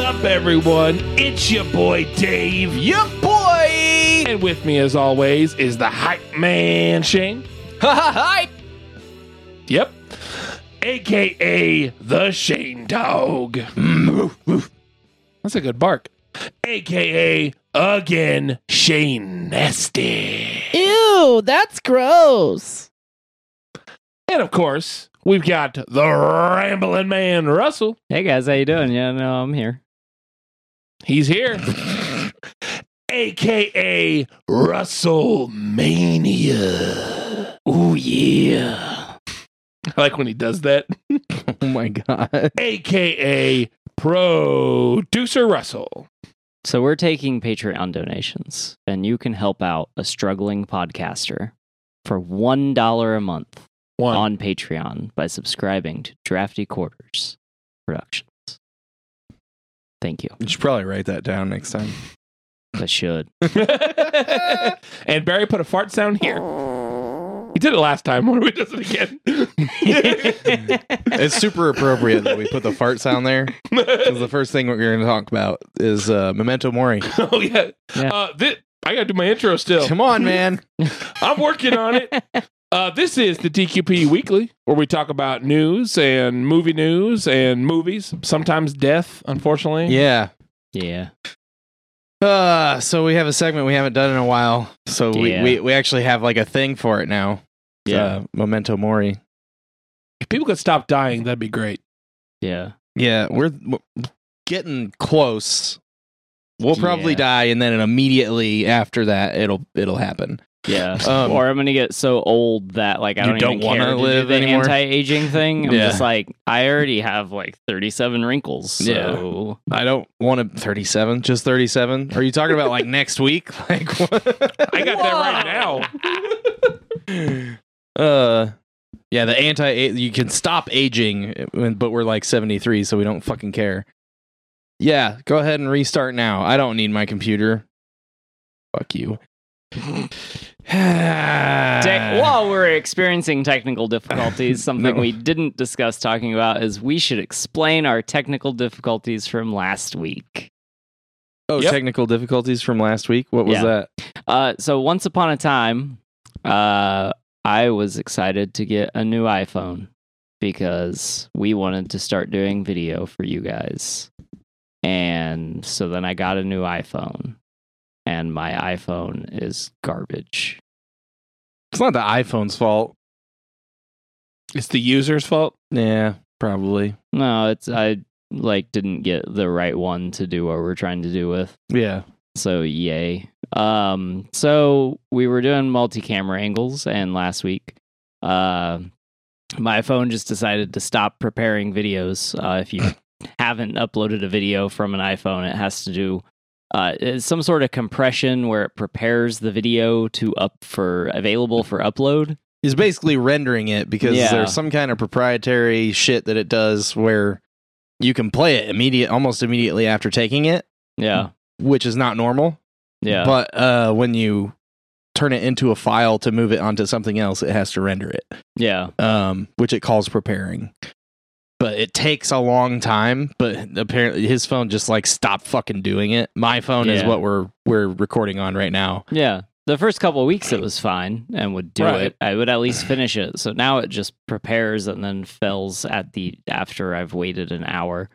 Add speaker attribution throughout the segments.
Speaker 1: everyone. It's your boy Dave.
Speaker 2: Yup, boy!
Speaker 1: And with me, as always, is the hype man, Shane.
Speaker 2: Hi!
Speaker 1: Yep. AKA the Shane Dog. That's a good bark. AKA again, Shane Nasty.
Speaker 3: Ew, that's gross.
Speaker 1: And of course, we've got the rambling man, Russell.
Speaker 4: Hey guys, how you doing? Yeah, no, I'm here.
Speaker 1: He's here. AKA Russellmania. Ooh, yeah. I like when he does that.
Speaker 4: Oh my god.
Speaker 1: AKA Producer Russell.
Speaker 4: So we're taking Patreon donations, and you can help out a struggling podcaster for one dollar a month
Speaker 1: One.
Speaker 4: on Patreon by subscribing to Drafty Quarters Productions. Thank you.
Speaker 2: You should probably write that down next time.
Speaker 4: I should.
Speaker 1: and Barry put a fart sound here. He did it last time. Why do we does it again?
Speaker 2: It's super appropriate that we put the fart sound there because the first thing we're going to talk about is uh, Memento Mori.
Speaker 1: oh yeah.
Speaker 4: Yeah.
Speaker 1: Uh, thi- I got to do my intro still.
Speaker 2: Come on, man.
Speaker 1: I'm working on it. Uh, this is the DQP Weekly, where we talk about news and movie news and movies. Sometimes death, unfortunately.
Speaker 2: Yeah.
Speaker 4: yeah.
Speaker 2: Uh, so we have a segment we haven't done in a while. So
Speaker 4: Yeah.
Speaker 2: we, we, we actually have like a thing for it now. It's, Uh, Memento Mori.
Speaker 1: If people could stop dying, that'd be great.
Speaker 4: Yeah.
Speaker 2: Yeah, we're w- getting close. We'll probably
Speaker 4: Yeah.
Speaker 2: die, and then immediately after that, it'll it'll happen.
Speaker 4: Yeah.
Speaker 2: Um,
Speaker 4: or I'm gonna get so old that like I don't,
Speaker 2: You don't
Speaker 4: even
Speaker 2: wanna
Speaker 4: care to do
Speaker 2: live
Speaker 4: the
Speaker 2: anymore?
Speaker 4: anti-aging thing. I'm
Speaker 2: Yeah.
Speaker 4: just like I already have like 37 wrinkles. So
Speaker 2: I don't want to 37, just 37. Are you talking about like next week? Like what?
Speaker 1: I got that right now.
Speaker 2: Uh yeah, the anti you can stop aging when- but we're like 73 so we don't fucking care. Yeah, go ahead and restart now. I don't need my computer. Fuck you.
Speaker 4: Tech- while we're experiencing technical difficulties, something
Speaker 2: Ah. No.
Speaker 4: we didn't discuss talking about is we should explain our technical difficulties from last week.
Speaker 2: Oh,
Speaker 1: Yep.
Speaker 2: technical difficulties from last week. What was
Speaker 4: Yeah.
Speaker 2: that?
Speaker 4: Uh, so once upon a time, uh, I was excited to get a new iPhone because we wanted to start doing video for you guys. And so then I got a new iPhone, and my iPhone is garbage.
Speaker 2: It's not the iPhone's fault.
Speaker 1: It's the user's fault.
Speaker 2: Yeah, probably.
Speaker 4: No, it's I like didn't get the right one to do what we're trying to do with.
Speaker 2: Yeah.
Speaker 4: So yay. Um so we were doing multi-camera angles and last week uh my phone just decided to stop preparing videos. Uh if you haven't uploaded a video from an iPhone, it has to do uh it's some sort of compression where it prepares the video to up for available for upload.
Speaker 2: Is basically rendering it because
Speaker 4: Yeah.
Speaker 2: there's some kind of proprietary shit that it does where you can play it immediate almost immediately after taking it,
Speaker 4: Yeah.
Speaker 2: which is not normal.
Speaker 4: Yeah.
Speaker 2: But uh, when you turn it into a file to move it onto something else, it has to render it,
Speaker 4: yeah.
Speaker 2: um, which it calls preparing. But it takes a long time. But apparently, his phone just like stopped fucking doing it. My phone is
Speaker 4: Yeah.
Speaker 2: what we're we're recording on right now.
Speaker 4: Yeah. The first couple of weeks it was fine and would do
Speaker 1: Right.
Speaker 4: it. I would at least finish it. So now it just prepares and then fills at the after I've waited an hour.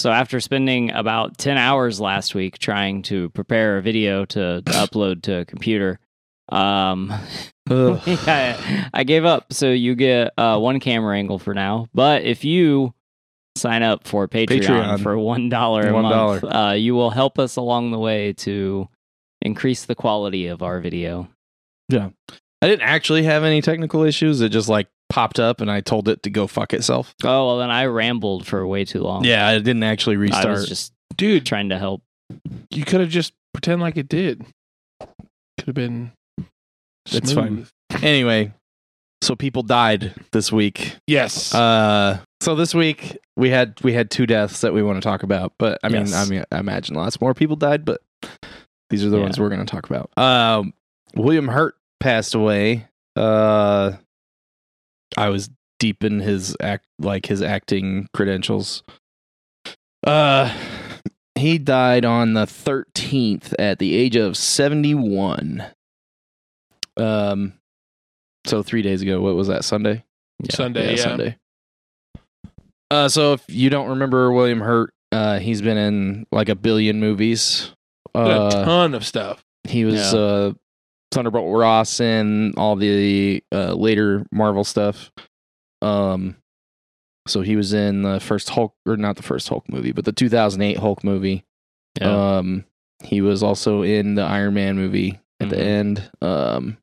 Speaker 4: So after spending about 10 hours last week trying to prepare a video to, to upload to a computer, um I, I gave up. So you get uh, one camera angle for now. But if you sign up for Patreon,
Speaker 2: Patreon.
Speaker 4: for one dollar a
Speaker 2: One
Speaker 4: month, uh, you will help us along the way to increase the quality of our video.
Speaker 2: I didn't actually have any technical issues. It just like popped up, and I told it to go fuck itself.
Speaker 4: Oh well, then I rambled for way too long.
Speaker 2: Yeah, I didn't actually
Speaker 4: Oh. I
Speaker 2: restart.
Speaker 4: was just
Speaker 1: Dude,
Speaker 4: trying to help.
Speaker 1: you could have just pretend like it did. Could have been.
Speaker 2: That's
Speaker 1: smooth.
Speaker 2: anyway, so people died this week.
Speaker 1: Yes.
Speaker 2: Uh, so this week we had we had two deaths that we want to talk about, but I mean,
Speaker 4: Yes.
Speaker 2: I mean, I imagine lots more people died, but these are the
Speaker 4: Yeah.
Speaker 2: ones we're going to talk about. Um, William Hurt passed away. Uh, I was deep in his act, like his acting credentials. Uh, He died on the 13th at the age of 71. Um, so three days ago, what was that? Sunday.
Speaker 1: Sunday, yeah.
Speaker 2: Sunday. Uh, so if you don't remember William Hurt, uh, he's been in like a billion movies.
Speaker 1: a
Speaker 2: Uh,
Speaker 1: ton of stuff.
Speaker 2: he was
Speaker 4: Yeah.
Speaker 2: uh, Thunderbolt Ross in all the uh, later Marvel stuff. Um, so he was in the first Hulk, or not the first Hulk movie, but the 2008 Hulk movie.
Speaker 4: Yeah.
Speaker 2: Um, he was also in the Iron Man movie
Speaker 1: Mm-hmm.
Speaker 2: at
Speaker 4: Mhm.
Speaker 2: the end. Um,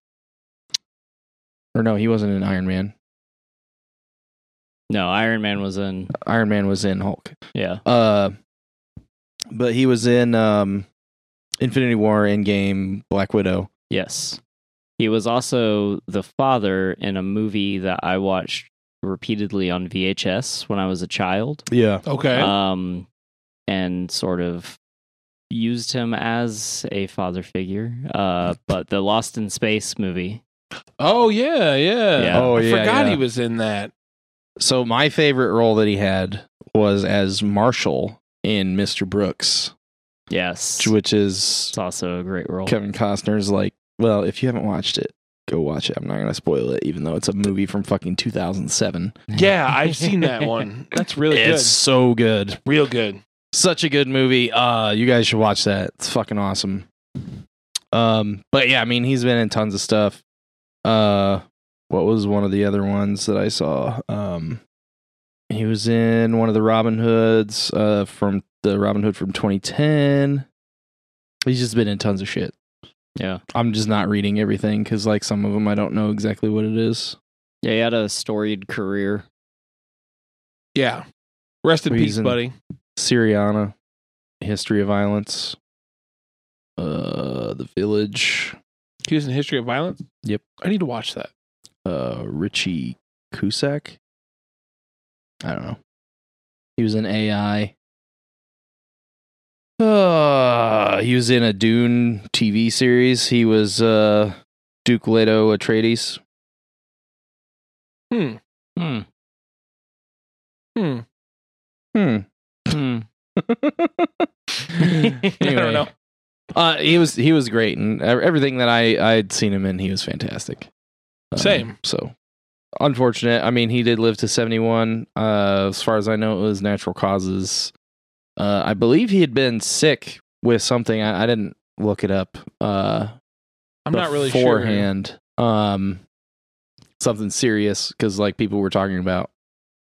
Speaker 2: or no, he wasn't in Iron Man.
Speaker 4: No, Iron Man was in.
Speaker 2: Iron Man was in Hulk.
Speaker 4: Yeah.
Speaker 2: Uh, but he was in um, Infinity War, Endgame, Black Widow.
Speaker 4: Yes. He was also the father in a movie that I watched repeatedly on VHS when I was a child.
Speaker 2: Yeah.
Speaker 1: Okay.
Speaker 4: Um, and sort of used him as a father figure.
Speaker 1: Mm.
Speaker 4: Uh, but the Lost in Space movie.
Speaker 1: oh yeah, yeah.
Speaker 4: Yeah.
Speaker 2: Oh,
Speaker 1: I
Speaker 2: yeah,
Speaker 1: forgot
Speaker 2: yeah.
Speaker 1: he was in that.
Speaker 2: So my favorite role that he had was as Marshall in Mr. Brooks,
Speaker 4: Yes.
Speaker 2: which is
Speaker 4: It's also a great role.
Speaker 2: Kevin Costner's like, well, if you haven't watched it, go watch it. I'm not going to spoil it even though it's a movie from fucking 2007.
Speaker 1: Yeah, I've seen that one. That's really
Speaker 2: it's so good.
Speaker 1: good. Real good.
Speaker 2: Such a good movie. Uh you guys should watch that. It's fucking awesome. Um but yeah, I mean, he's been in tons of stuff. Uh what was one of the other ones that I saw? Um he was in one of the Robin Hoods uh from the Robin Hood from 2010. He's just been in tons of shit.
Speaker 4: Yeah.
Speaker 2: I'm just not reading everything cuz like some of them I don't know exactly what it is.
Speaker 4: Yeah, he had a storied career.
Speaker 1: Yeah. Rest in
Speaker 2: Reason.
Speaker 1: peace, buddy.
Speaker 2: Syriana, History of Violence, uh The Village.
Speaker 1: He was in History of Violence.
Speaker 2: Yep.
Speaker 1: I need to watch that.
Speaker 2: uh Richie Cusack. I don't know. He was in AI. Uh, he was in a Dune TV series. He was uh Duke Leto Atreides.
Speaker 1: Hmm.
Speaker 4: Hmm.
Speaker 1: Hmm.
Speaker 2: Hmm.
Speaker 4: Hmm.
Speaker 1: I
Speaker 2: Anyway.
Speaker 1: don't know.
Speaker 2: Uh he was he was great and e- everything that I I'd seen him in, he was fantastic. Um,
Speaker 1: Same.
Speaker 2: So unfortunate. I mean, he did live to 71. Uh as far as I know, it was natural causes. Uh I believe he had been sick with something. I, I didn't look it up. Uh
Speaker 1: I'm not really sure.
Speaker 2: beforehand. Um something serious cuz like people were talking about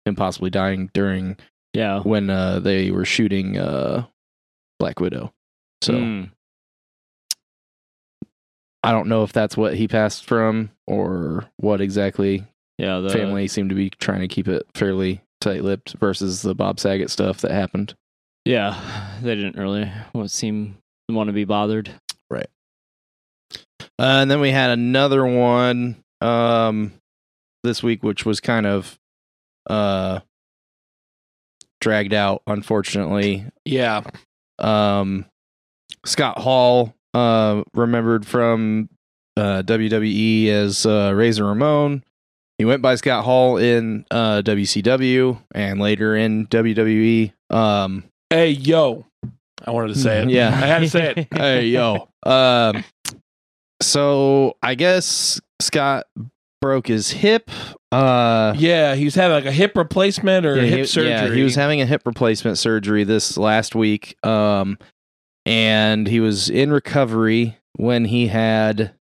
Speaker 2: him possibly dying during
Speaker 4: Yeah.
Speaker 2: when uh they were shooting uh Black Widow. So
Speaker 4: Hmm.
Speaker 2: I don't know if that's what he passed from or what exactly.
Speaker 4: yeah, the
Speaker 2: Family seemed to be trying to keep it fairly tight lipped versus the Bob Saget stuff that happened.
Speaker 4: Yeah, they didn't really wa- seem want to be bothered.
Speaker 2: Uh, and then we had another one um, this week, which was kind of uh, dragged out, unfortunately.
Speaker 1: Yeah.
Speaker 2: Um, Scott Hall, uh, remembered from uh, WWE as uh, Razor Ramon. He went by Scott Hall in uh, WCW and later in WWE. Um,
Speaker 1: Hey, yo. I wanted to say it.
Speaker 2: Yeah.
Speaker 1: I had to say it.
Speaker 2: hey, yo. Um, so I guess Scott broke his hip. Uh,
Speaker 1: Yeah, he was having like a hip replacement or
Speaker 2: yeah,
Speaker 1: hip
Speaker 2: he,
Speaker 1: surgery.
Speaker 2: yeah, he was having a hip replacement surgery this last week. Um, and he was in recovery when he had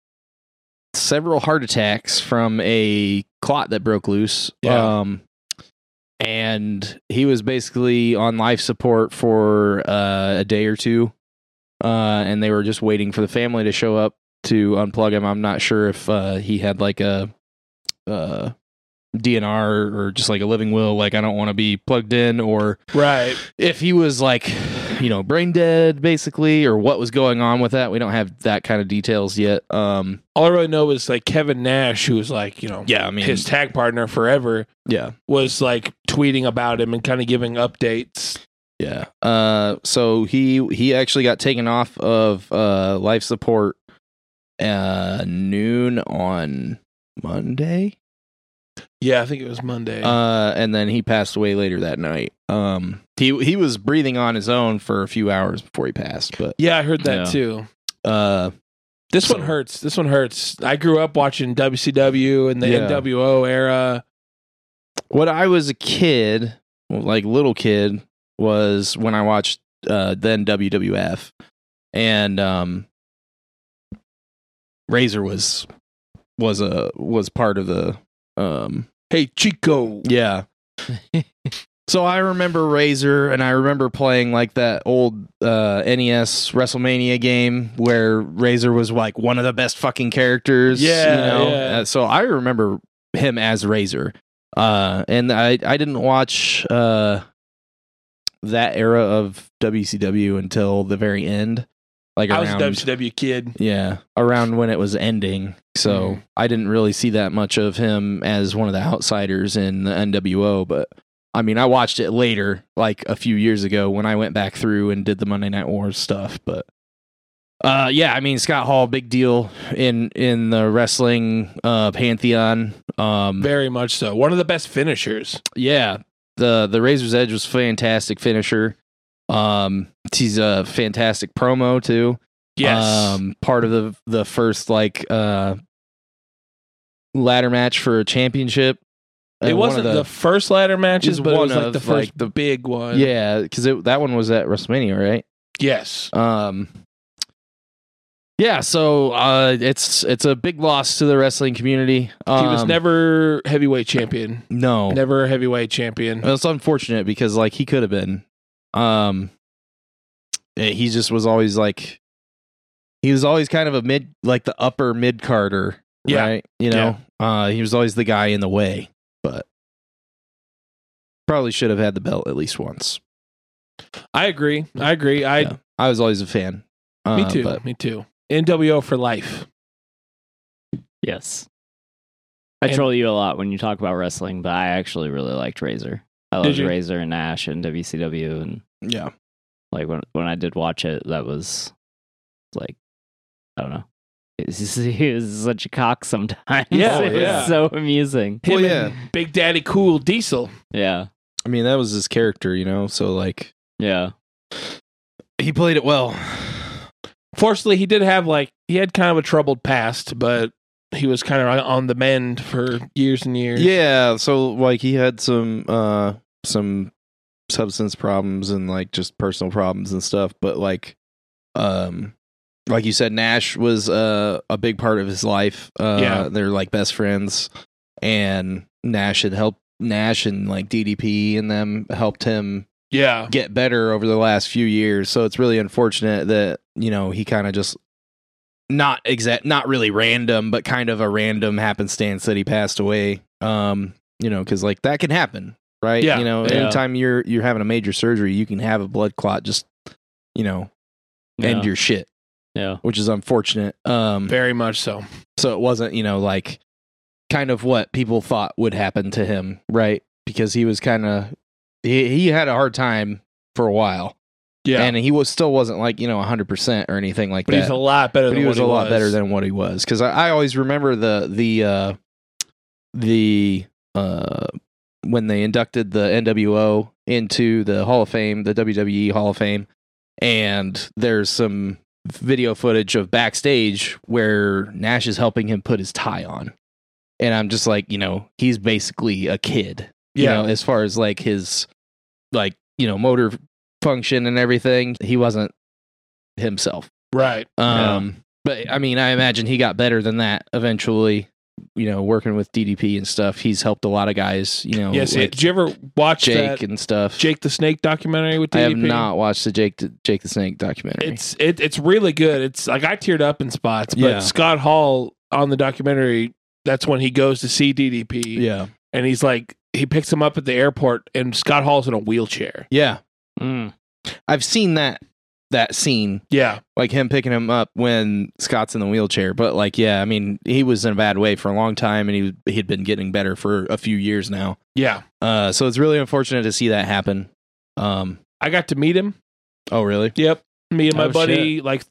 Speaker 2: several heart attacks from a clot that broke loose.
Speaker 1: Yeah.
Speaker 2: Um, and he was basically on life support for uh, a day or two. Uh, and they were just waiting for the family to show up to unplug him. I'm not sure if uh, he had like a. Uh, DNR or just like a living will, like I don't want to be plugged in, or
Speaker 1: right.
Speaker 2: if he was like, you know, brain dead basically, or what was going on with that. We don't have that kind of details yet. Um,
Speaker 1: All I really know is like Kevin Nash, who was like, you know,
Speaker 2: yeah, I mean,
Speaker 1: his tag partner forever,
Speaker 2: yeah,
Speaker 1: was like tweeting about him and kind of giving updates.
Speaker 2: yeah. Uh, so he he actually got taken off of uh life support uh noon on Monday.
Speaker 1: Yeah, I think it was Monday.
Speaker 2: Uh, and then he passed away later that night. Um, he he was breathing on his own for a few hours before he passed, but
Speaker 1: Yeah, I heard that
Speaker 4: Yeah.
Speaker 1: too.
Speaker 2: uh,
Speaker 1: This
Speaker 2: So-
Speaker 1: one hurts. This one hurts. I grew up watching WCW and the
Speaker 2: Yeah.
Speaker 1: NWO era.
Speaker 2: when I was a kid, like little kid, was when I watched uh, then WWF, and um, Razor was was a was part of the um,
Speaker 1: Hey, Chico.
Speaker 2: Yeah. so I remember Razor and I remember playing like that old uh, NES WrestleMania game where Razor was like one of the best fucking characters.
Speaker 1: Yeah, yeah.
Speaker 2: Uh, so I remember him as Razor. Uh, and I, I didn't watch uh, that era of WCW until the very end. Like
Speaker 1: I
Speaker 2: around,
Speaker 1: was a WCW kid.
Speaker 2: yeah, around when it was ending. So
Speaker 1: Mhm.
Speaker 2: I didn't really see that much of him as one of the outsiders in the NWO, but I mean, I watched it later, like a few years ago when I went back through and did the Monday Night Wars stuff, but uh yeah, I mean Scott Hall big deal in in the wrestling uh pantheon. Um
Speaker 1: Very much so. One of the best finishers.
Speaker 2: yeah, the the Razor's Edge was fantastic finisher. Um he's a fantastic promo too
Speaker 1: Yes.
Speaker 2: um, part of the the first like uh ladder match for a championship.
Speaker 1: it
Speaker 2: And one of
Speaker 1: wasn't the, first ladder matches,
Speaker 2: It was
Speaker 1: but it
Speaker 2: one
Speaker 1: was like
Speaker 2: of,
Speaker 1: the first
Speaker 2: like, the-
Speaker 1: the big one.
Speaker 2: yeah, because that one was at WrestleMania, right?
Speaker 1: Yes.
Speaker 2: Um, yeah, so uh, it's it's a big loss to the wrestling community. Um, Oh.
Speaker 1: he was never heavyweight champion.
Speaker 2: no
Speaker 1: Never heavyweight champion.
Speaker 2: Well, it's unfortunate because like he could have been. Um eh, he just was always like he was always kind of a mid like the upper mid carder.
Speaker 1: Yeah.
Speaker 2: Right. You know? Uh he was always the guy in the way, but probably should have had the belt at least once.
Speaker 1: I agree. I agree. I
Speaker 2: Yeah. I was always a fan. Uh,
Speaker 1: me too.
Speaker 2: but-
Speaker 1: me too. NWO for life.
Speaker 4: Yes. I
Speaker 1: And-
Speaker 4: troll you a lot when you talk about wrestling, but I actually really liked Razor. I
Speaker 1: Did
Speaker 4: loved
Speaker 1: you?
Speaker 4: Razor and Nash and WCW and
Speaker 2: yeah.
Speaker 4: like when when I did watch it, that was like I don't know. It's just- he was such a cock sometimes.
Speaker 1: Yeah,
Speaker 4: it
Speaker 1: yeah.
Speaker 4: was so amusing.
Speaker 1: Him
Speaker 2: Well,
Speaker 1: and Big Daddy Cool Diesel.
Speaker 4: Yeah,
Speaker 2: I mean, that was his character, you know, so like
Speaker 4: yeah.
Speaker 2: he played it well.
Speaker 1: Fortunately, he did have like he had kind of a troubled past, but he was kind of on the mend for years and years.
Speaker 2: Yeah, so like he had some uh some substance problems and like just personal problems and stuff, but like um like you said Nash was uh, a big part of his life. Uh
Speaker 1: Yeah.
Speaker 2: they're like best friends and Nash had helped Nash and like DDP and them helped him
Speaker 1: yeah,
Speaker 2: get better over the last few years. So it's really unfortunate that, you know, he kind of just not exact not really random, but kind of a random happenstance that he passed away. Um, you know, cuz like that can happen, right?
Speaker 1: Yeah.
Speaker 2: You know,
Speaker 4: Yeah.
Speaker 2: anytime you're you're having a major surgery, you can have a blood clot just, you know,
Speaker 4: yeah.
Speaker 2: end your shit,
Speaker 4: yeah.
Speaker 2: which is unfortunate. Um
Speaker 1: very much so.
Speaker 2: so it wasn't, you know, like kind of what people thought would happen to him, right? Because he was kind of he, he had a hard time for a while
Speaker 1: Yeah,
Speaker 2: and he was still wasn't like you know 100% or anything like
Speaker 1: but
Speaker 2: that
Speaker 1: he's a lot better.
Speaker 2: but
Speaker 1: than
Speaker 2: he was
Speaker 1: what
Speaker 2: a lot better than what he was because I, I always remember the the uh the uh when they inducted the nwo into the hall of fame the wwe hall of fame and there's some video footage of backstage where nash is helping him put his tie on and i'm just like you know he's basically a kid
Speaker 1: Yeah,
Speaker 2: you know, as far as like his like you know motor function and everything he wasn't himself
Speaker 1: right.
Speaker 2: um but i mean i imagine he got better than that eventually you know working with ddp and stuff he's helped a lot of guys you know
Speaker 1: yes,
Speaker 2: like
Speaker 1: did you ever watch
Speaker 2: jake
Speaker 1: that
Speaker 2: and stuff
Speaker 1: Jake the Snake documentary with DDP?
Speaker 2: i have not watched the jake the, jake the snake documentary
Speaker 1: It's it, it's really good. It's like I teared up in spots, but
Speaker 2: Yeah.
Speaker 1: Scott Hall on the documentary. That's when he goes to see DDP.
Speaker 2: yeah
Speaker 1: and he's like he picks him up at the airport and Scott Hall's in a wheelchair.
Speaker 2: yeah
Speaker 4: Mm.
Speaker 2: i've seen that that scene
Speaker 1: Yeah.
Speaker 2: like him picking him up when Scott's in the wheelchair. But like, yeah, I mean, he was in a bad way for a long time, and he he'd been getting better for a few years now.
Speaker 1: Yeah.
Speaker 2: Uh, so it's really unfortunate to see that happen. Um,
Speaker 1: I got to meet him.
Speaker 2: oh really?
Speaker 1: Yep. Me and my
Speaker 4: Oh,
Speaker 1: buddy like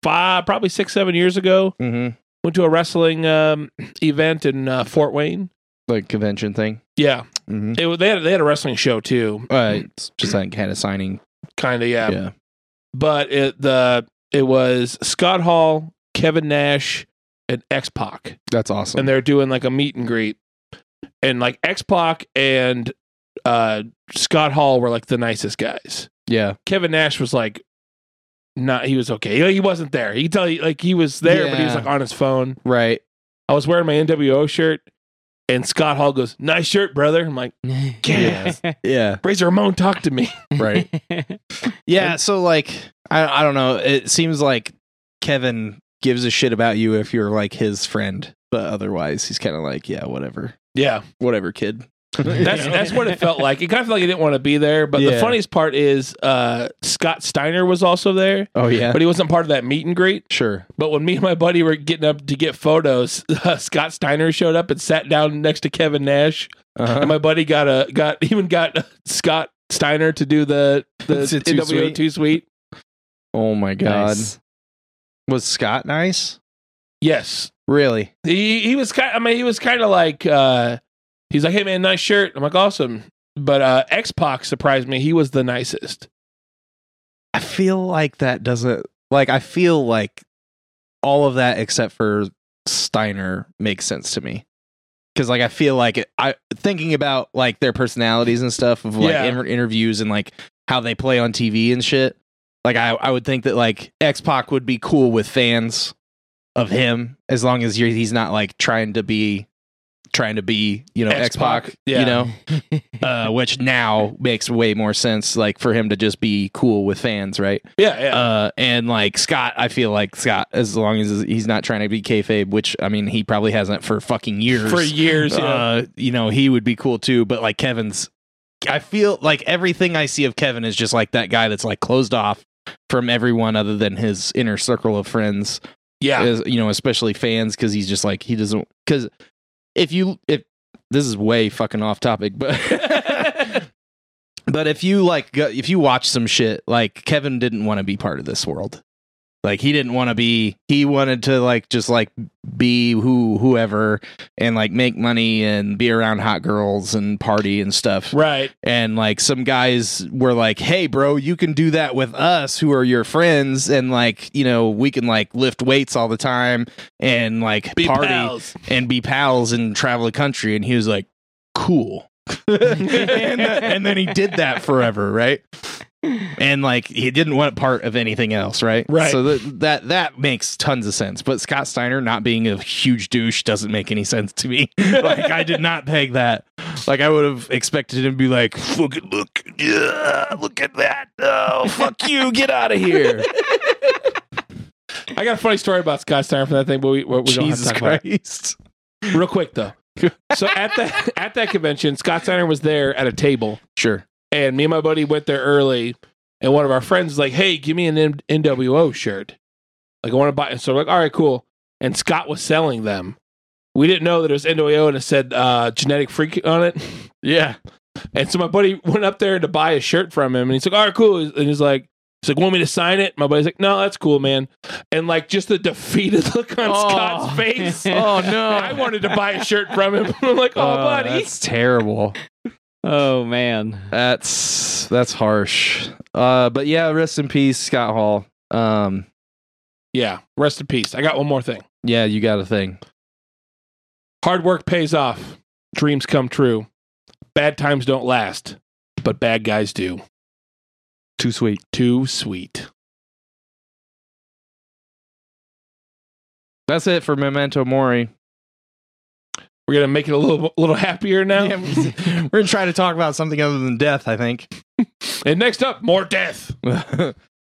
Speaker 1: five probably 6 7 years ago
Speaker 2: Mm-hmm.
Speaker 1: went to a wrestling um event in uh, Fort Wayne
Speaker 2: like convention thing.
Speaker 1: Yeah,
Speaker 2: Mm-hmm.
Speaker 1: it, was- they had they had a wrestling show too,
Speaker 2: Uh, it's just like had a signing.
Speaker 1: kind of yeah.
Speaker 2: yeah.
Speaker 1: But it the it was Scott Hall, Kevin Nash, and X Pac.
Speaker 2: That's awesome.
Speaker 1: and they're doing like a meet and greet. And like X Pac and uh, Scott Hall were like the nicest guys.
Speaker 2: yeah.
Speaker 1: Kevin Nash was like, not he was okay. He- He wasn't there. He tell you like he was there, but he was
Speaker 2: Yeah.
Speaker 1: like on his phone.
Speaker 2: Right.
Speaker 1: I was wearing my NWO shirt, and Scott Hall goes, "Nice shirt, brother." I'm like, Yes.
Speaker 2: Yeah.
Speaker 1: Razor Ramon, talk to me.
Speaker 2: Right. Yeah. So like, I I don't know. It seems like Kevin gives a shit about you if you're like his friend, but otherwise he's kind of like, yeah, whatever,
Speaker 1: yeah,
Speaker 2: whatever, kid.
Speaker 1: that's that's what it felt like. It kind of felt like he didn't want to be there. But the
Speaker 2: Yeah.
Speaker 1: funniest part is uh, Scott Steiner was also there,
Speaker 2: Oh yeah.
Speaker 1: but he wasn't part of that meet and greet.
Speaker 2: Sure.
Speaker 1: But when me and my buddy were getting up to get photos, uh, Scott Steiner showed up and sat down next to Kevin Nash,
Speaker 2: Uh-huh.
Speaker 1: and my buddy got a got even got Scott Steiner to do the the
Speaker 2: Is it too
Speaker 1: NWO
Speaker 2: sweet?
Speaker 1: two sweet.
Speaker 2: oh my god.
Speaker 4: Nice.
Speaker 2: Was Scott nice?
Speaker 1: Yes,
Speaker 2: Really?
Speaker 1: he he was kind. I mean, he was kind of like uh, he's like, hey man, nice shirt. I'm like, awesome. But uh, X Pac surprised me. He was the nicest.
Speaker 2: I feel like that doesn't like I feel like all of that except for Steiner makes sense to me. Cause like I feel like it, I thinking about like their personalities and stuff of like
Speaker 1: Yeah.
Speaker 2: inter- interviews and like how they play on TV and shit. Like I, I would think that like X Pac would be cool with fans of him as long as you're, he's not like trying to be trying to be you know X
Speaker 1: X-Pac,
Speaker 2: Pac
Speaker 1: yeah.
Speaker 2: you know uh, which now makes way more sense like for him to just be cool with fans right
Speaker 1: Yeah, yeah.
Speaker 2: uh, and like Scott, I feel like Scott, as long as he's not trying to be kayfabe, which I mean he probably hasn't for fucking years.
Speaker 1: For years, yeah.
Speaker 2: uh, you know, he would be cool too. But like Kevin's, I feel like everything I see of Kevin is just like that guy that's like closed off from everyone other than his inner circle of friends.
Speaker 1: yeah.
Speaker 2: As- you know, especially fans, because he's just like he doesn't. Because if you if this is way fucking off topic, but but if you like go, if you watch some shit like kevin didn't want to be part of this world like he didn't want to be he wanted to like just like be who whoever and like make money and be around hot girls and party and stuff
Speaker 1: right.
Speaker 2: and like some guys were like hey bro you can do that with us who are your friends and like you know we can like lift weights all the time and like
Speaker 1: Be
Speaker 2: party
Speaker 1: pals.
Speaker 2: and be pals and travel the country. And he was like, cool. and, th- and then he did that forever, right? And like he didn't want part of anything else, right?
Speaker 1: Right.
Speaker 2: So th- that that makes tons of sense. But Scott Steiner not being a huge douche doesn't make any sense to me. like I did not peg that. Like I would have expected him to be like, "Fucking look, yeah, look at that! Oh, fuck you, get out of here!"
Speaker 1: I got a funny story about Scott Steiner from that thing, but we, we don't have to
Speaker 2: Jesus
Speaker 1: talk about it.
Speaker 2: Christ!
Speaker 1: real quick though. so at that at that convention, Scott Steiner was there at a table,
Speaker 2: Sure.
Speaker 1: and me and my buddy went there early. And one of our friends was like, "Hey, give me an N- NWO shirt. Like, I want to buy." And so we're like, "All right, cool." And Scott was selling them. We didn't know that it was NWO, and it said uh, "genetic freak" on it.
Speaker 2: Yeah.
Speaker 1: And so my buddy went up there to buy a shirt from him, and he's like, "All right, cool." And he's like, "He's like, want me to sign it?" My buddy's like, "No, that's cool, man." And like, just the defeated look on
Speaker 2: Oh.
Speaker 1: Scott's face.
Speaker 2: Oh no!
Speaker 1: I wanted to buy a shirt from him. I'm like, oh, buddy.
Speaker 2: Uh, that's terrible.
Speaker 4: oh man.
Speaker 2: That's that's harsh. Uh, but yeah, rest in peace, Scott Hall. Um,
Speaker 1: Yeah. Rest in peace. I got one more thing.
Speaker 2: yeah, you got a thing.
Speaker 1: Hard work pays off. Dreams come true. Bad times don't last, but bad guys do.
Speaker 2: Too sweet.
Speaker 1: Too sweet.
Speaker 2: That's it for Memento Mori.
Speaker 1: We're gonna make it a little little happier now.
Speaker 2: Yeah, we're gonna try to talk about something other than death. I think.
Speaker 1: And next up, more death.
Speaker 2: Next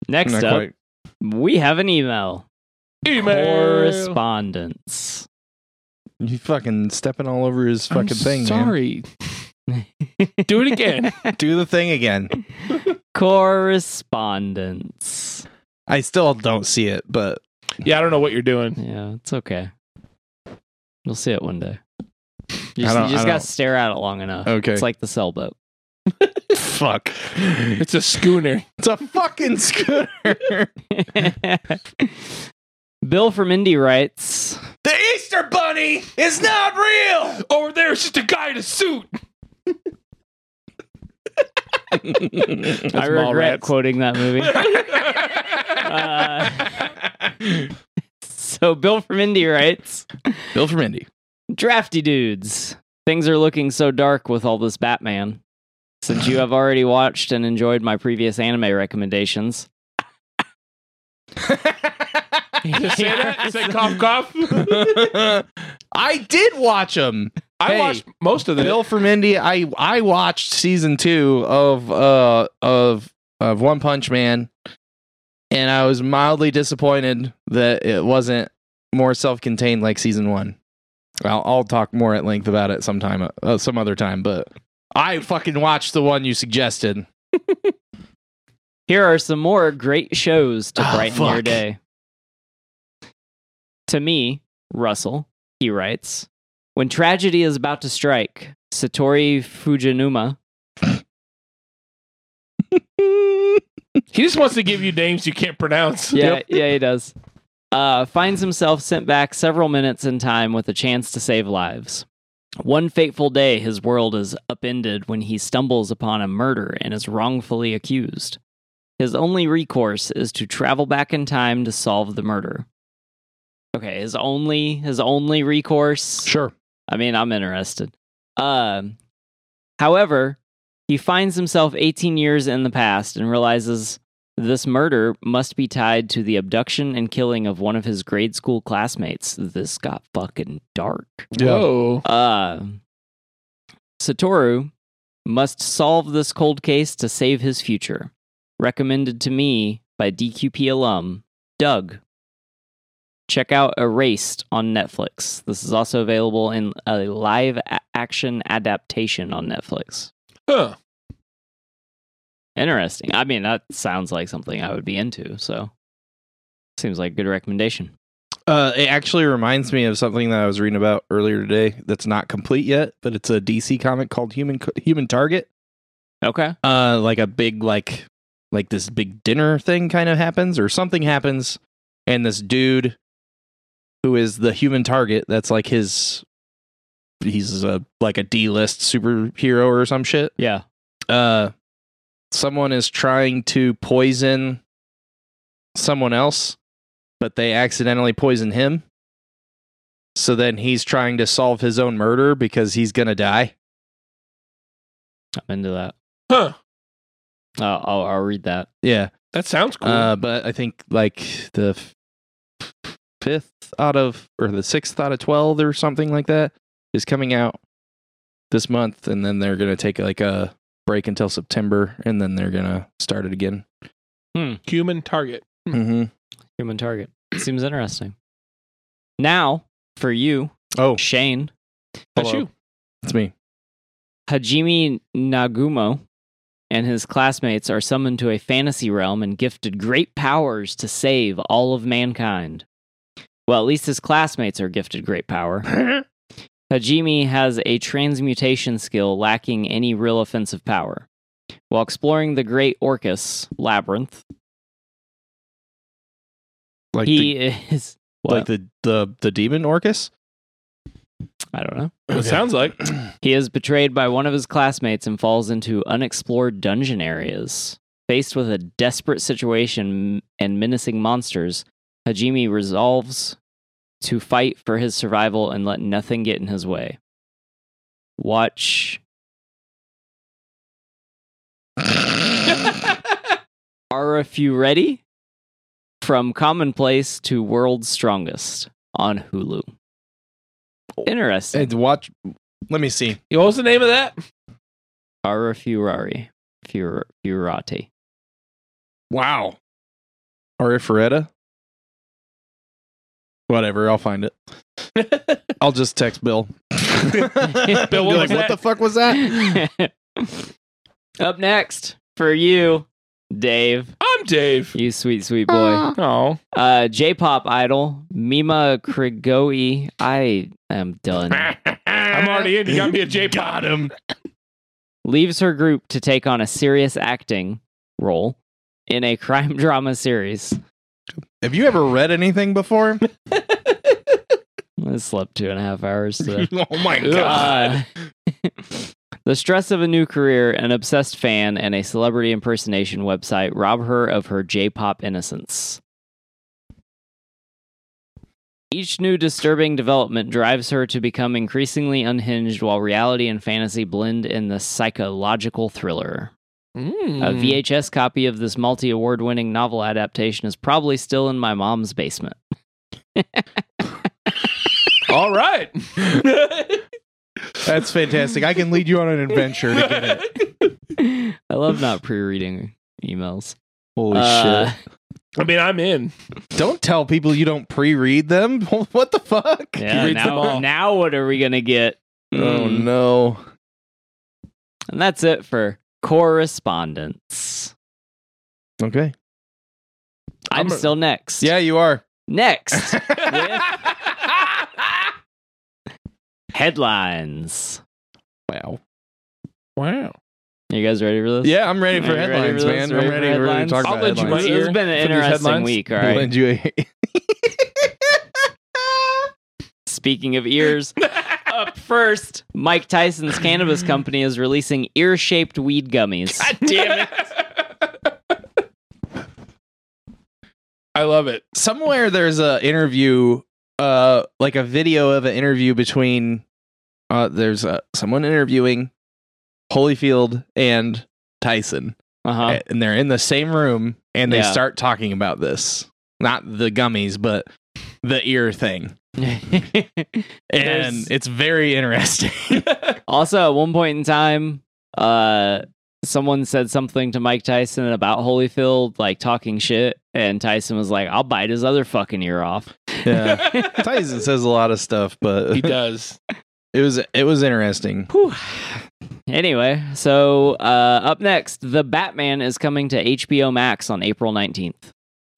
Speaker 4: Next up, we have an email.
Speaker 1: Email.
Speaker 4: Correspondence.
Speaker 2: You fucking stepping all over his fucking
Speaker 1: I'm
Speaker 2: thing. man.
Speaker 1: Sorry. Do it again.
Speaker 2: Do the thing again.
Speaker 4: Correspondence.
Speaker 2: I still don't see it, but
Speaker 1: yeah, I don't know what you're doing.
Speaker 4: Yeah, it's okay. You'll see it one day. You
Speaker 2: I
Speaker 4: just,
Speaker 2: don't-
Speaker 4: you just gotta
Speaker 2: I don't-
Speaker 4: stare at it long enough.
Speaker 2: Okay.
Speaker 4: It's like the sailboat.
Speaker 2: fuck.
Speaker 1: It's a schooner.
Speaker 2: It's a fucking scooter.
Speaker 4: Bill from Indy writes
Speaker 2: the Easter Bunny.
Speaker 1: money is not real. Over there, it's just a guy in a suit.
Speaker 4: I regret quoting that movie.
Speaker 1: Uh,
Speaker 4: so Bill from Indy writes,
Speaker 2: Bill from Indy.
Speaker 4: "Drafty dudes, things are looking so dark with all this Batman. Since you have already watched and enjoyed my previous anime recommendations,
Speaker 1: Just say that. Say cough, cough.
Speaker 2: I did watch him.
Speaker 1: I
Speaker 2: Hey,
Speaker 1: watched most of the
Speaker 2: Bill from Indy. I I watched season two of uh of of One Punch Man, and I was mildly disappointed that it wasn't more self contained like season one. I'll I'll talk more at length about it sometime uh, some other time, but I fucking watched the one you suggested.
Speaker 4: Here are some more great shows to
Speaker 2: Ah,
Speaker 4: brighten your
Speaker 2: fuck.
Speaker 4: day. To me, Russell, he writes, when tragedy is about to strike, Satori Fujinuma,
Speaker 1: He just wants to give you names you can't pronounce.
Speaker 4: yeah, yeah, he does, uh, finds himself sent back several minutes in time with a chance to save lives. One fateful day, his world is upended when he stumbles upon a murder and is wrongfully accused. His only recourse is to travel back in time to solve the murder. Okay, his only his only recourse.
Speaker 2: Sure.
Speaker 4: I mean, I'm interested. Um, however, he finds himself 18 years in the past and realizes this murder must be tied to the abduction and killing of one of his grade school classmates. This got fucking dark.
Speaker 1: Whoa.
Speaker 4: Uh, Satoru must solve this cold case to save his future. Recommended to me by DQP alum Doug. Check out Erased on Netflix. This is also available in a live a- action adaptation on Netflix.
Speaker 1: Huh.
Speaker 4: Interesting. I mean, that sounds like something I would be into. So, seems like a good recommendation.
Speaker 2: Uh, it actually reminds me of something that I was reading about earlier today. That's not complete yet, but it's a DC comic called Human Human Target.
Speaker 4: Okay.
Speaker 2: uh like a big like like this big dinner thing kind of happens or something happens and this dude who is the human target that's like his he's a like a d-list superhero or some shit
Speaker 4: Yeah.
Speaker 2: uh someone is trying to poison someone else but they accidentally poison him so then he's trying to solve his own murder because he's gonna die
Speaker 4: I'm into that.
Speaker 1: Huh.
Speaker 4: Uh, I'll, I'll read that.
Speaker 2: yeah
Speaker 1: That sounds cool.
Speaker 2: Uh, but I think like the f- fifth out of or the sixth out of twelve or something like that is coming out this month, and then they're gonna take like a break until September, and then they're gonna start it again.
Speaker 1: Human target.
Speaker 2: Mm-hmm.
Speaker 4: Human target. Seems interesting. Now, for you,
Speaker 2: Oh,
Speaker 4: Shane,
Speaker 1: That's
Speaker 2: Hello.
Speaker 1: you.
Speaker 2: it's me.
Speaker 4: Hajime Nagumo and his classmates are summoned to a fantasy realm and gifted great powers to save all of mankind. Well, at least his classmates are gifted great power. Hajime has a transmutation skill lacking any real offensive power. While exploring the Great Orcus Labyrinth,
Speaker 2: Like
Speaker 4: he is.
Speaker 2: the, like the the the demon Orcus.
Speaker 4: I don't know.
Speaker 1: It sounds like.
Speaker 4: He is betrayed by one of his classmates and falls into unexplored dungeon areas. Faced with a desperate situation and menacing monsters, Hajime resolves to fight for his survival and let nothing get in his way. Watch Are If You Ready? From Commonplace to World's Strongest on Hulu. Interesting.
Speaker 2: And watch. Let me see.
Speaker 1: What was the name of that?
Speaker 4: Ara Furari. Fur- Furati.
Speaker 2: Wow. Arifaretta. Whatever, I'll find it. I'll just text Bill. Bill,
Speaker 1: Bill, what was that?"
Speaker 2: what the fuck was that?
Speaker 4: Up next for you, Dave,
Speaker 1: I'm Dave.
Speaker 4: you sweet, sweet boy.
Speaker 1: Oh.
Speaker 4: Uh, J pop idol, Mima Krigoe. I am done.
Speaker 1: I'm already in. You got me a J pop.
Speaker 2: Got him.
Speaker 4: Leaves her group to take on a serious acting role in a crime drama series.
Speaker 2: Have you ever read anything before?
Speaker 4: This I slept two and a half hours today.
Speaker 2: oh my
Speaker 1: Ugh.
Speaker 2: god.
Speaker 4: the stress of a new career, an obsessed fan, and a celebrity impersonation website rob her of her J pop innocence. Each new disturbing development drives her to become increasingly unhinged while reality and fantasy blend in the psychological thriller. A
Speaker 1: Mm.
Speaker 4: VHS copy of this multi award winning novel adaptation is probably still in my mom's basement.
Speaker 1: All right.
Speaker 2: That's fantastic. I can lead you on an adventure to get it.
Speaker 4: I love not pre reading emails.
Speaker 2: Holy
Speaker 4: Uh,
Speaker 1: I mean, I'm in.
Speaker 2: shit. Don't tell people you don't pre-read them. What the fuck?
Speaker 4: Yeah,
Speaker 1: reads them
Speaker 4: now,
Speaker 1: all.
Speaker 4: now what are we going to get?
Speaker 2: Oh
Speaker 4: Mm.
Speaker 2: no.
Speaker 4: And that's it for correspondence.
Speaker 2: Okay.
Speaker 4: I'm,
Speaker 1: I'm a-
Speaker 4: still next.
Speaker 2: Yeah, you are.
Speaker 4: Next, headlines.
Speaker 2: wow.
Speaker 1: Wow.
Speaker 4: You guys ready for this?
Speaker 2: Yeah, I'm ready for
Speaker 4: Are you ready
Speaker 2: headlines,
Speaker 4: for
Speaker 2: man.
Speaker 4: this? Ready
Speaker 2: I'm
Speaker 4: for
Speaker 2: ready, ready to
Speaker 4: headlines?
Speaker 2: talk
Speaker 1: I'll
Speaker 2: about
Speaker 1: lend you
Speaker 2: headlines.
Speaker 1: my
Speaker 4: It's
Speaker 1: ear
Speaker 4: been
Speaker 1: for
Speaker 4: an
Speaker 1: these
Speaker 4: interesting
Speaker 1: headlines.
Speaker 4: week. All
Speaker 2: I'll
Speaker 4: right.
Speaker 2: lend you a-
Speaker 4: Speaking of ears, up first, Mike Tyson's cannabis company is releasing ear shaped weed gummies.
Speaker 1: Damn it. I love it.
Speaker 2: somewhere there's a interview uh like a video of an interview between uh there's uh someone interviewing holyfield and tyson
Speaker 4: Uh huh.
Speaker 2: and they're in the same room and they
Speaker 4: Yeah.
Speaker 2: start talking about this not the gummies but the ear thing and
Speaker 4: There's-
Speaker 2: it's very interesting
Speaker 4: Also, at one point in time, uh, someone said something to Mike Tyson about Holyfield, like talking shit, and Tyson was like, "I'll bite his other fucking ear off."
Speaker 2: yeah tyson says a lot of stuff but
Speaker 1: he does.
Speaker 2: it was it was interesting
Speaker 4: Whew. Anyway, so uh, up next, The Batman is coming to HBO Max on April 19th.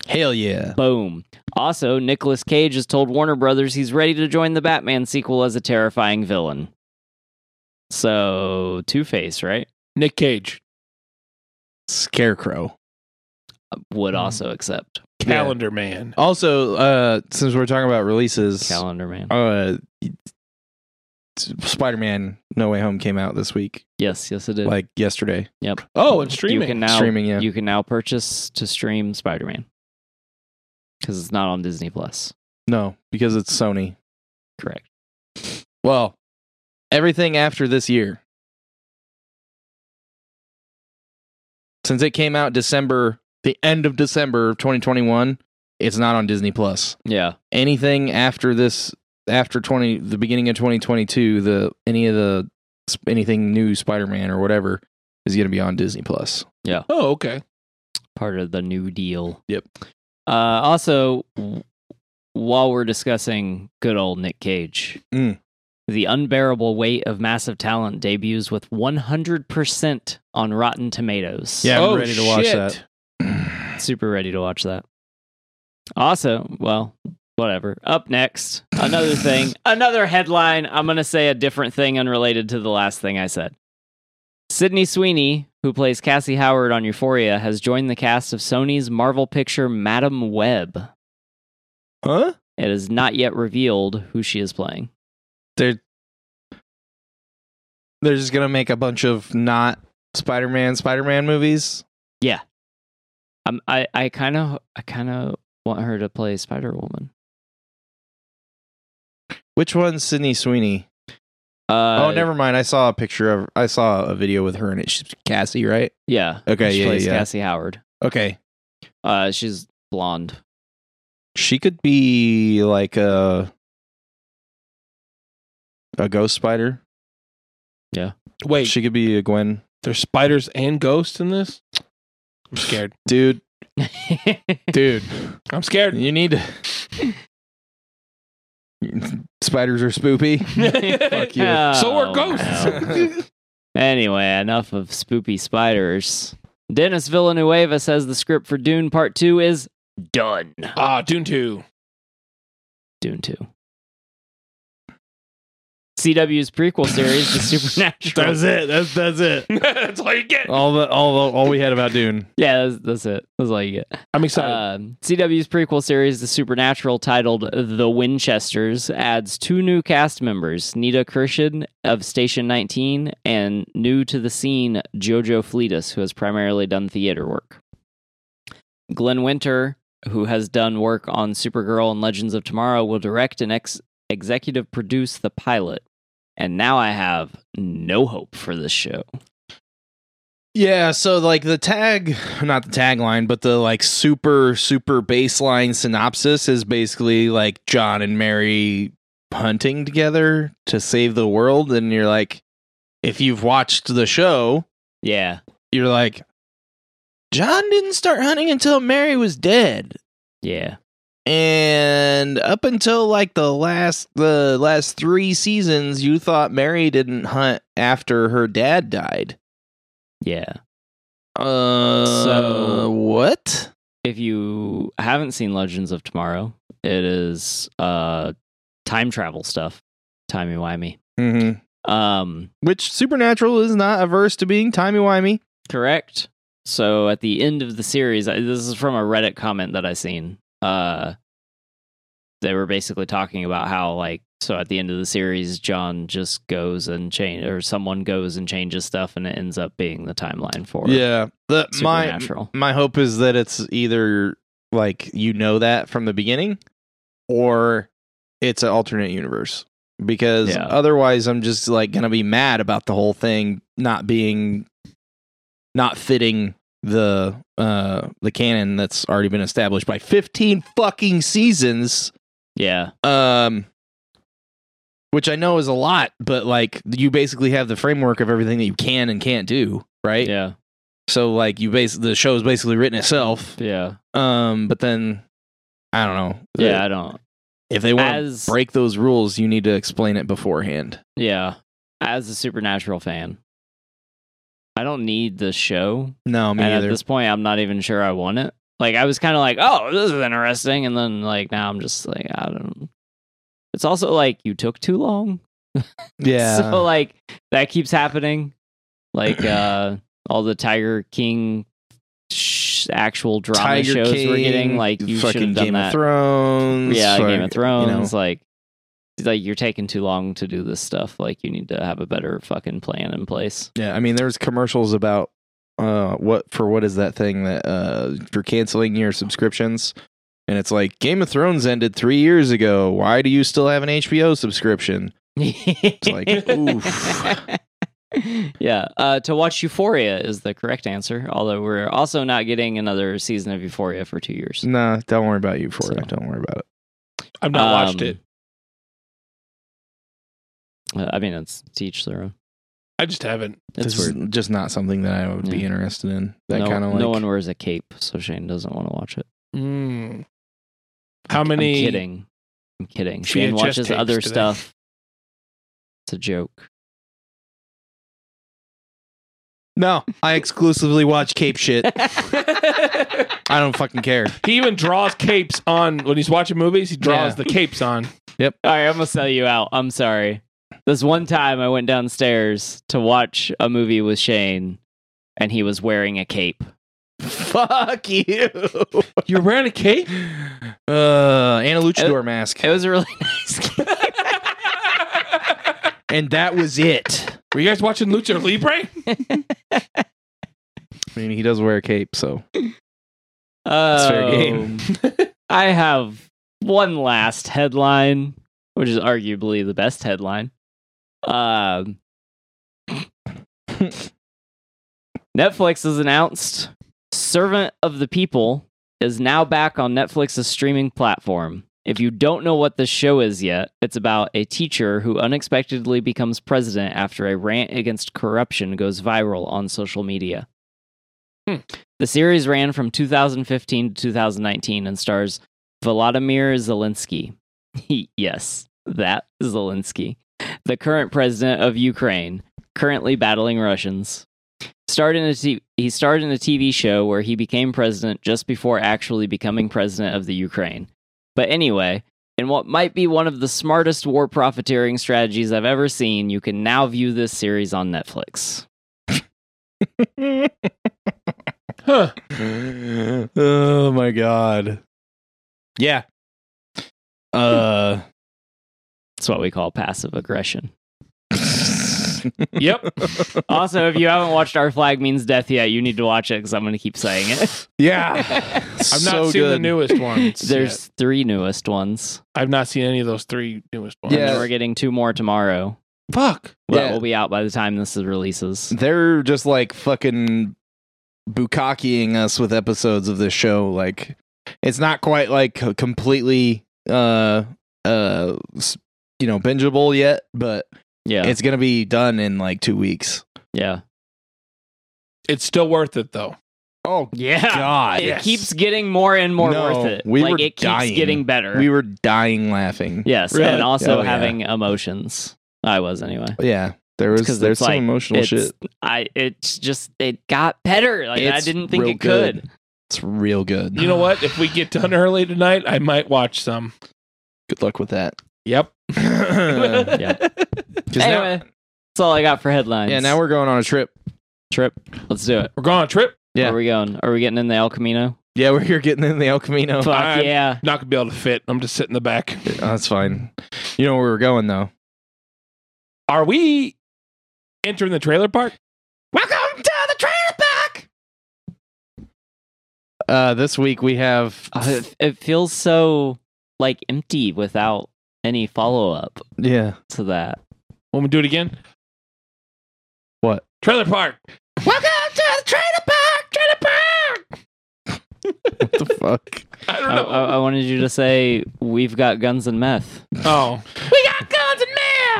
Speaker 2: hell yeah
Speaker 4: Boom. Also, Nicolas Cage has told Warner Brothers he's ready to join the Batman sequel as a terrifying villain. So, Two Face, right?
Speaker 1: Nick Cage.
Speaker 2: scarecrow
Speaker 4: Would also accept.
Speaker 2: Yeah.
Speaker 1: Calendar man.
Speaker 2: also uh since we're talking about releases
Speaker 4: Calendar Man.
Speaker 2: uh Spider-Man No Way Home came out this week,
Speaker 4: Yes, yes, it is.
Speaker 2: like yesterday.
Speaker 4: Yep.
Speaker 1: Oh, and streaming.
Speaker 4: You can now
Speaker 2: Streaming, yeah.
Speaker 4: you can now purchase to stream Spider Man because it's not on Disney Plus.
Speaker 2: No, because it's Sony.
Speaker 4: Correct.
Speaker 2: Well, everything after this year. Since it came out December, the end of December of 2021, it's not on Disney Plus.
Speaker 4: Yeah.
Speaker 2: Anything after this after 20 the beginning of 2022, the any of the anything new Spider-Man or whatever is going to be on Disney Plus.
Speaker 1: Oh, okay.
Speaker 4: part of the New Deal.
Speaker 2: Yep.
Speaker 4: Uh, also, w- while we're discussing good old Nick Cage,
Speaker 2: Mm.
Speaker 4: the unbearable weight of massive talent debuts with 100% on Rotten Tomatoes.
Speaker 2: Yeah, I'm
Speaker 1: oh,
Speaker 2: ready to watch
Speaker 1: shit.
Speaker 2: that.
Speaker 4: Super ready to watch that. Also, well, whatever. Up next, another thing, another headline. I'm going to say a different thing unrelated to the last thing I said. Sydney Sweeney, who plays Cassie Howard on Euphoria, has joined the cast of Sony's Marvel picture Madam Web.
Speaker 2: Huh?
Speaker 4: It is not yet revealed who she is playing.
Speaker 2: They're they're just gonna make a bunch of not Spider-Man Spider-Man movies.
Speaker 4: Um, I I kind of I kind of want her to play Spider Woman.
Speaker 2: Which one's Sydney Sweeney?
Speaker 4: Uh,
Speaker 2: oh, never mind. I saw a picture of I saw a video with her and it's Cassie, right?
Speaker 4: Yeah.
Speaker 2: Okay,
Speaker 4: She
Speaker 2: yeah,
Speaker 4: plays
Speaker 2: yeah, yeah.
Speaker 4: Cassie Howard.
Speaker 2: Okay,
Speaker 4: Uh, she's blonde.
Speaker 2: she could be like a a ghost spider.
Speaker 1: Wait,
Speaker 2: She could be a Gwen,
Speaker 1: there's spiders and ghosts in this? I'm scared.
Speaker 2: dude. Dude,
Speaker 1: I'm scared.
Speaker 2: you need to. Spiders are spoopy. Fuck you.
Speaker 1: so are
Speaker 4: Oh,
Speaker 1: ghosts.
Speaker 4: no. Anyway, enough of spoopy spiders. Dennis Villanueva says the script for Dune Part 2 is done.
Speaker 1: Ah, Dune 2.
Speaker 4: Dune 2. CW's prequel series, The Supernatural.
Speaker 2: That's it. That's that's it.
Speaker 1: That's all you get.
Speaker 2: All the all the, all we had about Dune.
Speaker 4: yeah, that's, that's it. That's all you get.
Speaker 1: I'm excited.
Speaker 4: Um, CW's prequel series, The Supernatural, titled The Winchesters, adds two new cast members Nita Kirshen of Station 19 and new to the scene Jojo Fleetus, who has primarily done theater work. Glenn Winter, who has done work on Supergirl and Legends of Tomorrow, will direct and ex- executive produce the pilot. And now I have no hope for this show.
Speaker 2: Yeah, so like the tag, not the tagline, but the like super super baseline synopsis is basically like John and Mary hunting together to save the world and you're like if you've watched the show,
Speaker 4: Yeah.
Speaker 2: you're like John didn't start hunting until Mary was dead.
Speaker 4: Yeah.
Speaker 2: and up until like the last the last three seasons you thought mary didn't hunt after her dad died
Speaker 4: Yeah.
Speaker 2: uh
Speaker 4: So-
Speaker 2: what
Speaker 4: if you haven't seen Legends of Tomorrow, it is uh time travel stuff, timey wimey.
Speaker 2: mm-hmm.
Speaker 4: Um,
Speaker 2: which supernatural is not averse to being timey-wimey
Speaker 4: correct. So at the end of the series, I- this is from a Reddit comment that I seen. Uh, they were basically talking about how like so at the end of the series, John just goes and change or someone goes and changes stuff, and it ends up being the timeline for
Speaker 2: yeah the, my
Speaker 4: Supernatural.
Speaker 2: my hope is that it's either like you know that from the beginning or it's an alternate universe because
Speaker 4: Yeah.
Speaker 2: otherwise i'm just like gonna be mad about the whole thing not being not fitting the uh the canon that's already been established by 15 fucking seasons
Speaker 4: yeah,
Speaker 2: um which i know is a lot but like you basically have the framework of everything that you can and can't do right
Speaker 4: yeah,
Speaker 2: so like you base the show is basically written itself
Speaker 4: yeah,
Speaker 2: um, but then I don't know.
Speaker 4: yeah. I don't.
Speaker 2: If they want
Speaker 4: As-
Speaker 2: to break those rules, you need to explain it beforehand.
Speaker 4: Yeah. As a supernatural fan, I don't need this show.
Speaker 2: No, me
Speaker 4: and
Speaker 2: neither.
Speaker 4: at this point, I'm not even sure I want it. Like, I was kind of like, oh, this is interesting. And then, like, now I'm just like, I don't. It's also like you took too long.
Speaker 2: yeah.
Speaker 4: So, like, that keeps happening. Like, uh, all the Tiger King sh- actual drama
Speaker 2: Tiger
Speaker 4: shows
Speaker 2: King,
Speaker 4: we're getting. Like, you should
Speaker 2: fucking
Speaker 4: have done
Speaker 2: Game
Speaker 4: that.
Speaker 2: of Thrones.
Speaker 4: yeah,
Speaker 2: fuck,
Speaker 4: Game of Thrones.
Speaker 2: you know.
Speaker 4: Like, like you're taking too long to do this stuff. Like, you need to have a better fucking plan in place.
Speaker 2: Yeah, I mean, there was commercials about uh, what for what is that thing that uh, you're canceling your subscriptions, and it's like Game of Thrones ended three years ago. Why do you still have an HBO subscription?
Speaker 4: it's
Speaker 2: like, oof.
Speaker 4: Yeah, uh, to watch Euphoria is the correct answer. Although we're also not getting another season of Euphoria for two years.
Speaker 2: Nah, don't worry about you for
Speaker 4: So-
Speaker 2: it. Don't worry about it.
Speaker 1: I've not watched
Speaker 4: Um,
Speaker 1: it.
Speaker 4: Uh, I mean, it's to each their own.
Speaker 1: I just haven't.
Speaker 4: It's
Speaker 2: this
Speaker 4: weird.
Speaker 2: is just not something that I would be
Speaker 4: Yeah.
Speaker 2: interested in. That
Speaker 4: no,
Speaker 2: kind of like
Speaker 4: no one wears a cape, so Shane doesn't want to watch it.
Speaker 1: Mm. How many?
Speaker 4: I'm kidding. I'm kidding.
Speaker 1: VHS
Speaker 4: Shane watches
Speaker 1: tapes
Speaker 4: other
Speaker 1: today.
Speaker 4: stuff. It's a joke.
Speaker 2: No, I exclusively watch cape shit. I don't fucking care.
Speaker 1: He even draws capes on when he's watching movies. He draws
Speaker 2: Yeah.
Speaker 1: the capes on.
Speaker 4: All right, I'm gonna sell you out. I'm sorry. This one time I went downstairs to watch a movie with Shane, and he was wearing a cape.
Speaker 2: Fuck you.
Speaker 1: You're wearing a cape.
Speaker 2: Uh, and a luchador mask.
Speaker 4: It was a really nice cape.
Speaker 2: and that was it.
Speaker 1: Were you guys watching Lucha Libre?
Speaker 2: I mean, he does wear a cape, so.
Speaker 4: Oh,
Speaker 2: fair game.
Speaker 4: Um, I have one last headline, which is arguably the best headline. Um, Netflix has announced Servant of the People is now back on Netflix's streaming platform. If you don't know what this show is yet, it's about a teacher who unexpectedly becomes president after a rant against corruption goes viral on social media.
Speaker 1: Hmm.
Speaker 4: The series ran from 2015 to 2019 and stars Volodymyr Zelensky. yes, that Zelensky, the current president of Ukraine, currently battling Russians started in a t- he starred in a TV show where he became president just before actually becoming president of the Ukraine. But anyway, In what might be one of the smartest war profiteering strategies I've ever seen, you can now view this series on Netflix.
Speaker 1: Huh.
Speaker 2: oh my god. Yeah. Uh
Speaker 4: That's what we call passive aggression.
Speaker 1: Yep.
Speaker 4: Also, if you haven't watched Our Flag Means Death yet, you need to watch it because I'm going to keep saying it.
Speaker 2: yeah.
Speaker 1: I've not seen the newest ones.
Speaker 4: There's
Speaker 1: yet.
Speaker 4: three newest ones.
Speaker 1: I've not seen any of those three newest ones.
Speaker 4: And then
Speaker 2: Yeah.
Speaker 4: we're getting two more tomorrow.
Speaker 1: Fuck.
Speaker 4: Well,
Speaker 2: Yeah.
Speaker 4: That will be out by the time this is releases.
Speaker 2: They're just like fucking bukakiing us with episodes of this show. Like it's not quite like co- completely uh uh s- you know bingeable yet, but
Speaker 4: Yeah.
Speaker 2: it's gonna be done in like two weeks.
Speaker 4: yeah.
Speaker 1: It's still worth it though.
Speaker 2: Oh
Speaker 4: Yeah.
Speaker 2: God.
Speaker 4: It
Speaker 1: Yes.
Speaker 4: keeps getting more and more
Speaker 2: No,
Speaker 4: worth it.
Speaker 2: we
Speaker 4: like
Speaker 2: were
Speaker 4: it keeps
Speaker 2: dying.
Speaker 4: getting better.
Speaker 2: we were dying laughing.
Speaker 4: yes,
Speaker 1: Really?
Speaker 4: and also
Speaker 2: Oh, yeah.
Speaker 4: having emotions. I was anyway.
Speaker 2: Yeah. There
Speaker 4: It's
Speaker 2: was
Speaker 4: 'cause
Speaker 2: there's
Speaker 4: it's
Speaker 2: some
Speaker 4: like-
Speaker 2: emotional
Speaker 4: it's,
Speaker 2: shit.
Speaker 4: I it's just it got better. Like I
Speaker 2: It's
Speaker 4: didn't think
Speaker 2: real
Speaker 4: it could.
Speaker 2: It's real good.
Speaker 1: You know what? If we get done early tonight, I might watch some.
Speaker 2: Good luck with that.
Speaker 1: Yep.
Speaker 2: 'Cause
Speaker 4: Yeah.
Speaker 2: now-
Speaker 4: Anyway, that's all I got for headlines.
Speaker 2: yeah, now we're going on a trip.
Speaker 4: trip. Let's do it.
Speaker 1: We're going on a trip.
Speaker 2: Yeah.
Speaker 4: Where are we going? Are we getting in the El Camino?
Speaker 2: Yeah, we're here getting in the El Camino.
Speaker 4: Fuck
Speaker 1: I'm-
Speaker 4: yeah.
Speaker 1: Not gonna be able to fit. I'm just sitting in the back.
Speaker 2: Oh, that's fine. You know where we're going though.
Speaker 1: Are we entering the trailer park?
Speaker 2: Welcome to the trailer park. Uh, this week we have
Speaker 4: Uh, it, it feels so like empty without any follow up
Speaker 2: yeah.
Speaker 4: to that.
Speaker 1: Want me to do it again?
Speaker 2: What?
Speaker 1: Trailer park.
Speaker 2: Welcome to the trailer park. Trailer park. what the fuck?
Speaker 1: I
Speaker 4: I,
Speaker 1: don't know.
Speaker 4: I,
Speaker 2: Uh,
Speaker 4: I wanted you to say we've got guns and meth.
Speaker 1: oh.
Speaker 2: We got guns and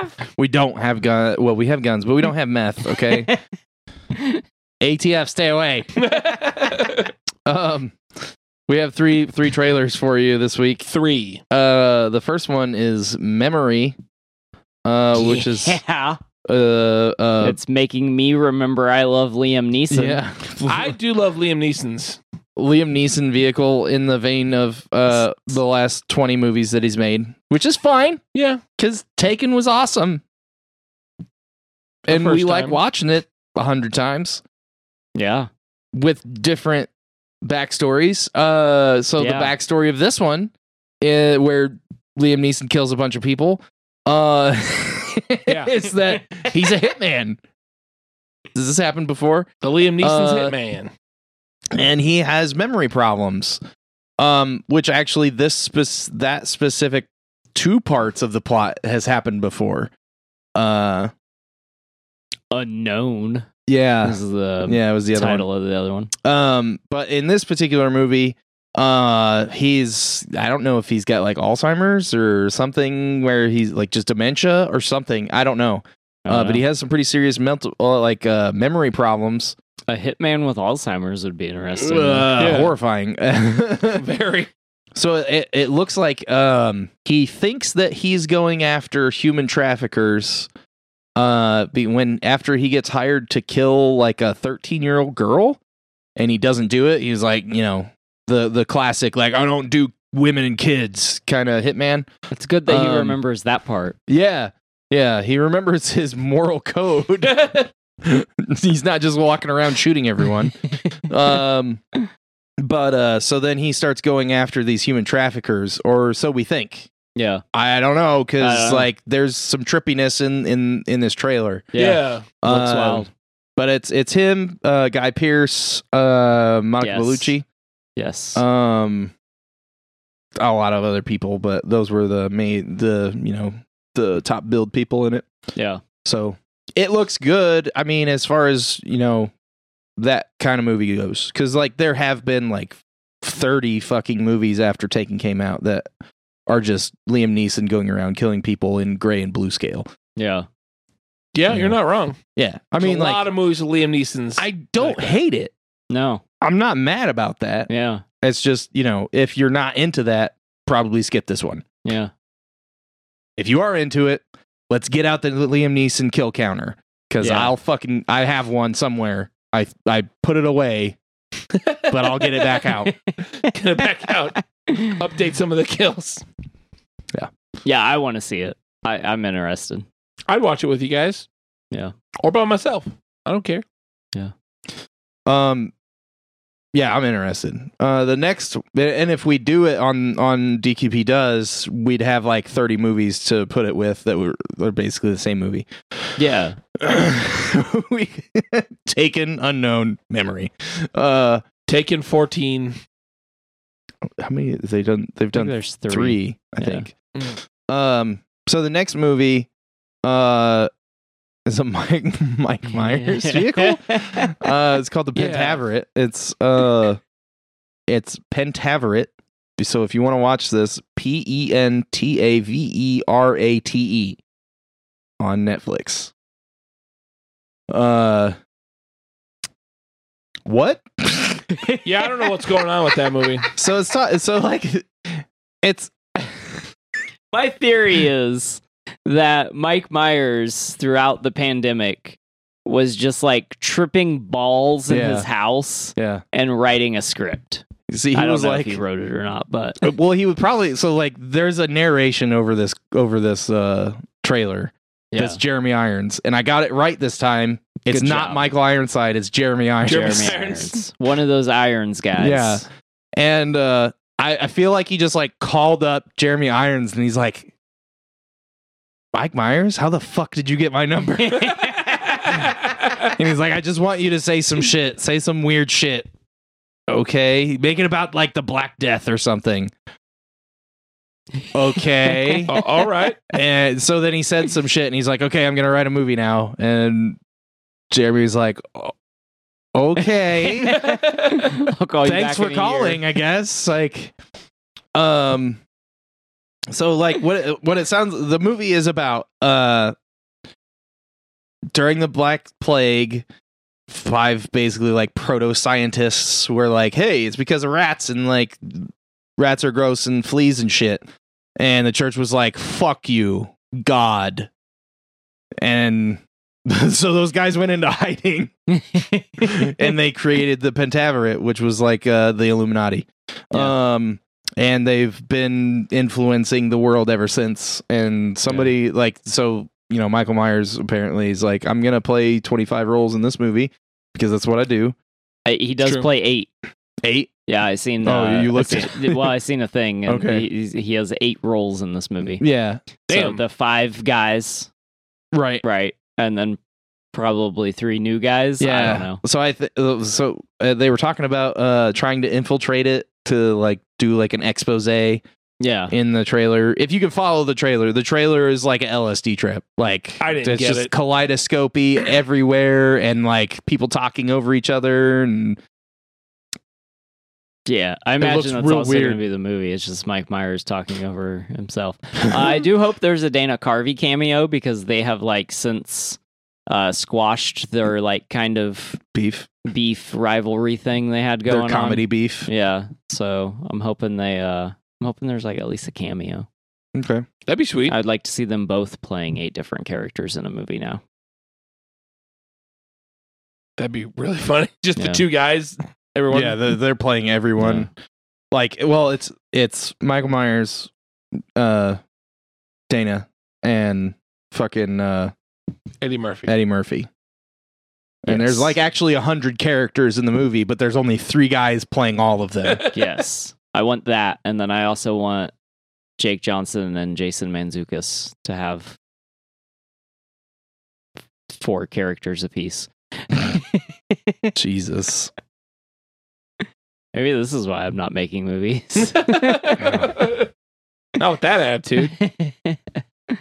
Speaker 2: meth. We don't have gun. Well, we have guns, but we don't have meth. Okay. ATF, stay away. Um, we have three three trailers for you this week.
Speaker 1: Three.
Speaker 2: Uh, the first one is Memory, uh, which is
Speaker 4: yeah,
Speaker 2: uh, uh,
Speaker 4: it's making me remember I love Liam Neeson.
Speaker 2: yeah.
Speaker 1: I do love Liam Neeson's.
Speaker 2: Liam Neeson vehicle in the vein of uh, the last 20 movies that he's made, which is fine
Speaker 1: Yeah.
Speaker 2: because Taken was awesome.
Speaker 1: The
Speaker 2: and we
Speaker 1: first
Speaker 2: like
Speaker 1: time.
Speaker 2: watching it a hundred times
Speaker 4: yeah,
Speaker 2: with different backstories. Uh, so the
Speaker 4: Yeah.
Speaker 2: backstory of this one, uh, where Liam Neeson kills a bunch of people, uh,
Speaker 1: Yeah.
Speaker 2: is that he's a hitman. Does this happen before?
Speaker 1: The Liam Neeson's
Speaker 2: Uh,
Speaker 1: hitman.
Speaker 2: and he has memory problems um which actually this spec- that specific two parts of the plot has happened before uh
Speaker 4: unknown
Speaker 2: yeah
Speaker 4: is the
Speaker 2: Uh, yeah it was the other
Speaker 4: title of the other one.
Speaker 2: one um but in this particular movie uh he's i don't know if he's got like alzheimer's or something where he's like just dementia or something i don't know
Speaker 4: I
Speaker 2: uh
Speaker 4: don't
Speaker 2: but he
Speaker 4: know.
Speaker 2: has some pretty serious mental uh, like uh memory problems
Speaker 4: a hitman with Alzheimer's would be interesting.
Speaker 2: Uh,
Speaker 1: Yeah.
Speaker 2: horrifying
Speaker 1: Very.
Speaker 2: So it it looks like um he thinks that he's going after human traffickers uh be- when after he gets hired to kill like a 13-year-old girl and he doesn't do it he's like, you know, the the classic like I don't do women and kids kind of hitman.
Speaker 4: it's good that he
Speaker 2: um,
Speaker 4: remembers that part.
Speaker 2: Yeah. Yeah, he remembers his moral code. he's not just walking around shooting everyone. um but uh so then he starts going after these human traffickers or so we think.
Speaker 4: Yeah,
Speaker 2: I don't know
Speaker 4: I don't
Speaker 2: because
Speaker 4: know.
Speaker 2: like there's some trippiness in in in this trailer.
Speaker 4: yeah, looks
Speaker 2: Um,
Speaker 4: wild.
Speaker 2: But it's it's him, uh, Guy Pierce, uh, Monica
Speaker 4: Yes.
Speaker 2: Bellucci,
Speaker 4: Yes,
Speaker 2: um, a lot of other people, but those were the main the you know the top build people in it.
Speaker 4: yeah,
Speaker 2: So it looks good. I mean, as far as you know, that kind of movie goes, because like there have been like thirty fucking movies after Taken came out that are just Liam Neeson going around killing people in gray and blue scale.
Speaker 4: yeah.
Speaker 1: Yeah, you're not wrong.
Speaker 2: Yeah, I
Speaker 1: There's
Speaker 2: mean,
Speaker 1: a lot
Speaker 2: like
Speaker 1: of movies with Liam Neeson's.
Speaker 2: I don't hate it.
Speaker 4: No,
Speaker 2: I'm not mad about that.
Speaker 4: yeah,
Speaker 2: It's just you know, if you're not into that, probably skip this one.
Speaker 4: yeah,
Speaker 2: If you are into it, let's get out the Liam Neeson kill counter because
Speaker 4: Yeah.
Speaker 2: I'll fucking I have one somewhere. I I put it away but I'll get it back out.
Speaker 1: Get it back out. Update some of the kills.
Speaker 4: Yeah, I want to see it. I, I'm interested.
Speaker 1: I'd watch it with you guys.
Speaker 4: Yeah.
Speaker 1: Or by myself. I don't care.
Speaker 2: Um, yeah, I'm interested. Uh, the next, and if we do it on on DQP does, we'd have like 30 movies to put it with that were they're basically the same movie.
Speaker 4: Yeah.
Speaker 2: we taken unknown memory. Uh,
Speaker 1: Taken 14.
Speaker 2: how many have they done? They've
Speaker 4: I think
Speaker 2: done
Speaker 4: there's three.
Speaker 2: three, I
Speaker 4: Yeah.
Speaker 2: think.
Speaker 1: Mm.
Speaker 2: Um, so the next movie, uh, is a Mike Mike Myers vehicle. uh, it's called the
Speaker 1: Yeah.
Speaker 2: Pentaveret. It's uh, it's Pentaveret. So if you want to watch this, P E N T A V E R A T E on Netflix. Uh, what?
Speaker 1: Yeah, I don't know what's going on with that movie.
Speaker 2: so it's not, so like it's
Speaker 4: My theory is that Mike Myers throughout the pandemic was just like tripping balls in
Speaker 2: Yeah.
Speaker 4: his house
Speaker 2: yeah.
Speaker 4: and writing a script.
Speaker 2: See, he
Speaker 4: I don't
Speaker 2: was
Speaker 4: know
Speaker 2: like
Speaker 4: if he wrote it or not, but
Speaker 2: well he would probably so like there's a narration over this over this uh trailer
Speaker 4: yeah.
Speaker 2: that's jeremy irons and i got it right this time it's
Speaker 4: Good
Speaker 2: not
Speaker 4: job.
Speaker 2: michael ironside it's jeremy irons
Speaker 1: Jeremy
Speaker 4: Jeremy
Speaker 1: Irons.
Speaker 4: Irons. One of those Irons guys.
Speaker 2: Yeah. and uh I, I feel like he just like called up jeremy irons and he's like mike myers how the fuck did you get my number and he's like i just want you to say some shit say some weird shit okay make it about like the black death or something okay
Speaker 1: Oh, all right.
Speaker 2: And so then he said some shit, and he's like, "Okay, I'm gonna write a movie now." And Jeremy's like, "O- "Okay,
Speaker 4: I'll call you back
Speaker 2: thanks for
Speaker 4: in a year.
Speaker 2: calling, I guess." Like, um, so like what it, what it sounds the movie is about uh during the Black Plague. Five basically like proto scientists were like, "Hey, it's because of rats and like rats are gross and fleas and shit." And the church was like, fuck you, God. And so those guys went into hiding and they created the Pentaveret, which was like uh, the Illuminati. Um, and they've been influencing the world ever since. And somebody like, so, you know, Michael Myers apparently is like, I'm going to play 25 roles in this movie because that's what I do.
Speaker 4: I- Uh, He does
Speaker 1: True.
Speaker 4: play eight.
Speaker 2: Eight.
Speaker 4: Yeah, I seen.
Speaker 2: Oh,
Speaker 4: uh,
Speaker 2: you looked
Speaker 4: I seen- well, I seen a thing. And
Speaker 2: Okay.
Speaker 4: he, he's- he has eight roles in this movie.
Speaker 2: Yeah.
Speaker 1: Damn.
Speaker 4: So the five guys,
Speaker 2: Right.
Speaker 4: right, and then probably three new guys. I don't know.
Speaker 2: So I th- uh, so uh, they were talking about uh trying to infiltrate it to like do like an expose in
Speaker 4: Yeah,
Speaker 2: the trailer. If you can follow the trailer, the trailer is like an LSD trip. Like
Speaker 1: I didn't
Speaker 2: it's
Speaker 1: get
Speaker 2: just
Speaker 1: it.
Speaker 2: kaleidoscopy everywhere and like people talking over each other and
Speaker 4: yeah. I
Speaker 2: looks
Speaker 4: imagine that's
Speaker 2: real
Speaker 4: also
Speaker 2: weird.
Speaker 4: gonna be the movie. It's just Mike Myers talking over himself. Uh, I do hope there's a Dana Carvey cameo because they have like since uh, squashed their like kind of
Speaker 2: beef.
Speaker 4: beef rivalry thing they had going
Speaker 2: Their comedy beef.
Speaker 4: on. Yeah, so I'm hoping they. uh I'm hoping there's like at least a cameo.
Speaker 2: Okay.
Speaker 1: That'd be sweet.
Speaker 4: I'd like to see them both playing eight different characters in a movie now.
Speaker 1: That'd be really funny. Just
Speaker 4: Yeah.
Speaker 1: the two guys. Everyone.
Speaker 2: Yeah, they're, they're playing everyone. Like, well, it's it's Michael Myers, uh, Dana, and fucking uh,
Speaker 1: Eddie Murphy.
Speaker 2: Eddie Murphy. And there's
Speaker 4: Yes.
Speaker 2: like actually a hundred characters in the movie, but there's only three guys playing all of them.
Speaker 4: uh, yes, I want that, and then I also want Jake Johnson and Jason Manzukis to have four characters apiece.
Speaker 2: Jesus.
Speaker 4: Maybe this is why I'm not making movies.
Speaker 1: Not with that attitude.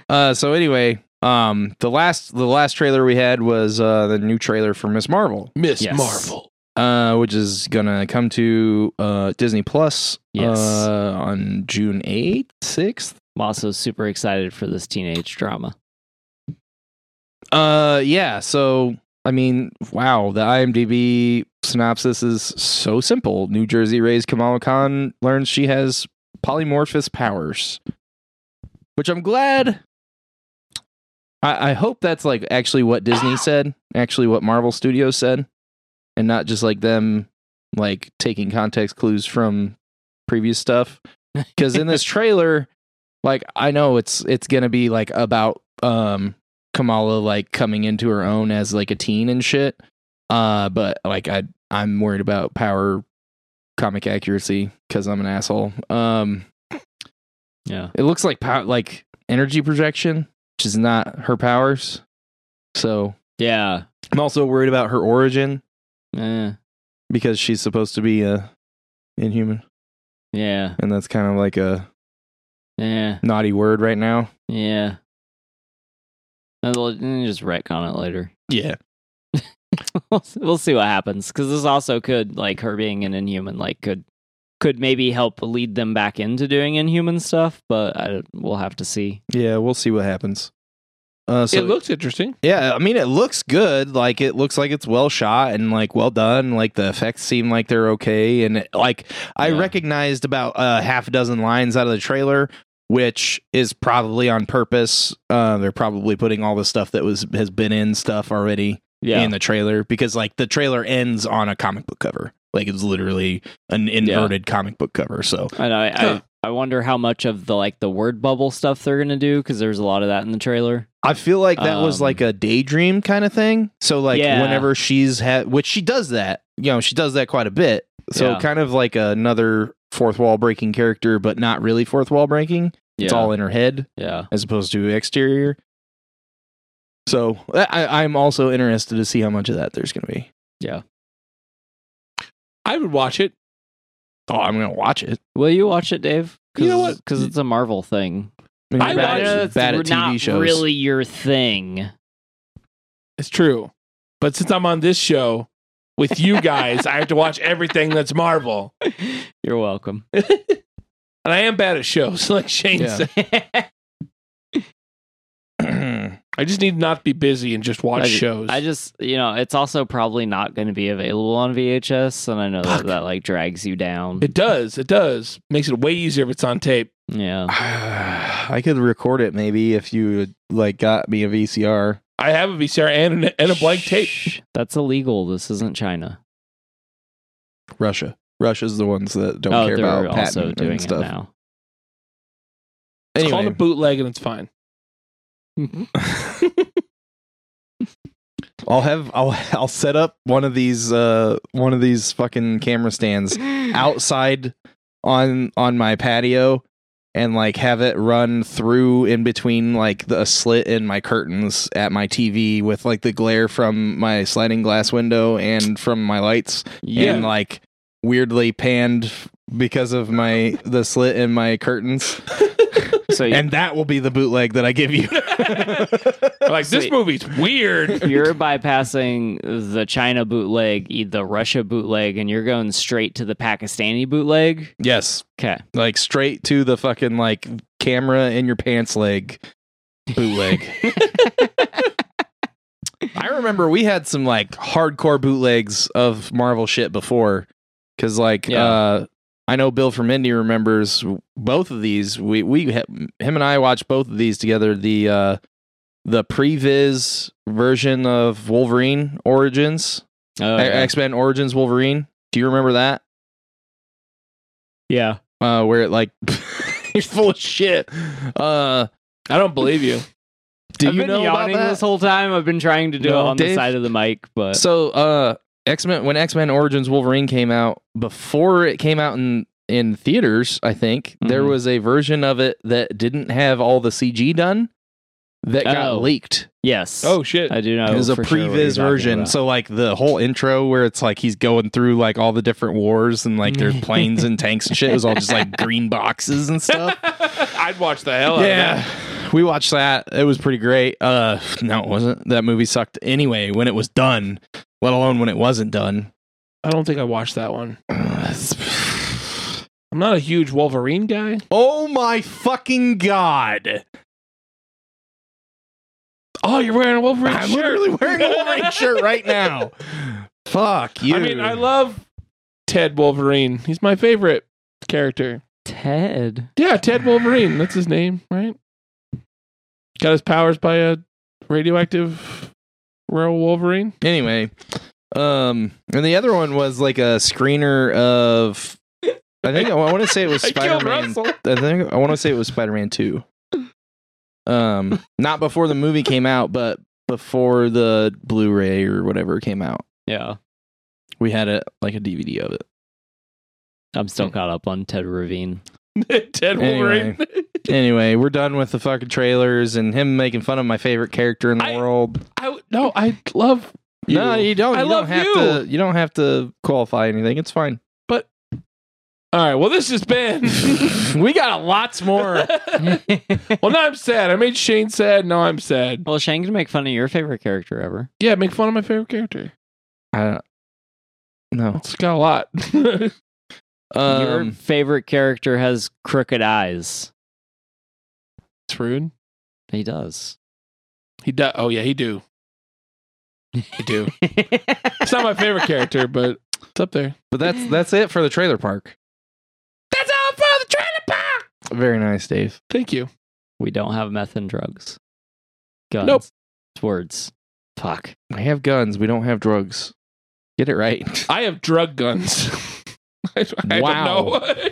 Speaker 2: Uh, so anyway, um, the last the last trailer we had was uh the new trailer for Miss Marvel,
Speaker 1: Miss
Speaker 4: Yes.
Speaker 1: Marvel.
Speaker 2: uh, which is gonna come to uh Disney Plus,
Speaker 4: Yes.
Speaker 2: uh, on June eighth, sixth.
Speaker 4: I'm also super excited for this teenage drama.
Speaker 2: Uh, yeah. So, I mean, wow. The IMDb synopsis is so simple. New Jersey raised Kamala Khan learns she has polymorphous powers, which I'm glad. I, I hope that's like actually what Disney said, actually what Marvel Studios said, and not just like them like taking context clues from previous stuff. Because in this trailer, Like I know it's it's gonna be like about um Kamala like coming into her own as like a teen and shit. Uh, but like I I'm worried about power comic accuracy because I'm an asshole. Um,
Speaker 4: Yeah.
Speaker 2: it looks like power like energy projection, which is not her powers. So
Speaker 4: Yeah.
Speaker 2: I'm also worried about her origin
Speaker 4: Eh,
Speaker 2: because she's supposed to be a inhuman,
Speaker 4: yeah. Eh.
Speaker 2: and that's kind of like a
Speaker 4: Yeah.
Speaker 2: naughty word right now.
Speaker 4: Yeah. And they'll- and you just retcon it later.
Speaker 2: Yeah.
Speaker 4: we'll we'll see what happens because this also could like her being an inhuman like could could maybe help lead them back into doing inhuman stuff but I, we'll have to see
Speaker 2: Yeah, we'll see what happens. Uh, so
Speaker 1: it looks interesting.
Speaker 2: yeah, I mean, it looks good. Like it looks like it's well shot and like well done. Like the effects seem like they're okay. And it- like I
Speaker 4: Yeah.
Speaker 2: recognized about uh, half a dozen lines out of the trailer, which is probably on purpose. Uh, they're probably putting all the stuff that was has been in stuff already
Speaker 4: yeah
Speaker 2: in the trailer because like the trailer ends on a comic book cover. Like it's literally an inverted comic book cover. So
Speaker 4: and I,
Speaker 1: Huh.
Speaker 4: I I wonder how much of the like the word bubble stuff they're gonna do because there's a lot of that in the trailer
Speaker 2: I feel like that was
Speaker 4: Um,
Speaker 2: like a daydream kind of thing. So like
Speaker 4: Yeah.
Speaker 2: whenever she's had, which she does that, you know, she does that quite a bit. So
Speaker 4: Yeah.
Speaker 2: kind of like another fourth wall breaking character, but not really fourth wall breaking.
Speaker 4: yeah
Speaker 2: It's all in her head
Speaker 4: yeah
Speaker 2: as opposed to exterior. So I, I'm also interested to see how much of that there's going to be.
Speaker 1: I would watch it.
Speaker 2: Oh, I'm going to watch it.
Speaker 4: will you watch it dave
Speaker 1: You know what?
Speaker 4: because it's a marvel thing
Speaker 2: mean,
Speaker 1: I
Speaker 2: you're bad
Speaker 1: watch
Speaker 2: at-
Speaker 1: it.
Speaker 4: it's
Speaker 2: bad at
Speaker 4: not
Speaker 2: TV shows.
Speaker 4: really your thing
Speaker 1: It's true. But since I'm on this show with you guys, I have to watch everything that's Marvel.
Speaker 4: you're welcome
Speaker 1: And I am bad at shows, like Shane
Speaker 2: Yeah.
Speaker 1: said. I just need to not be busy and just watch
Speaker 4: I ju-
Speaker 1: shows.
Speaker 4: I just, you know, it's also probably not going to be available on VHS, and I know
Speaker 1: Fuck.
Speaker 4: that, that like drags you down.
Speaker 1: it does. It does. Makes it way easier if it's on tape.
Speaker 4: yeah,
Speaker 2: I could record it maybe if you like got me a VCR.
Speaker 1: I have a VCR and, an, and a blank tape.
Speaker 4: Shh. That's illegal. This isn't China.
Speaker 2: Russia. Russia's the ones that don't
Speaker 4: oh,
Speaker 2: care
Speaker 4: they're
Speaker 2: about patent
Speaker 4: also doing
Speaker 2: and stuff.
Speaker 4: it now.
Speaker 1: It's
Speaker 2: Anyway,
Speaker 1: called a bootleg and it's fine.
Speaker 2: I'll have I'll I'll set up one of these uh one of these fucking camera stands outside on on my patio and like have it run through in between like the a slit in my curtains at my TV with like the glare from my sliding glass window and from my lights
Speaker 4: Yeah.
Speaker 2: and like weirdly panned because of my the slit in my curtains
Speaker 4: so you-
Speaker 2: and that will be the bootleg that I give you.
Speaker 1: like, this
Speaker 4: Sweet.
Speaker 1: movie's weird.
Speaker 4: you're bypassing the China bootleg, e- the Russia bootleg, and you're going straight to the Pakistani bootleg.
Speaker 2: yes,
Speaker 4: Okay.
Speaker 2: like straight to the fucking like camera in your pants leg bootleg. I remember we had some like hardcore bootlegs of Marvel shit before cuz like
Speaker 4: Yeah.
Speaker 2: uh I know Bill from Indy remembers both of these. We we him and I watched both of these together. The uh the previs version of Wolverine Origins,
Speaker 4: Oh, yeah.
Speaker 2: X Men Origins Wolverine. Do you remember that?
Speaker 4: yeah.
Speaker 2: uh, where it like you're full of shit. Uh,
Speaker 1: I don't believe you.
Speaker 2: do
Speaker 4: I've
Speaker 2: you
Speaker 4: been
Speaker 2: know about
Speaker 4: yawning
Speaker 2: that?
Speaker 4: this whole time? I've been trying to do
Speaker 2: No,
Speaker 4: it on the
Speaker 2: Dave-
Speaker 4: side of the mic, but
Speaker 2: so uh, X Men when X Men Origins Wolverine came out before it came out in in theaters, I think there
Speaker 4: Mhm.
Speaker 2: was a version of it that didn't have all the CG done that got
Speaker 4: Oh.
Speaker 2: leaked.
Speaker 4: yes.
Speaker 1: Oh, shit.
Speaker 4: I do know.
Speaker 2: it was a
Speaker 4: for sure what you're
Speaker 2: previs
Speaker 4: talking
Speaker 2: version,
Speaker 4: about.
Speaker 2: so like the whole intro where it's like he's going through like all the different wars and like there's planes and tanks and shit. It was all just like green boxes and stuff.
Speaker 1: I'd watch the hell out of
Speaker 2: yeah
Speaker 1: that.
Speaker 2: we watched that it was pretty great uh no it wasn't that movie sucked anyway when it was done let alone when it wasn't done
Speaker 1: I don't think I watched that one.
Speaker 2: oh
Speaker 1: I'm not a huge Wolverine guy.
Speaker 2: my fucking god
Speaker 1: Oh, you're wearing a Wolverine
Speaker 2: i'm
Speaker 1: shirt.
Speaker 2: literally wearing a wolverine shirt right now fuck you
Speaker 1: I mean, I love Ted Wolverine. He's my favorite character.
Speaker 4: Ted.
Speaker 1: Yeah, Ted Wolverine. That's his name, right? Got his powers by a radioactive real Wolverine.
Speaker 2: anyway um and the other one was like a screener of I think I want to say it was
Speaker 1: I
Speaker 2: Spider
Speaker 1: killed
Speaker 2: Man.
Speaker 1: Russell.
Speaker 2: I think I want to say it was Spider Man Two. Um, not before the movie came out, but before the Blu-ray or whatever came out,
Speaker 4: Yeah.
Speaker 2: we had a like a DVD of it.
Speaker 4: I'm still
Speaker 2: Hmm.
Speaker 4: caught up on Ted Ravine.
Speaker 1: Ted Wolverine.
Speaker 2: Anyway, we're done with the fucking trailers and him making fun of my favorite character in the
Speaker 1: I-
Speaker 2: world.
Speaker 1: I w- no, I love. You.
Speaker 2: No, you don't.
Speaker 1: I
Speaker 2: you
Speaker 1: love
Speaker 2: don't have
Speaker 1: you.
Speaker 2: to. You don't have to qualify anything. It's fine.
Speaker 1: All right. Well, this has been.
Speaker 2: we got lots more.
Speaker 1: well, now I'm sad. I made Shane sad. Now I'm sad.
Speaker 4: Well, Shane can make fun of your favorite character ever.
Speaker 1: Yeah, make fun of my favorite character.
Speaker 2: I, no.
Speaker 1: It's got a lot.
Speaker 4: your
Speaker 2: Um,
Speaker 4: favorite character has crooked eyes.
Speaker 1: it's rude.
Speaker 4: He does.
Speaker 1: He do. Oh yeah, he do. He do. it's not my favorite character, but it's up there.
Speaker 2: but that's that's it for the trailer park.
Speaker 1: That's all for the trailer park.
Speaker 2: Very nice, Dave.
Speaker 1: Thank you.
Speaker 4: We don't have meth and drugs. Guns.
Speaker 1: Nope.
Speaker 4: Words. Fuck.
Speaker 2: We have guns. We don't have drugs. Get it right.
Speaker 1: I have drug guns. I, I
Speaker 2: Wow.
Speaker 1: don't know.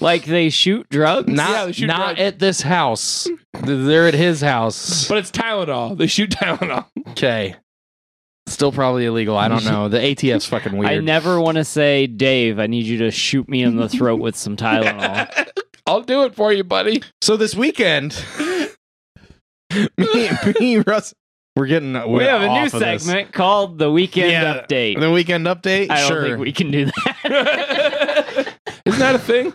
Speaker 4: Like they shoot drugs?
Speaker 1: Yeah,
Speaker 2: Not
Speaker 1: they shoot
Speaker 2: not
Speaker 1: drugs.
Speaker 2: at this house. They're at his house.
Speaker 1: but it's Tylenol. They shoot Tylenol.
Speaker 2: Okay. Still probably illegal. I don't know. The ATF's fucking weird.
Speaker 4: I never want to say, Dave, I need you to shoot me in the throat with some Tylenol.
Speaker 1: I'll do it for you, buddy.
Speaker 2: So this weekend, me, me, Russ, we're getting
Speaker 4: we have a new segment called The Weekend
Speaker 2: Yeah.
Speaker 4: Update.
Speaker 2: The weekend update.
Speaker 4: I don't
Speaker 2: sure.
Speaker 4: think we can do that.
Speaker 1: Isn't that a thing?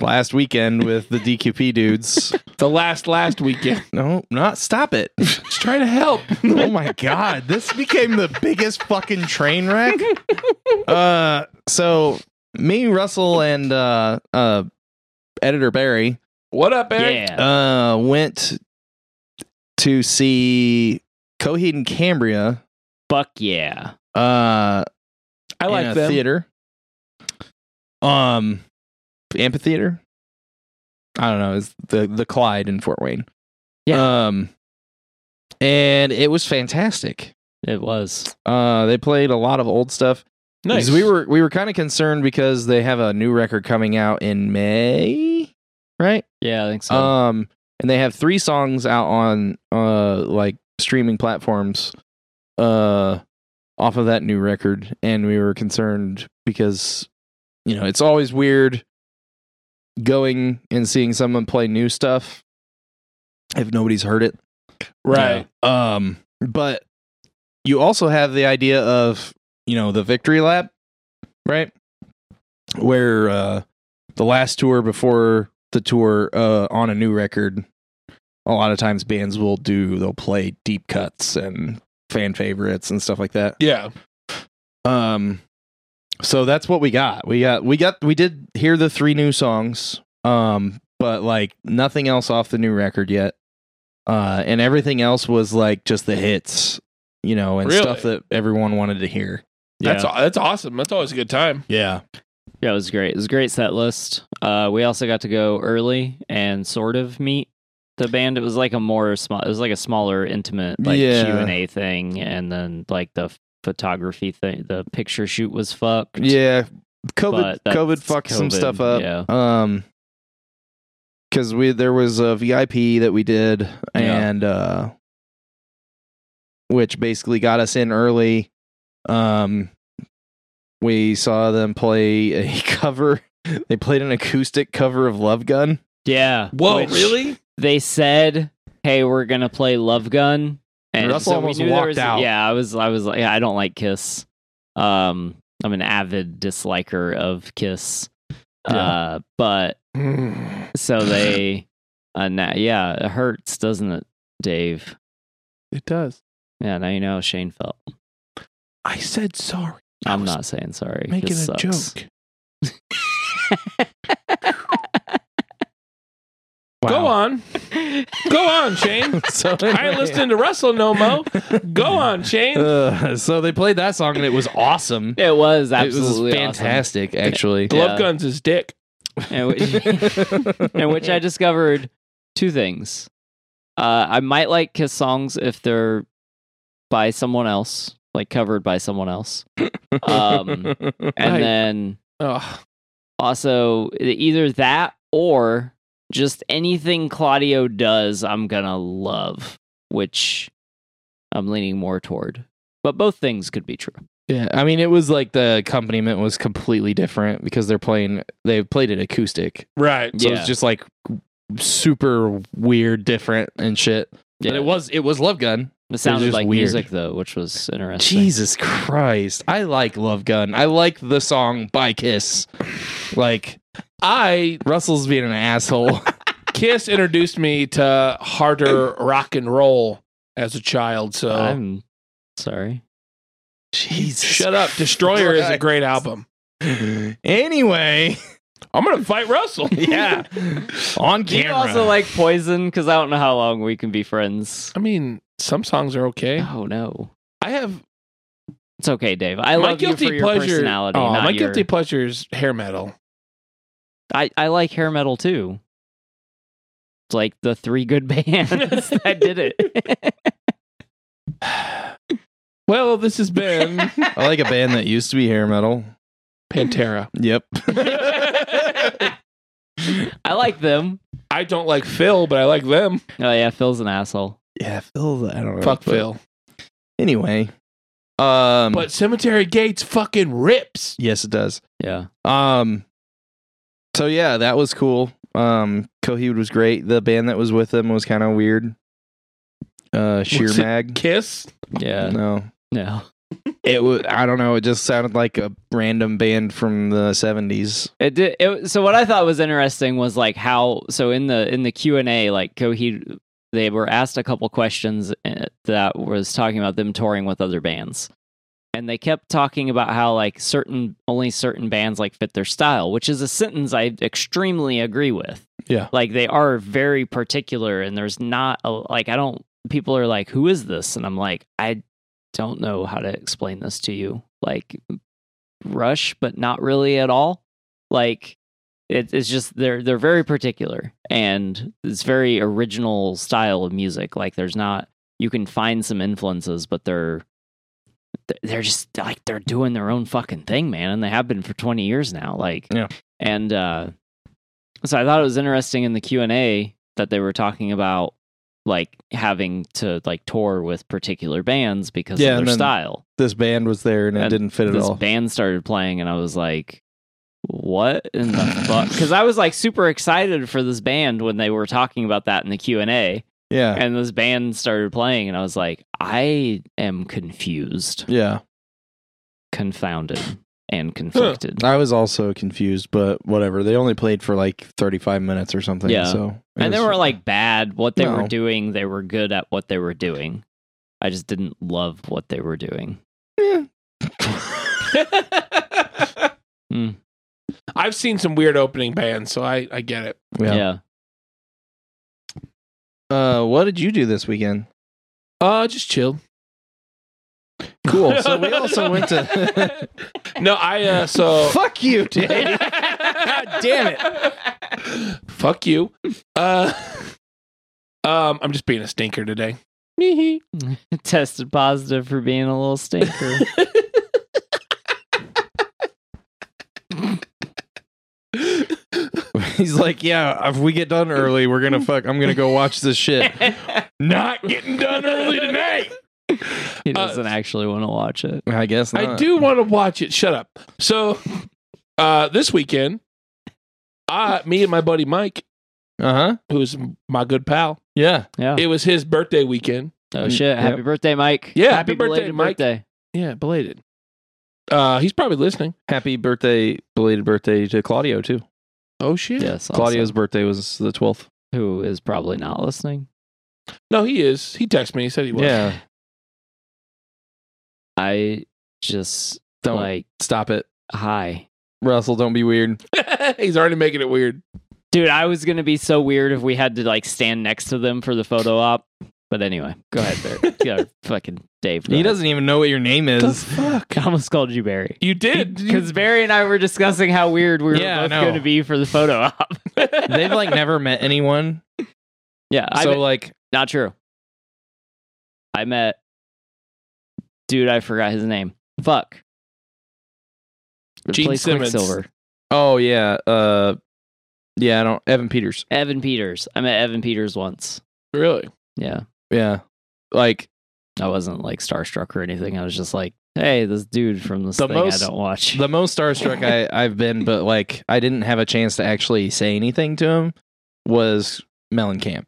Speaker 2: Last weekend with the DQP dudes.
Speaker 1: The last last weekend.
Speaker 2: no, not stop it.
Speaker 1: Just trying to help.
Speaker 2: oh my god, this became the biggest fucking train wreck. Uh, so me, Russell, and uh, uh, editor Barry,
Speaker 1: What up, Eric?
Speaker 4: yeah.
Speaker 2: uh, went to see Coheed and Cambria.
Speaker 4: Fuck yeah.
Speaker 2: Uh.
Speaker 1: I
Speaker 2: in
Speaker 1: like
Speaker 2: a
Speaker 1: them.
Speaker 2: theater. Um, amphitheater. I don't know. It's the the Clyde in Fort Wayne. Yeah. Um, and it was fantastic.
Speaker 4: It was.
Speaker 2: Uh, they played a lot of old stuff. 'Cause We were we were kind of concerned because they have a new record coming out in May, right?
Speaker 4: Yeah, I think so.
Speaker 2: Um, and they have three songs out on uh like streaming platforms, uh, off of that new record, and we were concerned because, you know, it's always weird going and seeing someone play new stuff if nobody's heard it.
Speaker 1: right.
Speaker 2: Yeah. Um, but you also have the idea of, you know, the victory lap, right? Where uh the last tour before the tour uh on a new record, a lot of times bands will do they'll play deep cuts and fan favorites and stuff like that.
Speaker 1: Yeah.
Speaker 2: Um so that's what we got. We got we got we did hear the three new songs. Um but like nothing else off the new record yet. Uh and everything else was like just the hits, you know, and
Speaker 1: Really?
Speaker 2: stuff that everyone wanted to hear.
Speaker 1: That's
Speaker 4: yeah.
Speaker 1: aw- that's awesome. That's always a good time.
Speaker 2: Yeah.
Speaker 4: yeah, it was great. It was a great set list. Uh, we also got to go early and sort of meet the band. It was like a more small. It was like a smaller, intimate like
Speaker 2: Yeah.
Speaker 4: Q and A thing, and then like the photography thing. The picture shoot was fucked.
Speaker 2: Yeah. COVID
Speaker 4: But that's
Speaker 2: COVID fucked some
Speaker 4: COVID,
Speaker 2: stuff up.
Speaker 4: yeah.
Speaker 2: Um cuz we there was a VIP that we did
Speaker 4: Yeah.
Speaker 2: and uh which basically got us in early. Um we saw them play a cover. They played an acoustic cover of Love Gun.
Speaker 4: yeah.
Speaker 1: Whoa,
Speaker 4: which
Speaker 1: really?
Speaker 4: They said, "Hey, we're gonna play Love Gun." And
Speaker 2: Russell
Speaker 4: so
Speaker 2: almost
Speaker 4: we knew there
Speaker 2: walked
Speaker 4: was-
Speaker 2: out.
Speaker 4: Yeah, I was. I was like, I don't like Kiss. Um, I'm an avid disliker of Kiss. Uh, but
Speaker 1: Mm.
Speaker 4: So they, uh, now, yeah, it hurts, doesn't it, Dave?
Speaker 1: It does.
Speaker 4: Yeah, now you know how Shane felt.
Speaker 1: I said sorry. I
Speaker 4: I'm
Speaker 1: was
Speaker 4: not saying sorry.
Speaker 1: making
Speaker 4: This
Speaker 1: a
Speaker 4: sucks.
Speaker 1: joke. Go
Speaker 2: Wow.
Speaker 1: on. Go on, Shane.
Speaker 2: so
Speaker 1: I ain't listening to Russell no mo. Go on, Shane.
Speaker 2: Uh, so they played that song and it was awesome.
Speaker 4: It was
Speaker 2: It was
Speaker 4: absolutely
Speaker 2: fantastic, actually.
Speaker 1: The
Speaker 4: Yeah.
Speaker 1: Love Guns is dick.
Speaker 4: Awesome. In, which, in which I discovered two things. Uh, I might like Kiss songs if they're by someone else. like covered by someone else. Um, And
Speaker 1: Right.
Speaker 4: then
Speaker 1: Oh,
Speaker 4: also e, either that or just anything Claudio does, I'm gonna love, which I'm leaning more toward. But both things could be true.
Speaker 2: yeah, I mean, it was like the accompaniment was completely different because they're playing. They played it acoustic,
Speaker 1: right.
Speaker 2: so
Speaker 4: Yeah.
Speaker 2: it's just like super weird, different and shit. But it was it was Love Gun.
Speaker 4: It sounded
Speaker 2: just
Speaker 4: like
Speaker 2: weird.
Speaker 4: music though, which was interesting.
Speaker 2: Jesus Christ, I like Love Gun. I like the song by Kiss. Like
Speaker 1: I
Speaker 2: Russell's being an asshole.
Speaker 1: Kiss introduced me to harder rock and roll as a child. So
Speaker 4: I'm sorry.
Speaker 2: Jesus,
Speaker 1: shut up. Destroyer is a
Speaker 2: Christ.
Speaker 1: great album.
Speaker 2: Anyway,
Speaker 1: I'm gonna fight Russell.
Speaker 2: yeah, on
Speaker 4: Do you
Speaker 2: camera.
Speaker 4: also like Poison? Because I don't know how long we can be friends.
Speaker 1: I mean, some songs are okay.
Speaker 4: Oh no,
Speaker 1: I have
Speaker 4: it's okay, Dave. I love you for your personality.
Speaker 1: Oh,
Speaker 4: not
Speaker 1: my
Speaker 4: your-
Speaker 1: guilty pleasure is hair metal.
Speaker 4: I, I like hair metal too. It's like the three good bands that did it.
Speaker 1: Well, this has been
Speaker 2: I like a band that used to be hair metal.
Speaker 1: Pantera.
Speaker 2: Yep.
Speaker 4: I like them.
Speaker 1: I don't like Phil, but I like them.
Speaker 4: Oh yeah, Phil's an asshole.
Speaker 2: Yeah, Phil. I don't know.
Speaker 1: Fuck
Speaker 2: but-
Speaker 1: Phil.
Speaker 2: Anyway, um,
Speaker 1: But Cemetery Gates fucking rips.
Speaker 2: yes, it does.
Speaker 4: Yeah.
Speaker 2: Um, so yeah, that was cool. Um, Coheed was great. The band that was with them was kind of weird. Uh, Sheer
Speaker 1: Was it
Speaker 2: Mag.
Speaker 1: Kiss.
Speaker 4: Yeah.
Speaker 2: No,
Speaker 4: No.
Speaker 2: it was. I don't know. It just sounded like a random band from the seventies.
Speaker 4: It did. It, so what I thought was interesting was like how so in the in the Q and A like Coheed they were asked a couple questions eh, that was talking about them touring with other bands, and they kept talking about how like certain only certain bands like fit their style, which is a sentence I extremely agree with.
Speaker 2: Yeah.
Speaker 4: like they are very particular, and there's not a like I don't people are like who is this, and I'm like I don't know how to explain this to you like rush but not really at all like it, it's just they're they're very particular and it's very original style of music like there's not you can find some influences but they're they're just like they're doing their own fucking thing man and they have been for 20 years now like
Speaker 2: Yeah.
Speaker 4: and uh so i thought it was interesting in the q&a that they were talking about like having to like tour with particular bands because
Speaker 2: Yeah,
Speaker 4: of
Speaker 2: and
Speaker 4: their
Speaker 2: then-
Speaker 4: style
Speaker 2: This band was there and it
Speaker 4: And
Speaker 2: didn't fit at
Speaker 4: this
Speaker 2: all.
Speaker 4: band started playing and I was like, what in the fuck? Because I was like super excited for this band when they were talking about that in the Q and A,
Speaker 2: yeah,
Speaker 4: and this band started playing, and I was like, I am confused,
Speaker 2: yeah.
Speaker 4: confounded, and conflicted.
Speaker 2: I was also confused, but whatever. They only played for like thirty-five minutes or something.
Speaker 4: Yeah.
Speaker 2: So it
Speaker 4: And they
Speaker 2: was-
Speaker 4: were like bad what they were
Speaker 2: No.
Speaker 4: doing. They were good at what they were doing. I just didn't love what they were doing. Hmm.
Speaker 1: I've seen some weird opening bands, so I, I get it.
Speaker 2: yeah.
Speaker 4: yeah.
Speaker 2: Uh, what did you do this weekend?
Speaker 1: Uh, just chill.
Speaker 2: Cool. So we also went to.
Speaker 1: No, I uh so
Speaker 2: Fuck you, Dave.
Speaker 1: God
Speaker 2: damn
Speaker 1: it. Fuck you. Uh Um, I'm just being a stinker today.
Speaker 4: tested positive for being a little stinker.
Speaker 2: He's like, yeah. If we get done early, we're gonna fuck. I'm gonna go watch this shit.
Speaker 1: Not getting done early tonight.
Speaker 4: he
Speaker 1: Uh,
Speaker 4: doesn't actually want to watch it.
Speaker 2: I guess
Speaker 1: I
Speaker 2: not.
Speaker 1: do want to watch it. Shut up. So uh this weekend, uh me and my buddy Mike,
Speaker 2: Uh huh.
Speaker 1: who's my good pal,
Speaker 2: Yeah.
Speaker 4: Yeah.
Speaker 1: it was his birthday weekend.
Speaker 4: Oh shit! Happy birthday, Mike.
Speaker 1: Yeah,
Speaker 4: happy,
Speaker 1: happy birthday,
Speaker 4: belated
Speaker 1: Mike.
Speaker 4: birthday.
Speaker 1: Yeah, belated. Uh he's probably listening.
Speaker 2: Happy birthday, belated birthday to Claudio too.
Speaker 1: Oh shit.
Speaker 4: Yes, also,
Speaker 2: Claudio's birthday was the twelfth.
Speaker 4: who is probably not listening.
Speaker 1: No, he is. He texted me. He said he was.
Speaker 2: Yeah.
Speaker 4: I just
Speaker 2: Don't
Speaker 4: like
Speaker 2: stop it,
Speaker 4: hi,
Speaker 2: Russell. Don't be weird.
Speaker 1: He's already making it weird.
Speaker 4: dude. I was gonna be so weird if we had to like stand next to them for the photo op. But anyway, go ahead, Barry. Go, fucking Dave. go
Speaker 2: He
Speaker 4: ahead.
Speaker 2: doesn't even know what your name is.
Speaker 1: fuck?
Speaker 4: I almost called you Barry.
Speaker 1: You did.
Speaker 4: Because Barry and I were discussing how weird we were
Speaker 2: Yeah, I
Speaker 4: both
Speaker 2: know.
Speaker 4: going to be for the photo op.
Speaker 2: They've like never met anyone.
Speaker 4: yeah, I
Speaker 2: so
Speaker 4: met-
Speaker 2: like
Speaker 4: not true. I met dude, I forgot his name. Fuck. The
Speaker 1: Gene
Speaker 4: play
Speaker 1: Simmons.
Speaker 4: Quicksilver.
Speaker 2: Oh yeah. Uh, yeah. I don't. Evan Peters.
Speaker 4: Evan Peters. I met Evan Peters once.
Speaker 1: Really?
Speaker 4: Yeah.
Speaker 2: Yeah. Like
Speaker 4: I wasn't like starstruck or anything. I was just like, hey, this dude from this
Speaker 2: The
Speaker 4: thing
Speaker 2: most-
Speaker 4: I don't watch.
Speaker 2: the most starstruck I, I've been, but like I didn't have a chance to actually say anything to him was Mellencamp.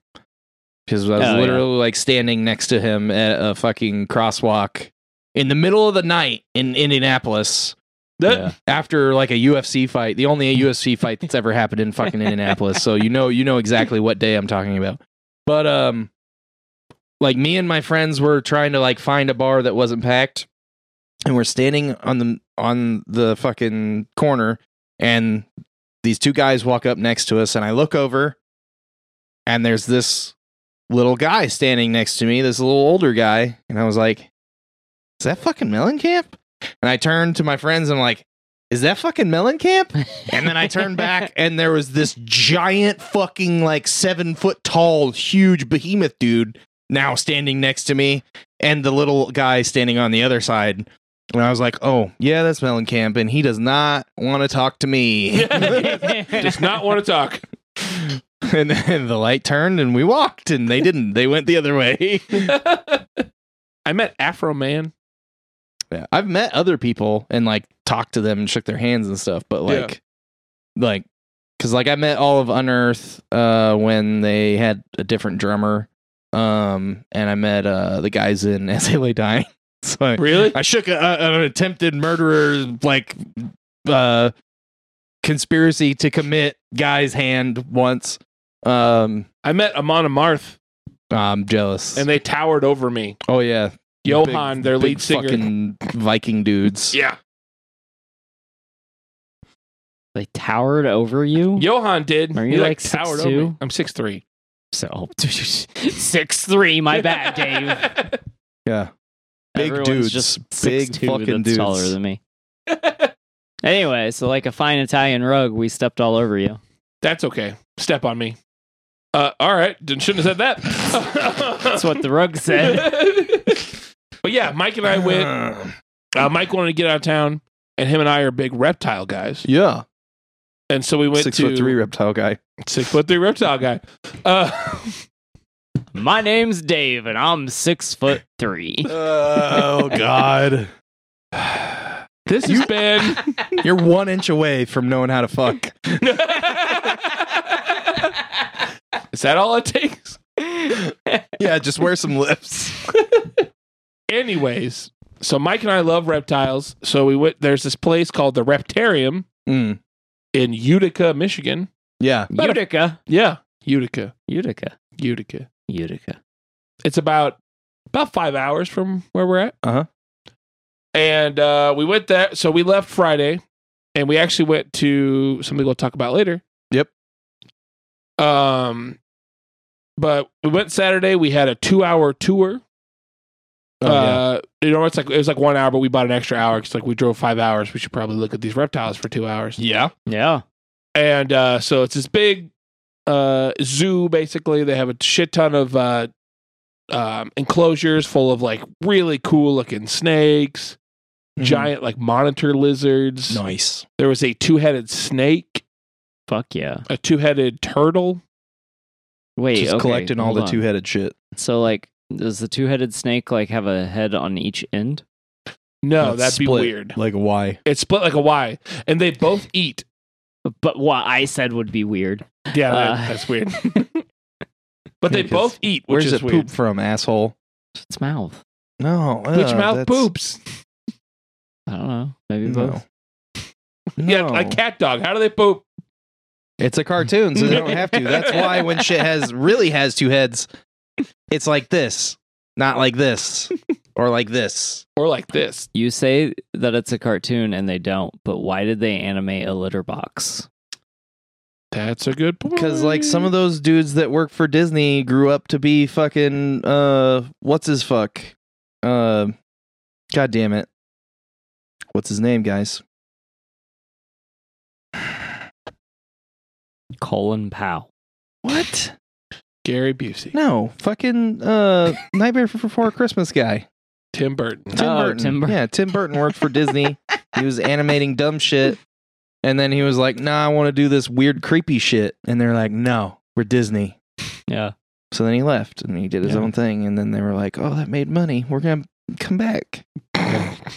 Speaker 2: Because I was
Speaker 4: Oh, yeah.
Speaker 2: literally like standing next to him at a fucking crosswalk in the middle of the night in Indianapolis
Speaker 1: That-
Speaker 4: Yeah.
Speaker 2: after like a UFC fight, the only UFC fight that's ever happened in fucking Indianapolis. So you know you know exactly what day I'm talking about. But um like me and my friends were trying to like find a bar that wasn't packed and we're standing on the on the fucking corner and these two guys walk up next to us and I look over and there's this little guy standing next to me, this little older guy, and I was like, Is that fucking Mellencamp? And I turned to my friends and I'm like, Is that fucking Mellencamp? And then I turned back and there was this giant fucking like seven foot tall, huge behemoth dude now standing next to me and the little guy standing on the other side. And I was like, oh, yeah, that's Mellencamp, and he does not want to talk to me.
Speaker 1: Does not want to talk.
Speaker 2: and then the light turned and we walked and they didn't they went the other way
Speaker 1: I met Afro Man.
Speaker 2: yeah. i've met other people and like talked to them and shook their hands and stuff but
Speaker 1: Yeah.
Speaker 2: like like because like i met all of unearth uh when they had a different drummer um and i met uh the guys in as they lay dying so I,
Speaker 1: Really?
Speaker 2: I shook a, a- an attempted murderer like uh conspiracy to commit guy's hand once um
Speaker 1: I met Amon Amarth,
Speaker 2: i'm jealous
Speaker 1: and they towered over me.
Speaker 2: oh yeah
Speaker 1: Johan, their
Speaker 2: big
Speaker 1: lead singer.
Speaker 2: fucking Viking dudes.
Speaker 1: yeah.
Speaker 4: they towered over you?
Speaker 1: Johan did.
Speaker 4: Are you
Speaker 1: He,
Speaker 4: like
Speaker 1: towered
Speaker 4: 6'2"?
Speaker 1: me. I'm six three.
Speaker 4: So oh, six three, my bad, Dave.
Speaker 2: yeah. Big
Speaker 4: Everyone's
Speaker 2: dudes, big
Speaker 4: 6'2"
Speaker 2: fucking
Speaker 4: that's
Speaker 2: dudes.
Speaker 4: taller than me. Anyway, so like a fine Italian rug, we stepped all over you.
Speaker 1: That's okay. Step on me. Uh, all right. Then Shouldn't have said that.
Speaker 4: That's what the rug said.
Speaker 1: but yeah, Mike and I went. Uh, Mike wanted to get out of town, and him and I are big reptile guys.
Speaker 2: Yeah,
Speaker 1: And so we went
Speaker 2: six
Speaker 1: to
Speaker 2: foot three reptile guy.
Speaker 1: six foot three reptile guy. Uh,
Speaker 4: My name's Dave, and I'm six foot three.
Speaker 2: oh God,
Speaker 1: this has been.
Speaker 2: you're one inch away from knowing how to fuck.
Speaker 1: Is that all it takes?
Speaker 2: Yeah, just wear some lips.
Speaker 1: Anyways, so Mike and I love reptiles. So we went. There's this place called the Reptarium
Speaker 2: Mm,
Speaker 1: in Utica, Michigan.
Speaker 2: Yeah,
Speaker 4: Utica,
Speaker 1: Yeah, Utica,
Speaker 4: Utica,
Speaker 1: Utica.
Speaker 4: Utica.
Speaker 1: It's about about five hours from where we're at.
Speaker 2: Uh-huh.
Speaker 1: And uh, we went there. So we left Friday, and we actually went to something we'll talk about later.
Speaker 2: Yep.
Speaker 1: Um, but we went Saturday. We had a two-hour tour.
Speaker 2: Oh, yeah.
Speaker 1: uh, you know, it's like it was like one hour, but we bought an extra hour because like we drove five hours. We should probably look at these reptiles for two hours.
Speaker 2: yeah.
Speaker 4: Yeah.
Speaker 1: And uh, so it's this big uh, zoo. Basically, they have a shit ton of uh, um, enclosures full of like really cool looking snakes,
Speaker 2: Mhm.
Speaker 1: giant like monitor lizards.
Speaker 2: Nice.
Speaker 1: There was a two headed snake,
Speaker 4: Fuck yeah.
Speaker 1: a two headed turtle.
Speaker 4: Wait,
Speaker 2: just
Speaker 4: okay,
Speaker 2: collecting all
Speaker 4: hold
Speaker 2: the
Speaker 4: on.
Speaker 2: two-headed shit.
Speaker 4: So like, does the two-headed snake like have a head on each end?
Speaker 1: No,
Speaker 2: That's
Speaker 1: that'd be
Speaker 2: split,
Speaker 1: weird.
Speaker 2: Like why?
Speaker 1: It's split like a Y, and they both eat.
Speaker 4: But what I said would be weird.
Speaker 1: Yeah, that-
Speaker 4: Uh.
Speaker 1: that's weird. But they
Speaker 2: Because
Speaker 1: both eat, which
Speaker 2: Where's
Speaker 1: is
Speaker 2: it
Speaker 1: weird.
Speaker 2: poop from, asshole?
Speaker 4: Its mouth.
Speaker 2: No,
Speaker 1: Which
Speaker 2: uh,
Speaker 1: mouth
Speaker 2: that's-
Speaker 1: poops?
Speaker 4: I don't know. Maybe
Speaker 2: No.
Speaker 4: both.
Speaker 1: Yeah,
Speaker 2: No.
Speaker 1: a cat dog. How do they poop?
Speaker 2: It's a cartoon, so they don't have to. That's why when shit has really has two heads, it's like this, not like this, or like this.
Speaker 1: Or like this.
Speaker 4: You say that it's a cartoon and they don't, but why did they animate a litter box?
Speaker 1: That's a good point.
Speaker 2: Because like some of those dudes that work for Disney grew up to be fucking uh, what's his fuck, uh, god damn it, what's his name, guys?
Speaker 4: Colin Powell.
Speaker 2: What?
Speaker 1: Gary Busey.
Speaker 2: No, fucking uh, Nightmare Before Christmas guy.
Speaker 1: Tim Burton.
Speaker 2: Tim
Speaker 4: Oh,
Speaker 2: Burton.
Speaker 4: Tim Burton.
Speaker 2: Yeah, Tim Burton worked for Disney. he was animating dumb shit. And then he was like, nah, I want to do this weird, creepy shit. And they're like, no, we're Disney.
Speaker 4: Yeah.
Speaker 2: So then he left and he did his
Speaker 4: Yeah.
Speaker 2: own thing. And then they were like, oh, that made money. We're going to come back.
Speaker 1: It's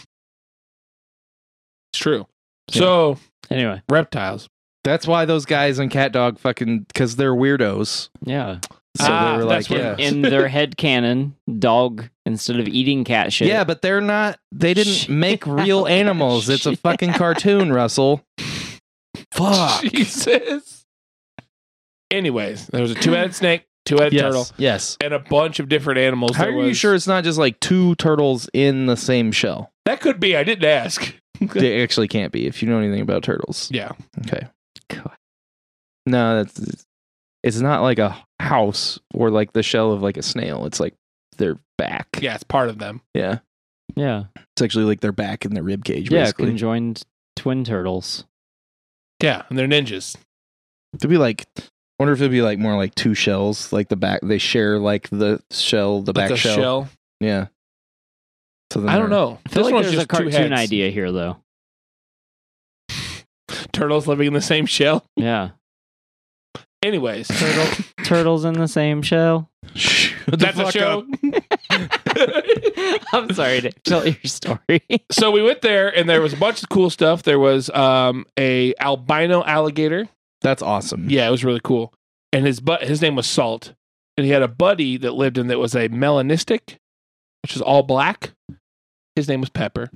Speaker 1: true. So
Speaker 4: Anyway,
Speaker 1: reptiles.
Speaker 2: That's why those guys on Cat Dog fucking, because they're weirdos.
Speaker 4: yeah.
Speaker 2: So
Speaker 1: Ah,
Speaker 2: they were
Speaker 1: that's
Speaker 2: like,
Speaker 1: what
Speaker 2: yeah.
Speaker 1: it
Speaker 4: In their head canon, dog instead of eating cat shit.
Speaker 2: Yeah, but they're not, they didn't
Speaker 4: Shit.
Speaker 2: make real animals. It's a fucking cartoon, Russell. Fuck.
Speaker 1: Jesus. Anyways, there was a two-headed snake, two-headed
Speaker 2: Yes.
Speaker 1: turtle,
Speaker 2: Yes.
Speaker 1: and a bunch of different animals.
Speaker 2: How
Speaker 1: There
Speaker 2: are you
Speaker 1: was-
Speaker 2: sure it's not just like two turtles in the same shell?
Speaker 1: That could be. I didn't ask.
Speaker 2: They actually can't be if you know anything about turtles.
Speaker 1: Yeah.
Speaker 2: Okay.
Speaker 4: God.
Speaker 2: No, that's it's not like a house or like the shell of like a snail. It's like their back.
Speaker 1: Yeah, it's part of them.
Speaker 2: Yeah.
Speaker 4: Yeah.
Speaker 2: It's actually like their back in their rib cage,
Speaker 4: Yeah.
Speaker 2: basically.
Speaker 4: Conjoined twin turtles.
Speaker 1: Yeah, and they're ninjas.
Speaker 2: It'd be like I wonder if it'd be like more like two shells, like the back they share like the shell, the
Speaker 1: Like
Speaker 2: back
Speaker 1: the
Speaker 2: shell.
Speaker 1: shell.
Speaker 2: Yeah. So then
Speaker 1: I don't
Speaker 2: they're-
Speaker 1: know.
Speaker 4: I
Speaker 1: This
Speaker 4: feel like
Speaker 1: one's
Speaker 4: there's a
Speaker 1: just two
Speaker 4: cartoon
Speaker 1: heads.
Speaker 4: idea here, though.
Speaker 1: Turtles living in the same shell.
Speaker 4: Yeah.
Speaker 1: Anyways,
Speaker 4: Turtle, turtles in the same shell.
Speaker 2: What the
Speaker 1: that's a
Speaker 2: fuck
Speaker 1: show.
Speaker 2: up?
Speaker 4: I'm sorry to tell your story.
Speaker 1: so we went there, and there was a bunch of cool stuff. There was um, a albino alligator.
Speaker 2: That's awesome.
Speaker 1: Yeah, it was really cool. And his but his name was Salt, and he had a buddy that lived in that was a melanistic, which is all black. His name was Pepper.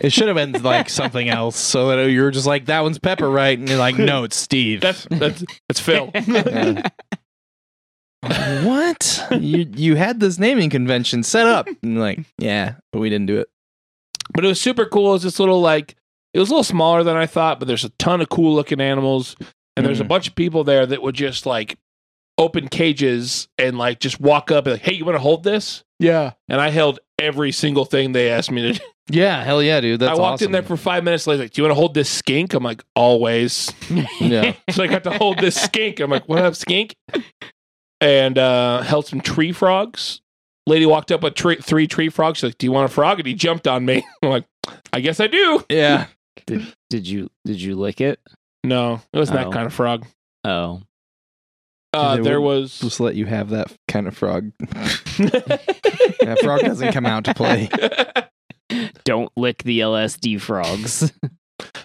Speaker 2: It should have been like something else, so that you were just like, "That one's Pepper, right?" And you're like, "No, it's Steve."
Speaker 1: That's that's, that's Phil.
Speaker 2: Yeah. what you you had this naming convention set up? And you're like, yeah, but we didn't do it.
Speaker 1: but it was super cool. It was this little like it was a little smaller than I thought, but there's a ton of cool looking animals, and there's a
Speaker 2: Mhm.
Speaker 1: bunch of people there that would just like open cages and like just walk up and like, hey, you want to hold this?
Speaker 2: Yeah,
Speaker 1: And I held every single thing they asked me to. do.
Speaker 2: yeah, hell yeah, dude. That's
Speaker 1: I walked in
Speaker 2: awesome.
Speaker 1: there for five minutes. Later, like, do you want to hold this skink? I'm like, always.
Speaker 2: yeah,
Speaker 1: so I got to hold this skink. I'm like, what up, skink? And uh, held some tree frogs. Lady walked up with tree, three tree frogs. She's like, do you want a frog? And he jumped on me. I'm like, I guess I do.
Speaker 2: yeah.
Speaker 4: Did you did you lick it?
Speaker 1: No, it wasn't
Speaker 4: Oh.
Speaker 1: that kind of frog.
Speaker 4: Oh.
Speaker 1: Uh,
Speaker 2: They
Speaker 1: there
Speaker 2: wouldn't
Speaker 1: was.
Speaker 2: Just let you have that kind of frog. yeah, frog doesn't come out to play.
Speaker 4: Don't lick the LSD frogs.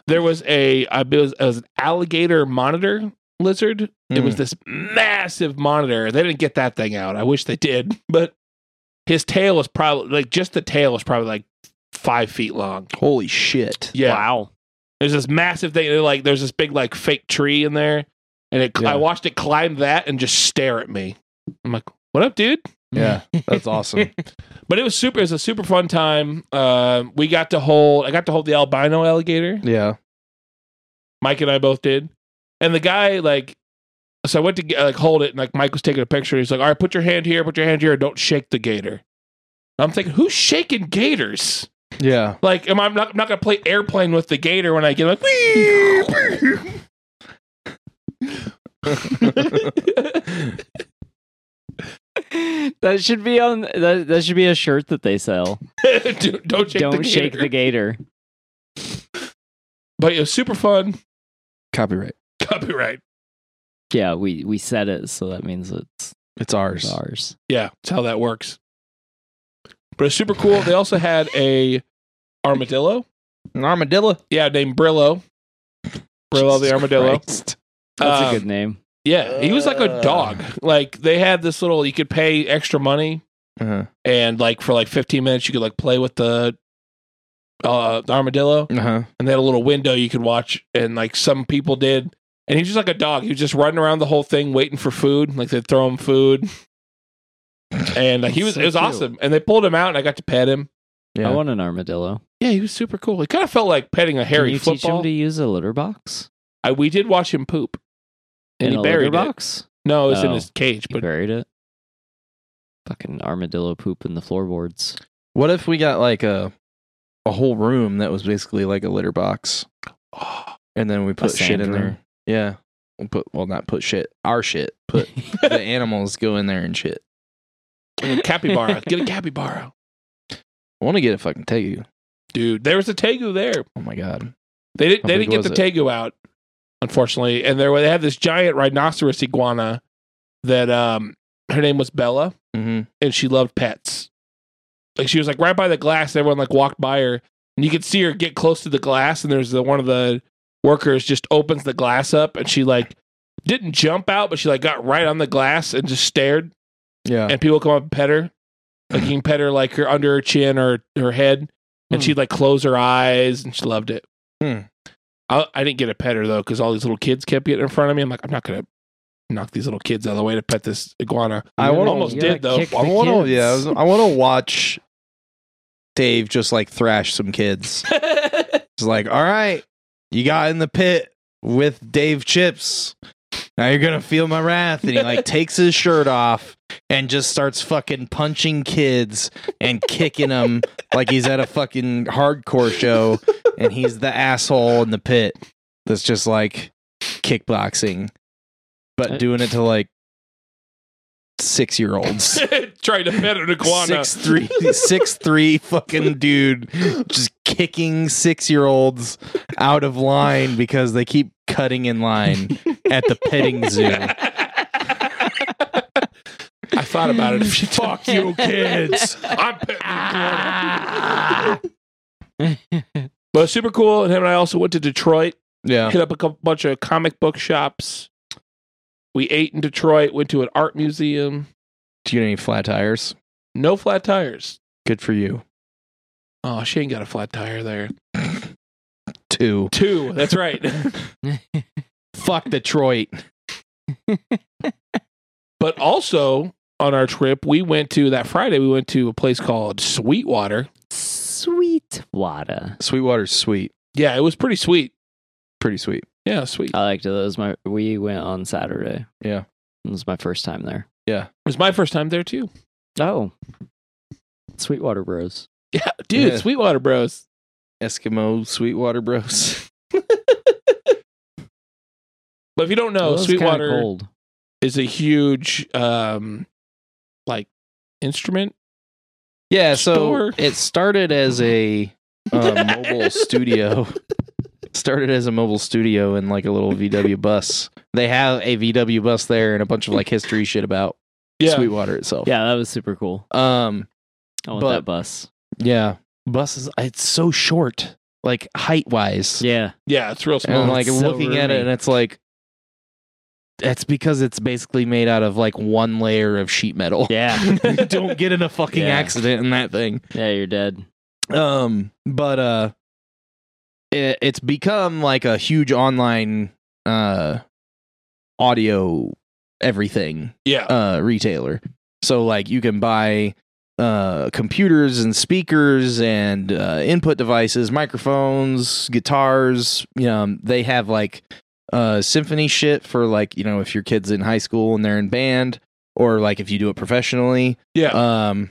Speaker 1: there was a I believe it was, it was an alligator monitor lizard. It was this massive monitor. They didn't get that thing out. I wish they did, but his tail was probably like just the tail was probably like five feet long.
Speaker 2: Holy shit!
Speaker 1: Yeah,
Speaker 4: Wow.
Speaker 1: there's this massive thing. and, Like there's this big like fake tree in there, and it.
Speaker 2: Yeah.
Speaker 1: I watched it climb that and just stare at me. I'm like, what up, dude?
Speaker 2: Yeah, that's awesome.
Speaker 1: But it was super. It was a super fun time. Uh, we got to hold. I got to hold the albino alligator.
Speaker 2: Yeah,
Speaker 1: Mike and I both did. And the guy like, so I went to get- like hold it, and like Mike was taking a picture. He's like, "All right, put your hand here, put your hand here, and don't shake the gator." I'm thinking, who's shaking gators?
Speaker 2: yeah.
Speaker 1: Like, am I I'm not, I'm not gonna play airplane with the gator when I get like?
Speaker 4: that should be on that, that should be a shirt that they sell.
Speaker 1: don't, don't shake
Speaker 4: Don't
Speaker 1: the gator.
Speaker 4: shake the gator.
Speaker 1: but it was super fun.
Speaker 2: Copyright.
Speaker 1: Copyright.
Speaker 4: Yeah, we we said it, so that means it's
Speaker 2: It's ours.
Speaker 4: ours.
Speaker 1: Yeah, that's how that works. But it's super cool. They also had a armadillo.
Speaker 2: An armadillo.
Speaker 1: Yeah, named Brillo. Brillo
Speaker 2: Jesus
Speaker 1: the armadillo.
Speaker 2: Christ.
Speaker 4: That's
Speaker 1: Um,
Speaker 4: a good name. Uh.
Speaker 1: Yeah, he was like a dog. Like they had this little you could pay extra money
Speaker 2: Uh-huh.
Speaker 1: and like for like 15 minutes you could like play with the uh the armadillo
Speaker 2: Uh-huh.
Speaker 1: and they had a little window you could watch and like some people did and he's just like a dog. He was just running around the whole thing waiting for food. Like they'd throw him food. And like he was
Speaker 4: So
Speaker 1: it was
Speaker 4: cute.
Speaker 1: awesome. And they pulled him out and I got to pet him.
Speaker 2: Yeah.
Speaker 4: I want an armadillo.
Speaker 1: Yeah, he was super cool. It kind of felt like petting a
Speaker 4: Can
Speaker 1: hairy
Speaker 4: you teach
Speaker 1: football.
Speaker 4: him to use a litter box?
Speaker 1: I, we did watch him poop. And
Speaker 4: in
Speaker 1: he
Speaker 4: a
Speaker 1: buried
Speaker 4: litter
Speaker 1: it.
Speaker 4: box?
Speaker 1: No, it was in
Speaker 4: Oh.
Speaker 1: his cage,
Speaker 4: You
Speaker 1: but
Speaker 4: buried it. Fucking armadillo poop in the floorboards.
Speaker 2: What if we got like a a whole room that was basically like a litter box, and then we put shit
Speaker 4: sand
Speaker 2: in there?
Speaker 4: room.
Speaker 2: Yeah, we put well, not put shit, our shit. Put the animals go in there and shit.
Speaker 1: capybara. Get a capybara.
Speaker 2: I want to get a fucking tegu.
Speaker 1: Dude, there was a tegu there.
Speaker 2: Oh my god.
Speaker 1: They didn't
Speaker 2: How
Speaker 1: they
Speaker 2: big
Speaker 1: didn't get
Speaker 2: was
Speaker 1: the tegu out, unfortunately. And there they had this giant rhinoceros iguana that um her name was Bella.
Speaker 2: Mm-hmm.
Speaker 1: and she loved pets. Like she was like right by the glass, and everyone like walked by her, and you could see her get close to the glass, and there's the one of the workers just opens the glass up, and she like didn't jump out, but she like got right on the glass and just stared,
Speaker 2: Yeah.
Speaker 1: and people come up and pet her, like you can pet her like her under her chin or her head, and
Speaker 2: Hmm.
Speaker 1: she'd like close her eyes, and she loved it.
Speaker 2: Hmm.
Speaker 1: I, I didn't get a pet her though, because all these little kids kept getting in front of me. I'm like, I'm not gonna knock these little kids out of the way to pet this iguana.
Speaker 2: I
Speaker 1: I
Speaker 2: wanna-
Speaker 1: almost
Speaker 4: You gotta
Speaker 1: did though.
Speaker 4: kick the
Speaker 2: I want to.
Speaker 4: kids.
Speaker 2: Yeah. I, was- I want to watch Dave just like thrash some kids. It's like, all right, you got in the pit with Dave Chips. Now you're gonna feel my wrath. And he like takes his shirt off and just starts fucking punching kids and kicking them like he's at a fucking hardcore show and he's the asshole in the pit that's just like kickboxing.
Speaker 4: Uh,
Speaker 2: But doing it to like six year olds.
Speaker 1: trying to pet an iguana.
Speaker 2: Six three, six three, fucking dude, just kicking six year olds out of line because they keep cutting in line at the petting zoo.
Speaker 1: I thought about it. a few Fuck you, kids! I'm petting an iguana. but it was super cool. And him and I also went to Detroit.
Speaker 2: Yeah,
Speaker 1: Hit up a couple, bunch of comic book shops. We ate in Detroit. Went to an art museum.
Speaker 2: do you need any flat tires?
Speaker 1: No flat tires.
Speaker 2: Good for you.
Speaker 1: Oh, she ain't got a flat tire there.
Speaker 2: Two.
Speaker 1: Two. That's right.
Speaker 2: Fuck Detroit.
Speaker 1: but also on our trip, we went to that Friday. We went to a place called Sweetwater.
Speaker 4: Sweet water.
Speaker 2: Sweetwater's sweet,
Speaker 1: Yeah, it was pretty sweet.
Speaker 2: pretty sweet.
Speaker 1: Yeah, sweet.
Speaker 4: I liked it. That was my. We went on Saturday.
Speaker 2: Yeah.
Speaker 4: it was my first time there.
Speaker 1: It was my first time there too.
Speaker 4: Oh, Sweetwater Bros.
Speaker 1: Yeah, dude,
Speaker 2: Yeah.
Speaker 1: Sweetwater Bros.
Speaker 2: Eskimo Sweetwater Bros.
Speaker 1: But if you don't
Speaker 4: It
Speaker 1: know,
Speaker 4: was kinda
Speaker 1: Oh, Sweetwater
Speaker 4: cold.
Speaker 1: is a huge um like instrument.
Speaker 2: Yeah, so
Speaker 1: Store.
Speaker 2: it started as a uh, mobile studio. Started as a mobile studio in like a little VW bus. They have a VW bus there and a bunch of like history shit about
Speaker 1: Yeah.
Speaker 2: Sweetwater itself.
Speaker 4: Yeah, that was super cool.
Speaker 2: Um.
Speaker 4: I want
Speaker 2: But-
Speaker 4: that bus.
Speaker 2: Yeah. Buses. It's so short, like height wise.
Speaker 4: Yeah, Oh,
Speaker 1: Yeah, it's real
Speaker 2: And
Speaker 1: small.
Speaker 2: I'm like
Speaker 4: it's so
Speaker 2: looking at it,
Speaker 4: roomy.
Speaker 2: and it's like. That's because it's basically made out of like one layer of sheet metal.
Speaker 4: yeah,
Speaker 2: you don't get in a fucking
Speaker 4: Yeah.
Speaker 2: accident in that thing.
Speaker 4: yeah. You're dead.
Speaker 2: um but uh it, it's become like a huge online uh audio everything
Speaker 1: yeah.
Speaker 2: uh retailer so like you can buy uh computers and speakers and uh input devices microphones guitars you know um, they have like uh symphony shit for like you know if your kids in high school and they're in band or like if you do it professionally
Speaker 1: yeah.
Speaker 2: um,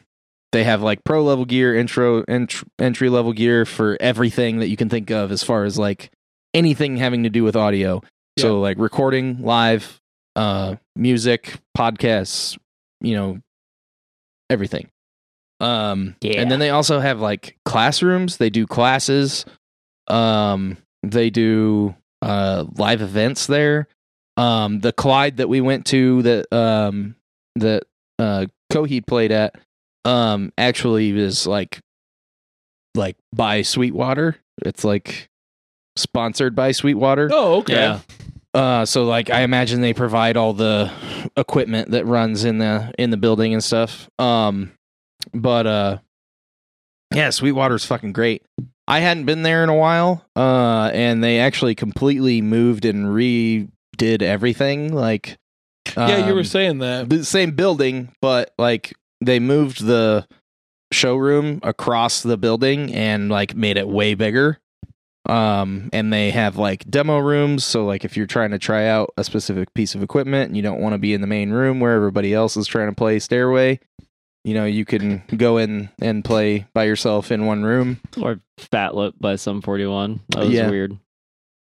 Speaker 2: they have like pro level gear, intro, ent- entry level gear for everything that you can think of as far as like anything having to do with audio. So like recording, live, uh, music, podcasts, you know, everything. Um,
Speaker 4: Yeah.
Speaker 2: and then they also have like classrooms. They do classes. Um, they do uh live events there. Um, the Clyde that we went to that um that uh Coheed played at um actually is like like by Sweetwater. It's like sponsored by Sweetwater.
Speaker 1: oh, okay.
Speaker 2: yeah. Uh, so like I imagine they provide all the equipment that runs in the in the building and stuff. Um, but uh, yeah, Sweetwater's fucking great. I hadn't been there in a while, uh, and they actually completely moved and redid everything. Like,
Speaker 1: yeah, you were
Speaker 2: um,
Speaker 1: saying that.
Speaker 2: the same building, but like they moved the showroom across the building and like made it way bigger. Um, and they have like demo rooms. So like if you're trying to try out a specific piece of equipment and you don't want to be in the main room where everybody else is trying to play stairway, you know, you can go in and play by yourself in one room.
Speaker 4: Or Fat Lip by some forty one. That was
Speaker 2: Yeah.
Speaker 4: weird.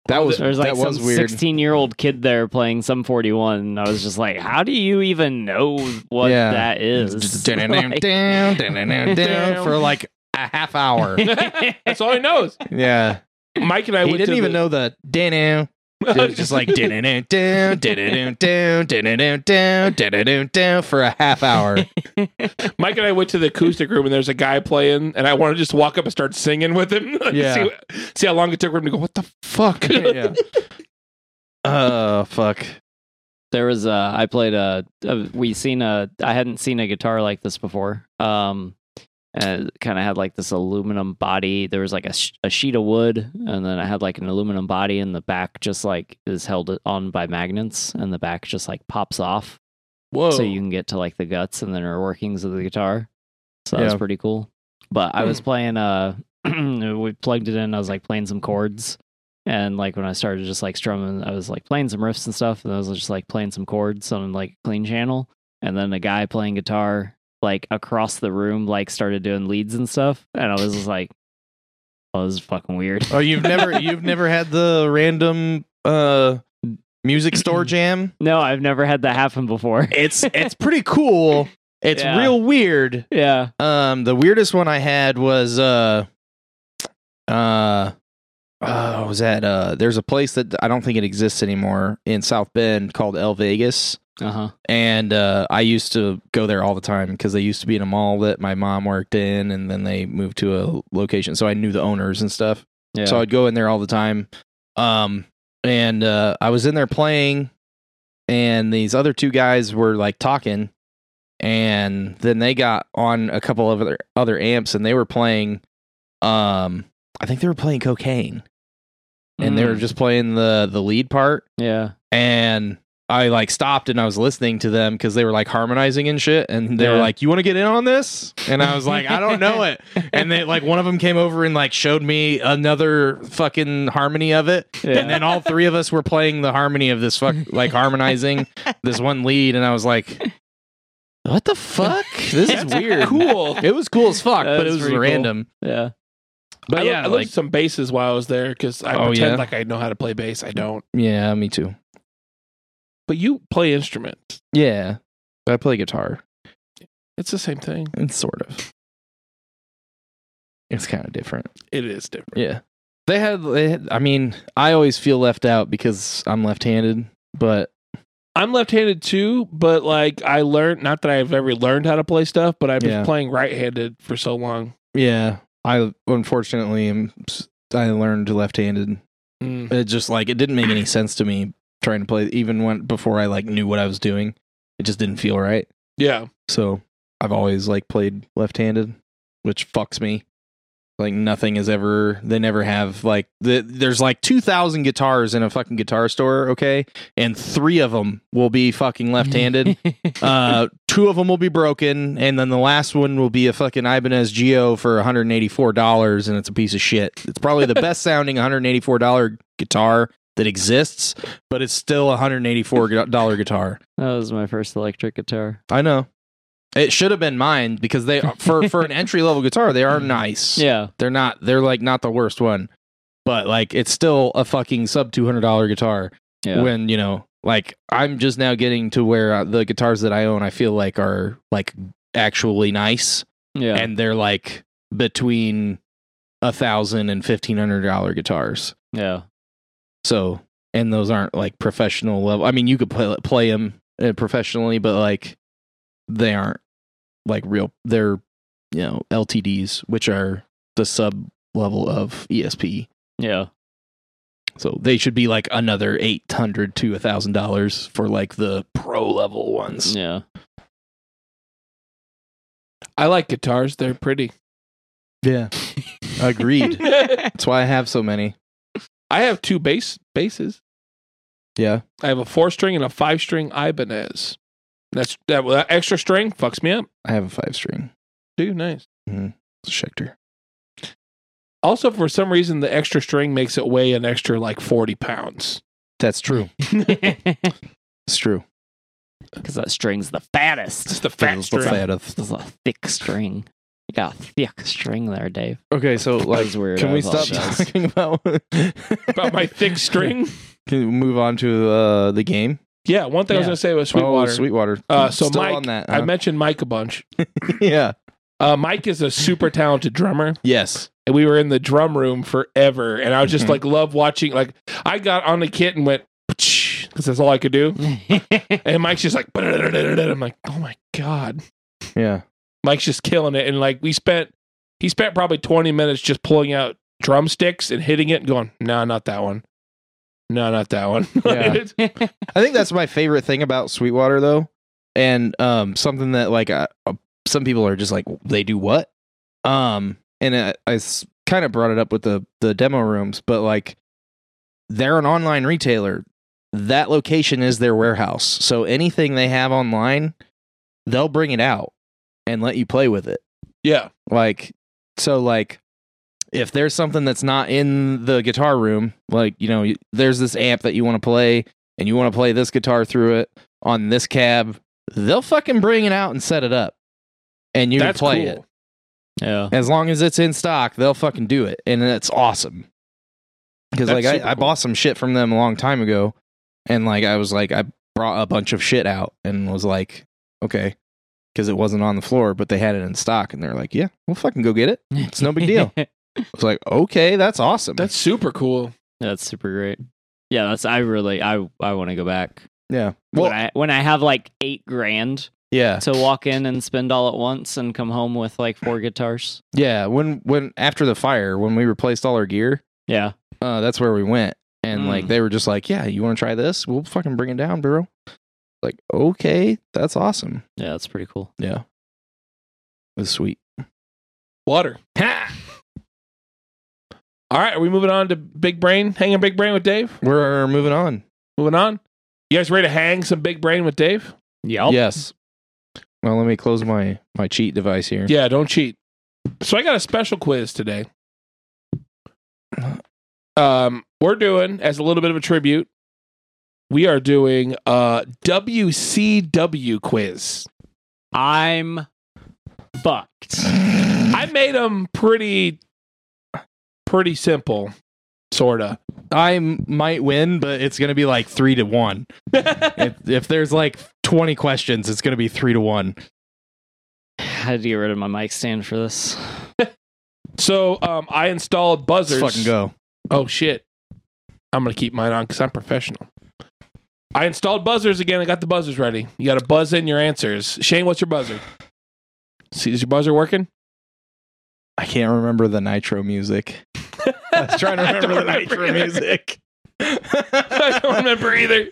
Speaker 2: That was
Speaker 4: There's
Speaker 2: that
Speaker 4: like some
Speaker 2: was weird.
Speaker 4: 16 year old kid there playing some 41. and I was just like, how do you even know what
Speaker 2: Yeah.
Speaker 4: that is?
Speaker 2: Down, down,
Speaker 4: Like-
Speaker 2: down, down, down, down for like a half hour.
Speaker 1: That's all he knows.
Speaker 2: Yeah,
Speaker 1: Mike and I
Speaker 2: he
Speaker 1: went
Speaker 2: didn't
Speaker 1: to
Speaker 2: even know the down.
Speaker 1: know.
Speaker 2: Dude, just like down, down, down, down, down, down, down, down, down for a half hour.
Speaker 1: Mike and I went to the acoustic room and there's a guy playing, and I want to just walk up and start singing with him. Like,
Speaker 2: Yeah.
Speaker 1: See, see how long it took for him to go, what the fuck?
Speaker 2: yeah. Oh fuck.
Speaker 4: there was a I played a, a we seen a I hadn't seen a guitar like this before. Um and kind of had like this aluminum body. There was like a, sh- a sheet of wood, and then I had like an aluminum body, and the back just like is held on by magnets, and the back just like pops off,
Speaker 2: Whoa.
Speaker 4: so you can get to like the guts and the inner workings of the guitar. So that was
Speaker 2: Yeah.
Speaker 4: pretty cool. But I was playing uh we plugged it in, I was like playing some chords. And like when I started just like strumming, I was like playing some riffs and stuff, and I was just like playing some chords on like clean channel. And then a guy playing guitar like across the room like started doing leads and stuff. And I was just like, Oh, this is fucking weird.
Speaker 2: oh, you've never you've never had the random uh music store jam.
Speaker 4: No, I've never had that happen before.
Speaker 2: It's it's pretty cool. It's
Speaker 4: Yeah.
Speaker 2: real weird.
Speaker 4: yeah.
Speaker 2: Um, the weirdest one I had was uh, uh, oh, was that uh? There's a place that I don't think it exists anymore in South Bend called El Vegas,
Speaker 4: Uh huh.
Speaker 2: and uh, I used to go there all the time because they used to be in a mall that my mom worked in, and then they moved to a location, so I knew the owners and stuff.
Speaker 4: Yeah.
Speaker 2: So I'd go in there all the time. Um, and uh, I was in there playing, and these other two guys were like talking, and then they got on a couple of other other amps, and they were playing. Um, I think they were playing cocaine, and they were
Speaker 4: Mm.
Speaker 2: just playing the the lead part.
Speaker 4: Mm-hmm. Yeah.
Speaker 2: And I like stopped and I was listening to them because they were like harmonizing and shit, and they were
Speaker 4: Yeah.
Speaker 2: like, "You want to get in on this?" And I was like, "I don't know it." and they like one of them came over and like showed me another fucking harmony of it
Speaker 4: Yeah.
Speaker 2: and then all three of us were playing the harmony of this fuck like harmonizing this one lead and i was like what the fuck this is weird
Speaker 1: cool.
Speaker 2: it was cool as fuck
Speaker 4: That
Speaker 2: but it
Speaker 4: is
Speaker 2: was
Speaker 4: pretty cool.
Speaker 2: random
Speaker 4: yeah.
Speaker 2: but
Speaker 1: I, yeah,
Speaker 2: yeah
Speaker 1: I looked
Speaker 2: like
Speaker 1: at some basses while I was there because I
Speaker 2: Oh,
Speaker 1: pretend
Speaker 2: yeah?
Speaker 1: like I know how to play bass. I don't.
Speaker 2: yeah me too
Speaker 1: But you play instruments.
Speaker 2: yeah i play guitar
Speaker 1: It's the same thing.
Speaker 2: it's sort of it's kind of different
Speaker 1: It is different.
Speaker 2: Yeah. They had, they had, I mean, I always feel left out because I'm left handed, but
Speaker 1: I'm left-handed too, but like I learned not that I've ever learned how to play stuff, but I've
Speaker 2: Yeah.
Speaker 1: been playing right-handed for so long.
Speaker 2: yeah, I unfortunately am, I learned left handed.
Speaker 1: Mm.
Speaker 2: It just like, it didn't make any sense to me trying to play, even when, before I like knew what I was doing. It just didn't feel right.
Speaker 1: Yeah.
Speaker 2: So I've always like played left handed, which fucks me. Like nothing is ever they never have like the, there's like 2000 guitars in a fucking guitar store, okay? And 3 of them will be fucking left-handed. uh two of them will be broken and then the last one will be a fucking Ibanez Geo for $184 and it's a piece of shit. It's probably the best sounding $184 guitar that exists, but it's still a $184 guitar.
Speaker 4: That was my first electric guitar.
Speaker 2: I know. It should have been mine because they for for an entry level guitar they are nice.
Speaker 4: Yeah.
Speaker 2: they're not. They're like not the worst one, but like it's still a fucking sub two hundred dollar guitar.
Speaker 4: Yeah.
Speaker 2: When you know, like I'm just now getting to where uh, the guitars that I own I feel like are like actually nice,
Speaker 4: yeah.
Speaker 2: and they're like between a thousand and fifteen hundred dollar guitars.
Speaker 4: yeah.
Speaker 2: So, and those aren't like professional level. I mean, you could play play them professionally, but like they aren't like real. They're you know LTDs, which are the sub level of ESP.
Speaker 4: Yeah.
Speaker 2: So they should be like another eight hundred to a thousand dollars for like the pro level ones.
Speaker 4: Yeah.
Speaker 1: I like guitars. They're pretty.
Speaker 2: Yeah, agreed.
Speaker 1: I
Speaker 2: That's why I have so many.
Speaker 1: have two bass basses.
Speaker 2: Yeah,
Speaker 1: I have a four string and a five string Ibanez. That's that, that extra string fucks me up.
Speaker 2: I have a five string
Speaker 1: Too nice.
Speaker 2: It's a Schecter.
Speaker 1: Also, for some reason, the extra string makes it weigh an extra like forty pounds.
Speaker 2: That's true.
Speaker 4: Because
Speaker 2: It's true.
Speaker 4: that string's the
Speaker 1: It's
Speaker 4: fattest.
Speaker 1: the fat
Speaker 2: It's
Speaker 1: string.
Speaker 2: fattest.
Speaker 4: This is a thick string. You got a thick string there, Dave.
Speaker 2: Okay, so
Speaker 4: That
Speaker 2: like,
Speaker 4: was weird.
Speaker 2: can
Speaker 4: I
Speaker 2: we stop
Speaker 4: apologize.
Speaker 2: talking about
Speaker 1: About my thick string.
Speaker 2: Can we move on to uh, the game?
Speaker 1: Yeah, one thing I was
Speaker 4: Yeah.
Speaker 1: gonna say was Sweetwater.
Speaker 2: Oh, uh-huh. Sweetwater.
Speaker 1: Uh, so
Speaker 2: Still
Speaker 1: Mike,
Speaker 2: on that.
Speaker 1: I
Speaker 2: huh?
Speaker 1: mentioned Mike a bunch.
Speaker 2: yeah.
Speaker 1: Uh, Mike is a super talented drummer,
Speaker 2: Yes.
Speaker 1: and we were in the drum room forever. And I was just
Speaker 2: Mhm.
Speaker 1: like, love watching. Like, I got on the kit and went because that's all I could do. And Mike's just like, I'm like, oh my god,
Speaker 2: Yeah.
Speaker 1: Mike's just killing it. And like, we spent he spent probably 20 minutes just pulling out drumsticks and hitting it, and going, no, not that one, no, not that one.
Speaker 2: Yeah. I think that's my favorite thing about Sweetwater though, and um, something that like uh, uh, some people are just like they do what, um, and I, kind of brought it up with the the demo rooms, but like they're an online retailer. That location is their warehouse, so anything they have online, they'll bring it out and let you play with it.
Speaker 1: yeah,
Speaker 2: Like, so like, if there's something that's not in the guitar room, like you know, you- there's this amp that you want to play, and you want to play this guitar through it on this cab, they'll fucking bring it out and set it up, and you
Speaker 1: that's
Speaker 2: can play
Speaker 1: cool.
Speaker 2: it
Speaker 4: yeah.
Speaker 2: as long as it's in stock. They'll fucking do it, and it's awesome. Because
Speaker 1: That's
Speaker 2: like I,
Speaker 1: super
Speaker 2: I
Speaker 1: cool.
Speaker 2: bought some shit from them a long time ago, and like I was like I brought a bunch of shit out and was like, okay, because it wasn't on the floor, but they had it in stock, and they're like, yeah, we'll fucking go get it. It's no big deal. I was like, okay, that's awesome.
Speaker 1: That's super cool.
Speaker 4: That's super great. Yeah, that's I really I I want to go back.
Speaker 2: yeah. Well,
Speaker 4: when I when I have like eight grand
Speaker 2: yeah,
Speaker 4: to walk in and spend all at once and come home with like four guitars.
Speaker 2: yeah. When when after the fire, when we replaced all our gear,
Speaker 4: Yeah.
Speaker 2: uh, that's where we went, and
Speaker 4: Mm.
Speaker 2: like they were just like, yeah, you want to try this? We'll fucking bring it down, bro. Like, okay, that's awesome.
Speaker 4: Yeah, that's pretty cool.
Speaker 2: Yeah. It was sweet.
Speaker 1: Water. All right, are we moving on to Big Brain? Hanging Big Brain with Dave?
Speaker 2: We're moving on.
Speaker 1: Moving on? You guys ready to hang some Big Brain with Dave?
Speaker 4: Yep.
Speaker 2: Yes. Well, let me close my my cheat device here.
Speaker 1: Yeah, don't cheat. So I got a special quiz today. Um, we're doing, as a little bit of a tribute, we are doing a WCW quiz.
Speaker 4: I'm fucked.
Speaker 1: I made them pretty, pretty simple, sort of.
Speaker 2: I m- might win, but it's going to be like 3 to 1. if, if there's like 20 questions, it's going to be 3 to 1.
Speaker 4: I had to get rid of my mic stand for this.
Speaker 1: So um, I installed buzzers.
Speaker 2: Let's fucking go.
Speaker 1: Oh shit. I'm gonna keep mine on because I'm professional. I installed buzzers again. I got the buzzers ready. You gotta buzz in your answers. Shane, what's your buzzer? See, is your buzzer working?
Speaker 2: I can't remember the Nitro music. I was trying to
Speaker 1: I
Speaker 2: remember
Speaker 1: don't
Speaker 2: the Nitro
Speaker 1: either.
Speaker 2: music.
Speaker 1: I don't remember either.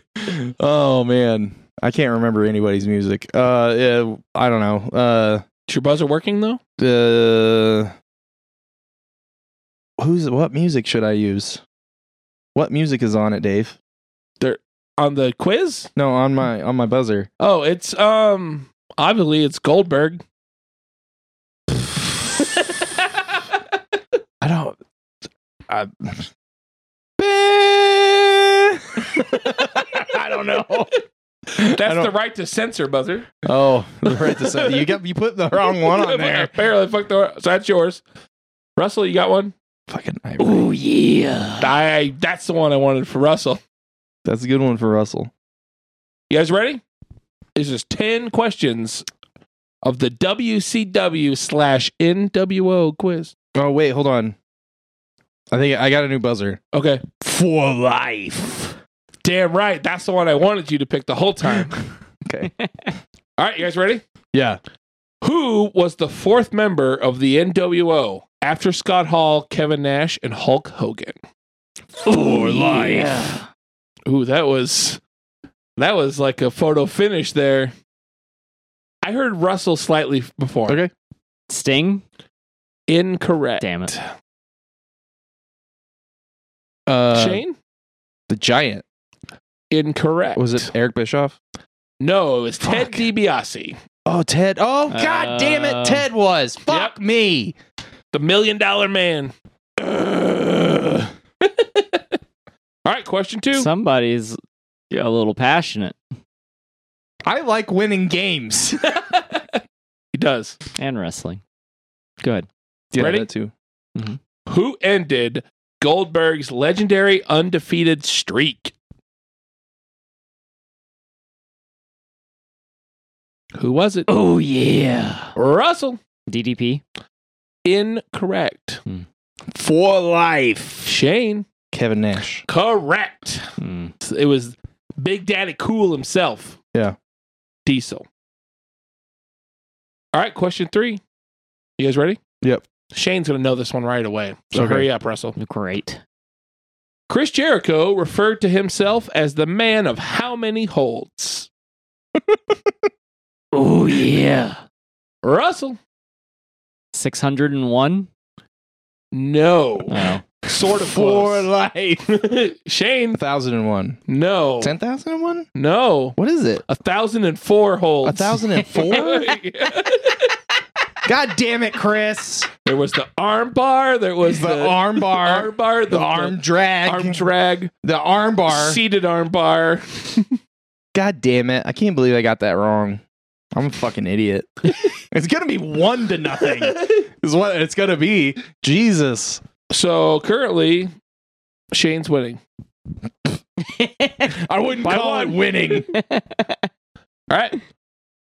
Speaker 2: Oh man, I can't remember anybody's music. Uh, yeah, I don't know. Uh,
Speaker 1: Is your buzzer working though?
Speaker 2: uh who's what music should i use what music is on it dave
Speaker 1: On the quiz?
Speaker 2: no on my on my buzzer
Speaker 1: Oh, it's um obviously it's Goldberg.
Speaker 2: i don't i i don't know
Speaker 1: That's
Speaker 2: don't-
Speaker 1: the right to censor buzzer.
Speaker 2: oh right to say you got you put the wrong one on there
Speaker 1: Apparently, fuck the. So that's yours. Russell, you got one?
Speaker 2: fucking ivory.
Speaker 4: Oh yeah.
Speaker 1: I. That's the one I wanted for Russell.
Speaker 2: that's a good one for russell
Speaker 1: You guys ready? This is 10 questions of the WCW slash NWO quiz.
Speaker 2: oh wait hold on i think i got a new buzzer
Speaker 1: Okay.
Speaker 2: for life
Speaker 1: Damn right. That's the one I wanted you to pick the whole time.
Speaker 2: okay
Speaker 1: All right. You guys ready?
Speaker 2: yeah
Speaker 1: Who was the fourth member of the NWO after Scott Hall, Kevin Nash, and Hulk Hogan?
Speaker 4: For life.
Speaker 1: Ooh, that was that was like a photo finish there. I heard Russell slightly before.
Speaker 2: okay
Speaker 4: Sting?
Speaker 1: Incorrect.
Speaker 4: Damn it.
Speaker 2: uh
Speaker 1: Shane?
Speaker 2: the giant
Speaker 1: Incorrect.
Speaker 2: Was it Eric Bischoff?
Speaker 1: No, it was Ted
Speaker 2: Fuck.
Speaker 1: DiBiase.
Speaker 2: Oh, Ted. Oh,
Speaker 4: Uh,
Speaker 2: god damn it. Ted was. Fuck me.
Speaker 1: The million dollar man. All right, question two.
Speaker 4: Somebody's a little passionate
Speaker 2: I like winning games.
Speaker 1: he does.
Speaker 4: and wrestling. Go ahead.
Speaker 2: Yeah,
Speaker 1: Ready?
Speaker 2: that too.
Speaker 1: Who ended Goldberg's legendary undefeated streak? Who was it?
Speaker 4: Oh yeah.
Speaker 1: Russell.
Speaker 4: DDP.
Speaker 1: Incorrect.
Speaker 2: For life.
Speaker 1: Shane.
Speaker 2: Kevin Nash.
Speaker 1: Correct.
Speaker 4: Mm.
Speaker 1: It was Big Daddy Cool himself.
Speaker 2: Yeah.
Speaker 1: Diesel. All right, question three. You guys ready?
Speaker 2: Yep.
Speaker 1: Shane's going to know this one right away. So
Speaker 2: Okay.
Speaker 1: hurry up, Russell.
Speaker 4: Great.
Speaker 1: Chris Jericho referred to himself as the man of how many holds?
Speaker 4: Oh yeah.
Speaker 1: Russell?
Speaker 4: Six hundred and one.
Speaker 1: No.
Speaker 2: Uh,
Speaker 4: Oh.
Speaker 1: Sort of
Speaker 2: For
Speaker 1: close.
Speaker 2: life.
Speaker 1: Shane?
Speaker 2: 1001.
Speaker 1: No.
Speaker 2: 10,001?
Speaker 1: No.
Speaker 2: What is it?
Speaker 1: A thousand and four holds.
Speaker 2: A thousand and four? God damn it, Chris.
Speaker 1: there was the arm bar. There was the,
Speaker 2: the, arm bar,
Speaker 1: arm bar.
Speaker 2: the, arm drag,
Speaker 1: arm drag.
Speaker 2: the arm bar.
Speaker 1: Seated arm bar.
Speaker 2: God damn it. I can't believe I got that wrong. I'm a fucking idiot. it's going to be one to nothing, is what it's going to be. Jesus.
Speaker 1: so currently, Shane's winning.
Speaker 2: I wouldn't
Speaker 1: By
Speaker 2: call
Speaker 1: one.
Speaker 2: it winning.
Speaker 1: All right.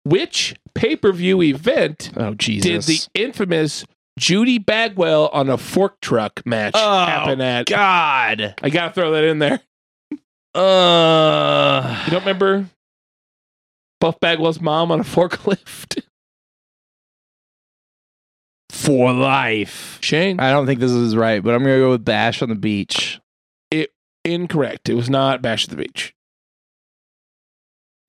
Speaker 1: Which pay per view event
Speaker 2: oh,
Speaker 1: did
Speaker 2: Jesus.
Speaker 1: the infamous Judy Bagwell on a fork truck match
Speaker 2: Oh,
Speaker 1: happen at?
Speaker 2: God.
Speaker 1: I gotta throw that in there.
Speaker 2: Uh,
Speaker 1: You don't remember Buff Bagwell's mom on a forklift?
Speaker 2: for life.
Speaker 1: Shane,
Speaker 2: I don't think this is right, but I'm going to go with Bash on the Beach.
Speaker 1: incorrect. It was not Bash at the Beach.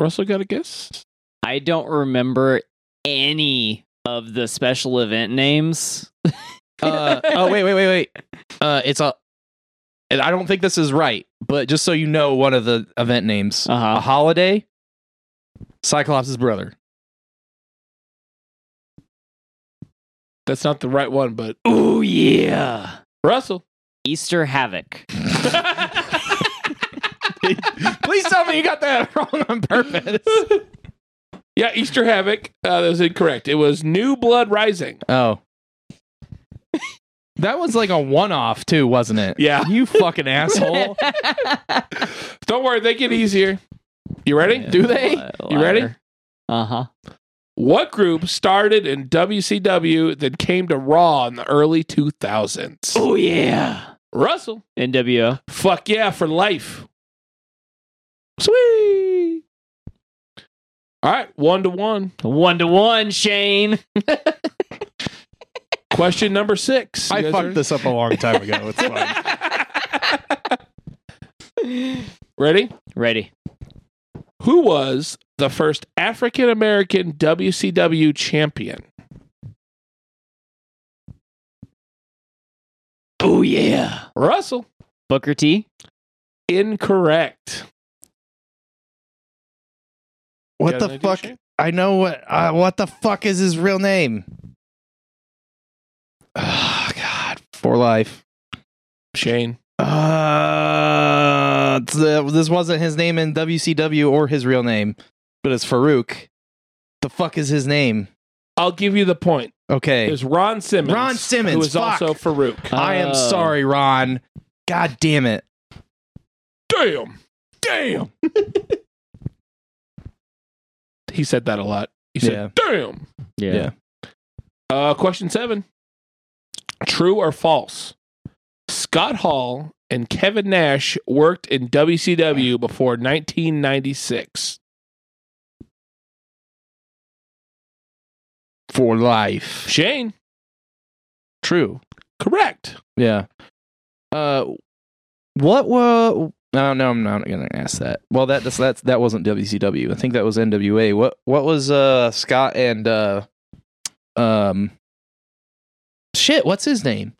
Speaker 1: Russell got a guess.
Speaker 4: I don't remember any of the special event names.
Speaker 2: Uh, oh wait, wait, wait, wait. Uh, it's a. And I don't think this is right, but just so you know, one of the event names: a
Speaker 4: Uh huh.
Speaker 2: holiday. Cyclops' brother.
Speaker 1: That's not the right one, but
Speaker 4: Oh yeah.
Speaker 1: Russell.
Speaker 4: Easter Havoc.
Speaker 2: Please tell me you got that wrong on purpose.
Speaker 1: yeah, Easter Havoc. Uh, that was incorrect. It was New Blood Rising.
Speaker 2: Oh, that was like a one-off too, wasn't it?
Speaker 1: Yeah.
Speaker 2: You fucking asshole.
Speaker 1: Don't worry, they get easier. You ready?
Speaker 2: Do they?
Speaker 1: You ready?
Speaker 4: Uh huh.
Speaker 1: What group started in WCW that came to Raw in the early 2000s?
Speaker 4: Oh yeah.
Speaker 1: Russell.
Speaker 4: NWO.
Speaker 1: Fuck yeah, for life. Sweet. All right, one to one.
Speaker 4: One to one, Shane.
Speaker 1: Question number six. You
Speaker 2: I
Speaker 1: guys
Speaker 2: fucked
Speaker 1: ready?
Speaker 2: this up a long time ago. It's fine.
Speaker 1: Ready?
Speaker 4: Ready.
Speaker 1: Who was the first African American WCW champion?
Speaker 4: Oh yeah.
Speaker 1: Russell.
Speaker 4: Booker T.
Speaker 1: Incorrect.
Speaker 2: What
Speaker 1: Got
Speaker 2: the
Speaker 1: an idea,
Speaker 2: fuck?
Speaker 1: Shane?
Speaker 2: I know what. Uh, what the fuck is his real name? Oh God, for life.
Speaker 1: Shane.
Speaker 2: Uh, th- this wasn't his name in WCW or his real name, but it's Farouk. The fuck is his name?
Speaker 1: I'll give you the point. It
Speaker 2: Okay,
Speaker 1: was Ron Simmons.
Speaker 2: Ron Simmons,
Speaker 1: Who was
Speaker 2: fuck.
Speaker 1: also Farouk.
Speaker 2: I am
Speaker 4: Oh.
Speaker 2: sorry, Ron. God damn it.
Speaker 1: Damn. Damn. he said that a lot. He said, damn.
Speaker 2: Yeah.
Speaker 1: Uh, question seven True or false? Scott Hall and Kevin Nash worked in WCW before 1996.
Speaker 2: For life.
Speaker 1: Shane.
Speaker 2: True.
Speaker 1: Correct.
Speaker 2: Yeah. Uh, what was? No, no, I'm not gonna ask that. Well, that that's, that's that wasn't WCW. I think that was NWA. What what was uh Scott and uh um shit? What's his name?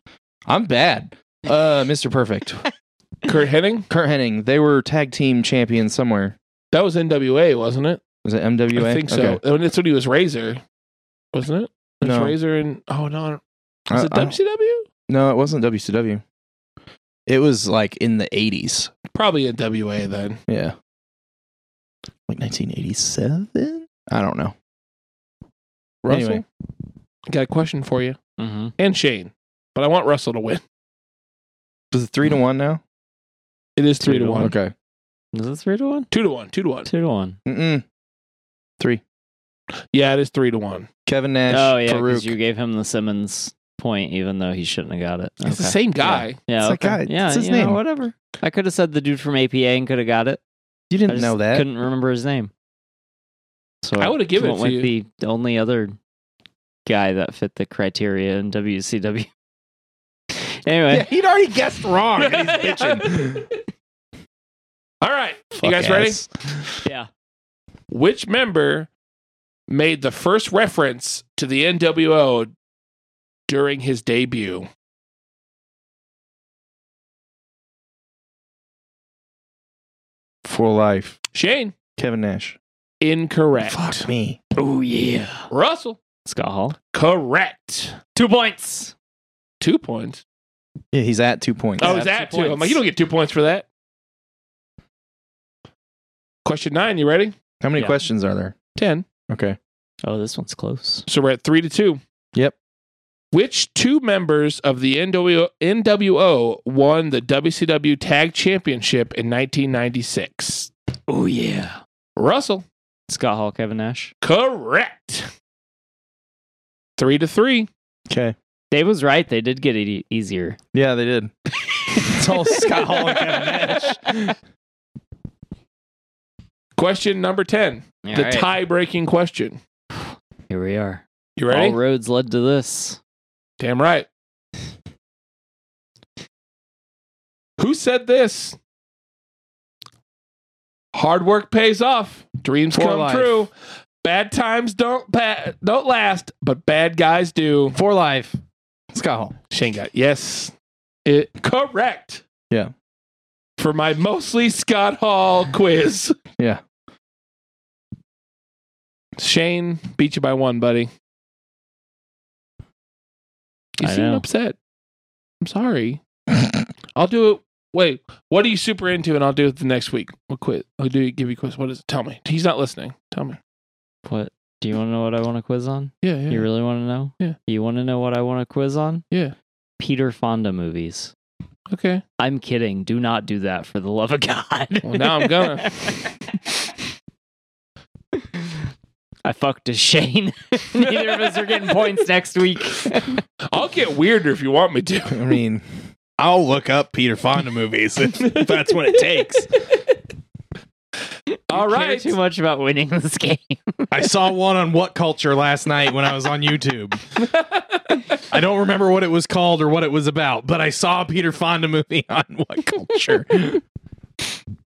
Speaker 2: I'm bad. Uh, Mr. Perfect,
Speaker 1: Kurt Henning.
Speaker 2: Kurt Henning. They were tag team champions somewhere.
Speaker 1: That was NWA, wasn't it?
Speaker 2: Was it MWA?
Speaker 1: I think so.
Speaker 2: Okay.
Speaker 1: And that's when he was Razor, wasn't it? It was
Speaker 2: No.
Speaker 1: Razor and oh no, was
Speaker 2: I-
Speaker 1: it
Speaker 2: I don't-
Speaker 1: WCW?
Speaker 2: no, it wasn't WCW. It was like in the 80s.
Speaker 1: Probably NWA then.
Speaker 2: Yeah. Like 1987? I don't know.
Speaker 1: Russell,
Speaker 2: Anyway.
Speaker 1: I got a question for you.
Speaker 4: Mm-hmm.
Speaker 1: and Shane, but I want Russell to win.
Speaker 2: Is it three to one now?
Speaker 1: It is three to one,
Speaker 2: Okay.
Speaker 4: Is it three to one?
Speaker 1: two to one, two to one.
Speaker 4: Two to one.
Speaker 2: Mm-mm. Three.
Speaker 1: Yeah, it is three to one.
Speaker 2: Kevin Nash.
Speaker 4: oh yeah,
Speaker 2: Farouk.
Speaker 4: because you gave him the Simmons point, even though he shouldn't have got it.
Speaker 1: It's the same guy.
Speaker 4: Yeah,
Speaker 2: It's that
Speaker 4: okay.
Speaker 2: guy.
Speaker 4: yeah,
Speaker 2: It's his
Speaker 4: you know,
Speaker 2: name.
Speaker 4: whatever. I could have said the dude from APA and could have got it.
Speaker 2: You
Speaker 4: I
Speaker 2: didn't
Speaker 4: just
Speaker 2: know that.
Speaker 4: Couldn't remember his name. So
Speaker 1: I would've given it
Speaker 4: went
Speaker 1: to
Speaker 4: with the only other guy that fit the criteria in WCW.
Speaker 2: Yeah,
Speaker 4: anyway,
Speaker 2: he'd already guessed wrong. and he's
Speaker 1: Yeah.
Speaker 2: bitching.
Speaker 1: All right, you guys ready?
Speaker 4: yeah.
Speaker 1: Which member made the first reference to the NWO during his debut?
Speaker 2: For life.
Speaker 1: Shane,
Speaker 2: Kevin Nash.
Speaker 1: incorrect.
Speaker 2: Fuck me.
Speaker 4: Oh yeah,
Speaker 1: Russell,
Speaker 4: Scott Hall.
Speaker 1: correct.
Speaker 4: Two points.
Speaker 1: Two points.
Speaker 2: Yeah, he's at two points.
Speaker 1: Oh,
Speaker 4: Yeah,
Speaker 1: is that
Speaker 4: two
Speaker 1: two? I'm
Speaker 4: points.
Speaker 1: like, you don't get two points for that. Question nine. You ready?
Speaker 2: How many
Speaker 4: Yeah.
Speaker 2: questions are there?
Speaker 1: Ten.
Speaker 2: Okay.
Speaker 4: Oh, this one's close.
Speaker 1: So we're at three to two.
Speaker 2: Yep.
Speaker 1: Which two members of the NWO, NWO won the WCW Tag Championship in 1996?
Speaker 4: Oh yeah,
Speaker 1: Russell,
Speaker 4: Scott Hall, Kevin Nash.
Speaker 1: correct. Three to three.
Speaker 2: Okay.
Speaker 4: Dave was right. They did get it e- easier.
Speaker 2: Yeah, they did. it's all Scott Hall and Kevin Nash.
Speaker 1: Question number 10, the tie breaking question.
Speaker 4: Here we are.
Speaker 1: You ready?
Speaker 4: All roads led to this.
Speaker 1: Damn right. Who said this? Hard work pays off. Dreams
Speaker 2: For
Speaker 1: come
Speaker 2: life.
Speaker 1: true. Bad times don't pa- don't last, but bad guys do.
Speaker 2: For life. Scott Hall.
Speaker 1: Shane got yes. It correct.
Speaker 2: Yeah.
Speaker 1: For my mostly Scott Hall quiz.
Speaker 2: Yeah.
Speaker 1: Shane beat you by one, buddy. You
Speaker 4: I
Speaker 1: seem
Speaker 4: know.
Speaker 1: upset. I'm sorry. I'll do it. Wait, what are you super into? And I'll do it the next week. I'll quit. I'll do give you a quiz. What is it? Tell me. He's not listening. Tell me.
Speaker 4: What do you want to know? What I want to quiz on?
Speaker 1: Yeah, yeah.
Speaker 4: You really want to know?
Speaker 1: Yeah.
Speaker 4: You want to know what I want to quiz on?
Speaker 1: Yeah.
Speaker 4: Peter Fonda movies.
Speaker 1: okay.
Speaker 4: I'm kidding. Do not do that for the love of God.
Speaker 1: Well, now I'm gonna.
Speaker 4: I fucked a Shane. Neither of us are getting points next week.
Speaker 1: I'll get weirder if you want me to.
Speaker 2: I mean, I'll look up Peter Fonda movies if, if that's what it takes.
Speaker 1: All
Speaker 4: Care
Speaker 1: right.
Speaker 4: Too much about winning this game.
Speaker 2: I saw one on What Culture last night when I was on YouTube. I don't remember what it was called or what it was about, but I saw a Peter Fonda movie on What Culture.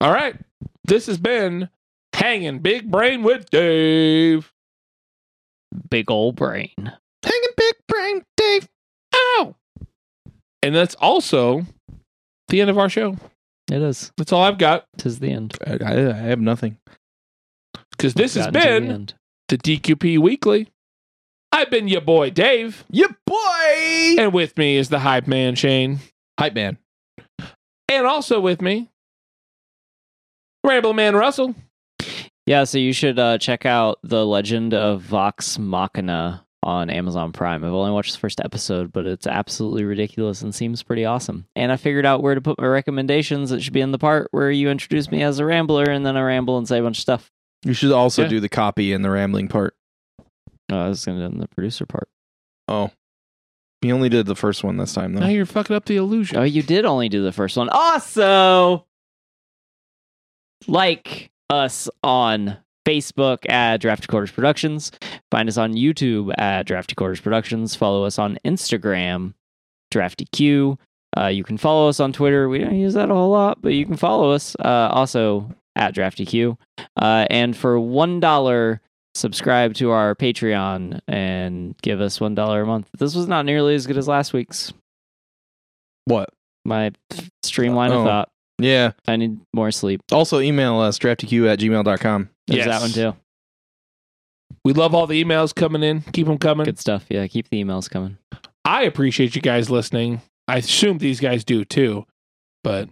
Speaker 1: All right. This has been Hanging Big Brain with Dave.
Speaker 4: Big old brain.
Speaker 2: Hanging Big Brain Dave.
Speaker 1: Ow. And that's also the end of our show.
Speaker 4: It is.
Speaker 1: That's all I've got.
Speaker 4: Tis the end.
Speaker 2: I, I I have nothing.
Speaker 1: Because this has
Speaker 4: Gotten to the
Speaker 1: been
Speaker 4: end.
Speaker 1: the DQP Weekly. I've been your boy, Dave.
Speaker 2: Yeah, boy.
Speaker 1: And with me is the hype man, Shane.
Speaker 2: Hype man.
Speaker 1: And also with me, Ramble Man Russell.
Speaker 4: Yeah, so you should uh, check out The Legend of Vox Machina on Amazon Prime. I've only watched the first episode, but it's absolutely ridiculous and seems pretty awesome. And I figured out where to put my recommendations. It should be in the part where you introduce me as a rambler, and then I ramble and say a bunch of stuff.
Speaker 2: You should also
Speaker 1: Yeah.
Speaker 2: do the copy and the rambling part.
Speaker 4: Oh, I was going to do it in the producer part.
Speaker 2: Oh, he only did the first one this time
Speaker 1: Now
Speaker 2: though.
Speaker 1: you're fucking up the
Speaker 4: Oh,
Speaker 1: illusion.
Speaker 4: you did only do the first one. Also, like us on Facebook at Drafty Quarters Productions. Find us on YouTube at Drafty Quarters Productions. Follow us on Instagram, Drafty Q. Uh, you can follow us on Twitter. We don't use that a whole lot, but you can follow us uh, also at Drafty Q. Uh, and for one dollar, subscribe to our Patreon and give us one dollar a month. This was not nearly as good as last week's
Speaker 2: What?
Speaker 4: my streamline
Speaker 2: Oh.
Speaker 4: of thought.
Speaker 2: Yeah.
Speaker 4: I need more sleep.
Speaker 2: Also, email us draftyq at gmail.com.
Speaker 4: There's
Speaker 1: Yes.
Speaker 4: that one too.
Speaker 1: We love all the emails coming in. Keep them coming.
Speaker 4: Good stuff. Yeah, keep the emails coming.
Speaker 1: I appreciate you guys listening. I assume these guys do too, but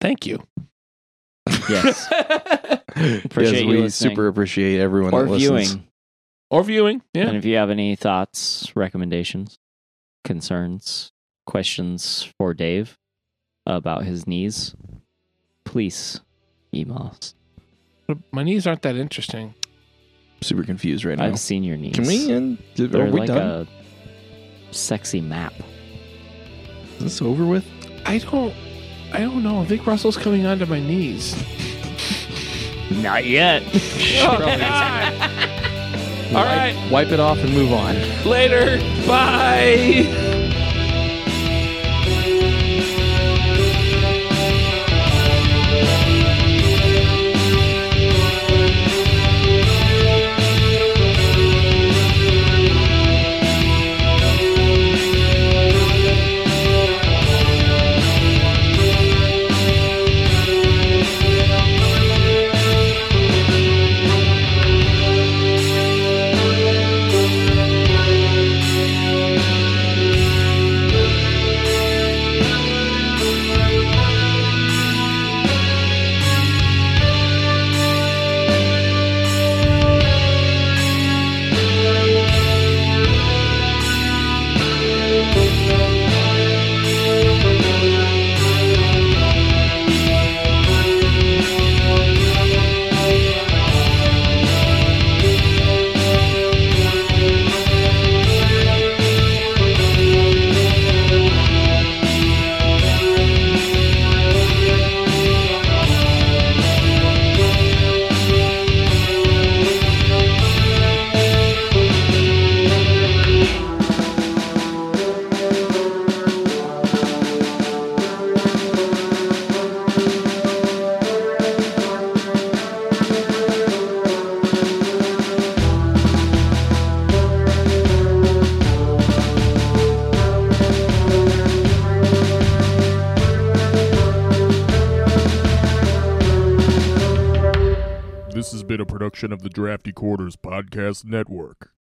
Speaker 1: thank you.
Speaker 4: Yes. Appreciate
Speaker 2: yes,
Speaker 4: you
Speaker 2: we
Speaker 4: listening.
Speaker 2: super appreciate everyone
Speaker 4: or
Speaker 2: that
Speaker 4: viewing.
Speaker 2: listens.
Speaker 1: or viewing. Yeah.
Speaker 4: And if you have any thoughts, recommendations, concerns, questions for Dave about his knees, please email us.
Speaker 1: My knees aren't that interesting.
Speaker 2: Super confused right now.
Speaker 4: I've seen your knees.
Speaker 2: Can we end? Did,
Speaker 4: They're
Speaker 2: are we
Speaker 4: like
Speaker 2: done?
Speaker 4: a sexy map.
Speaker 2: Is this over with?
Speaker 1: I don't. I don't know. I think Russell's coming onto my knees.
Speaker 4: Not yet.
Speaker 1: All right.
Speaker 2: Wipe it off and move on.
Speaker 1: Later. Bye.
Speaker 5: This has been a production of the Drafty Quarters Podcast Network.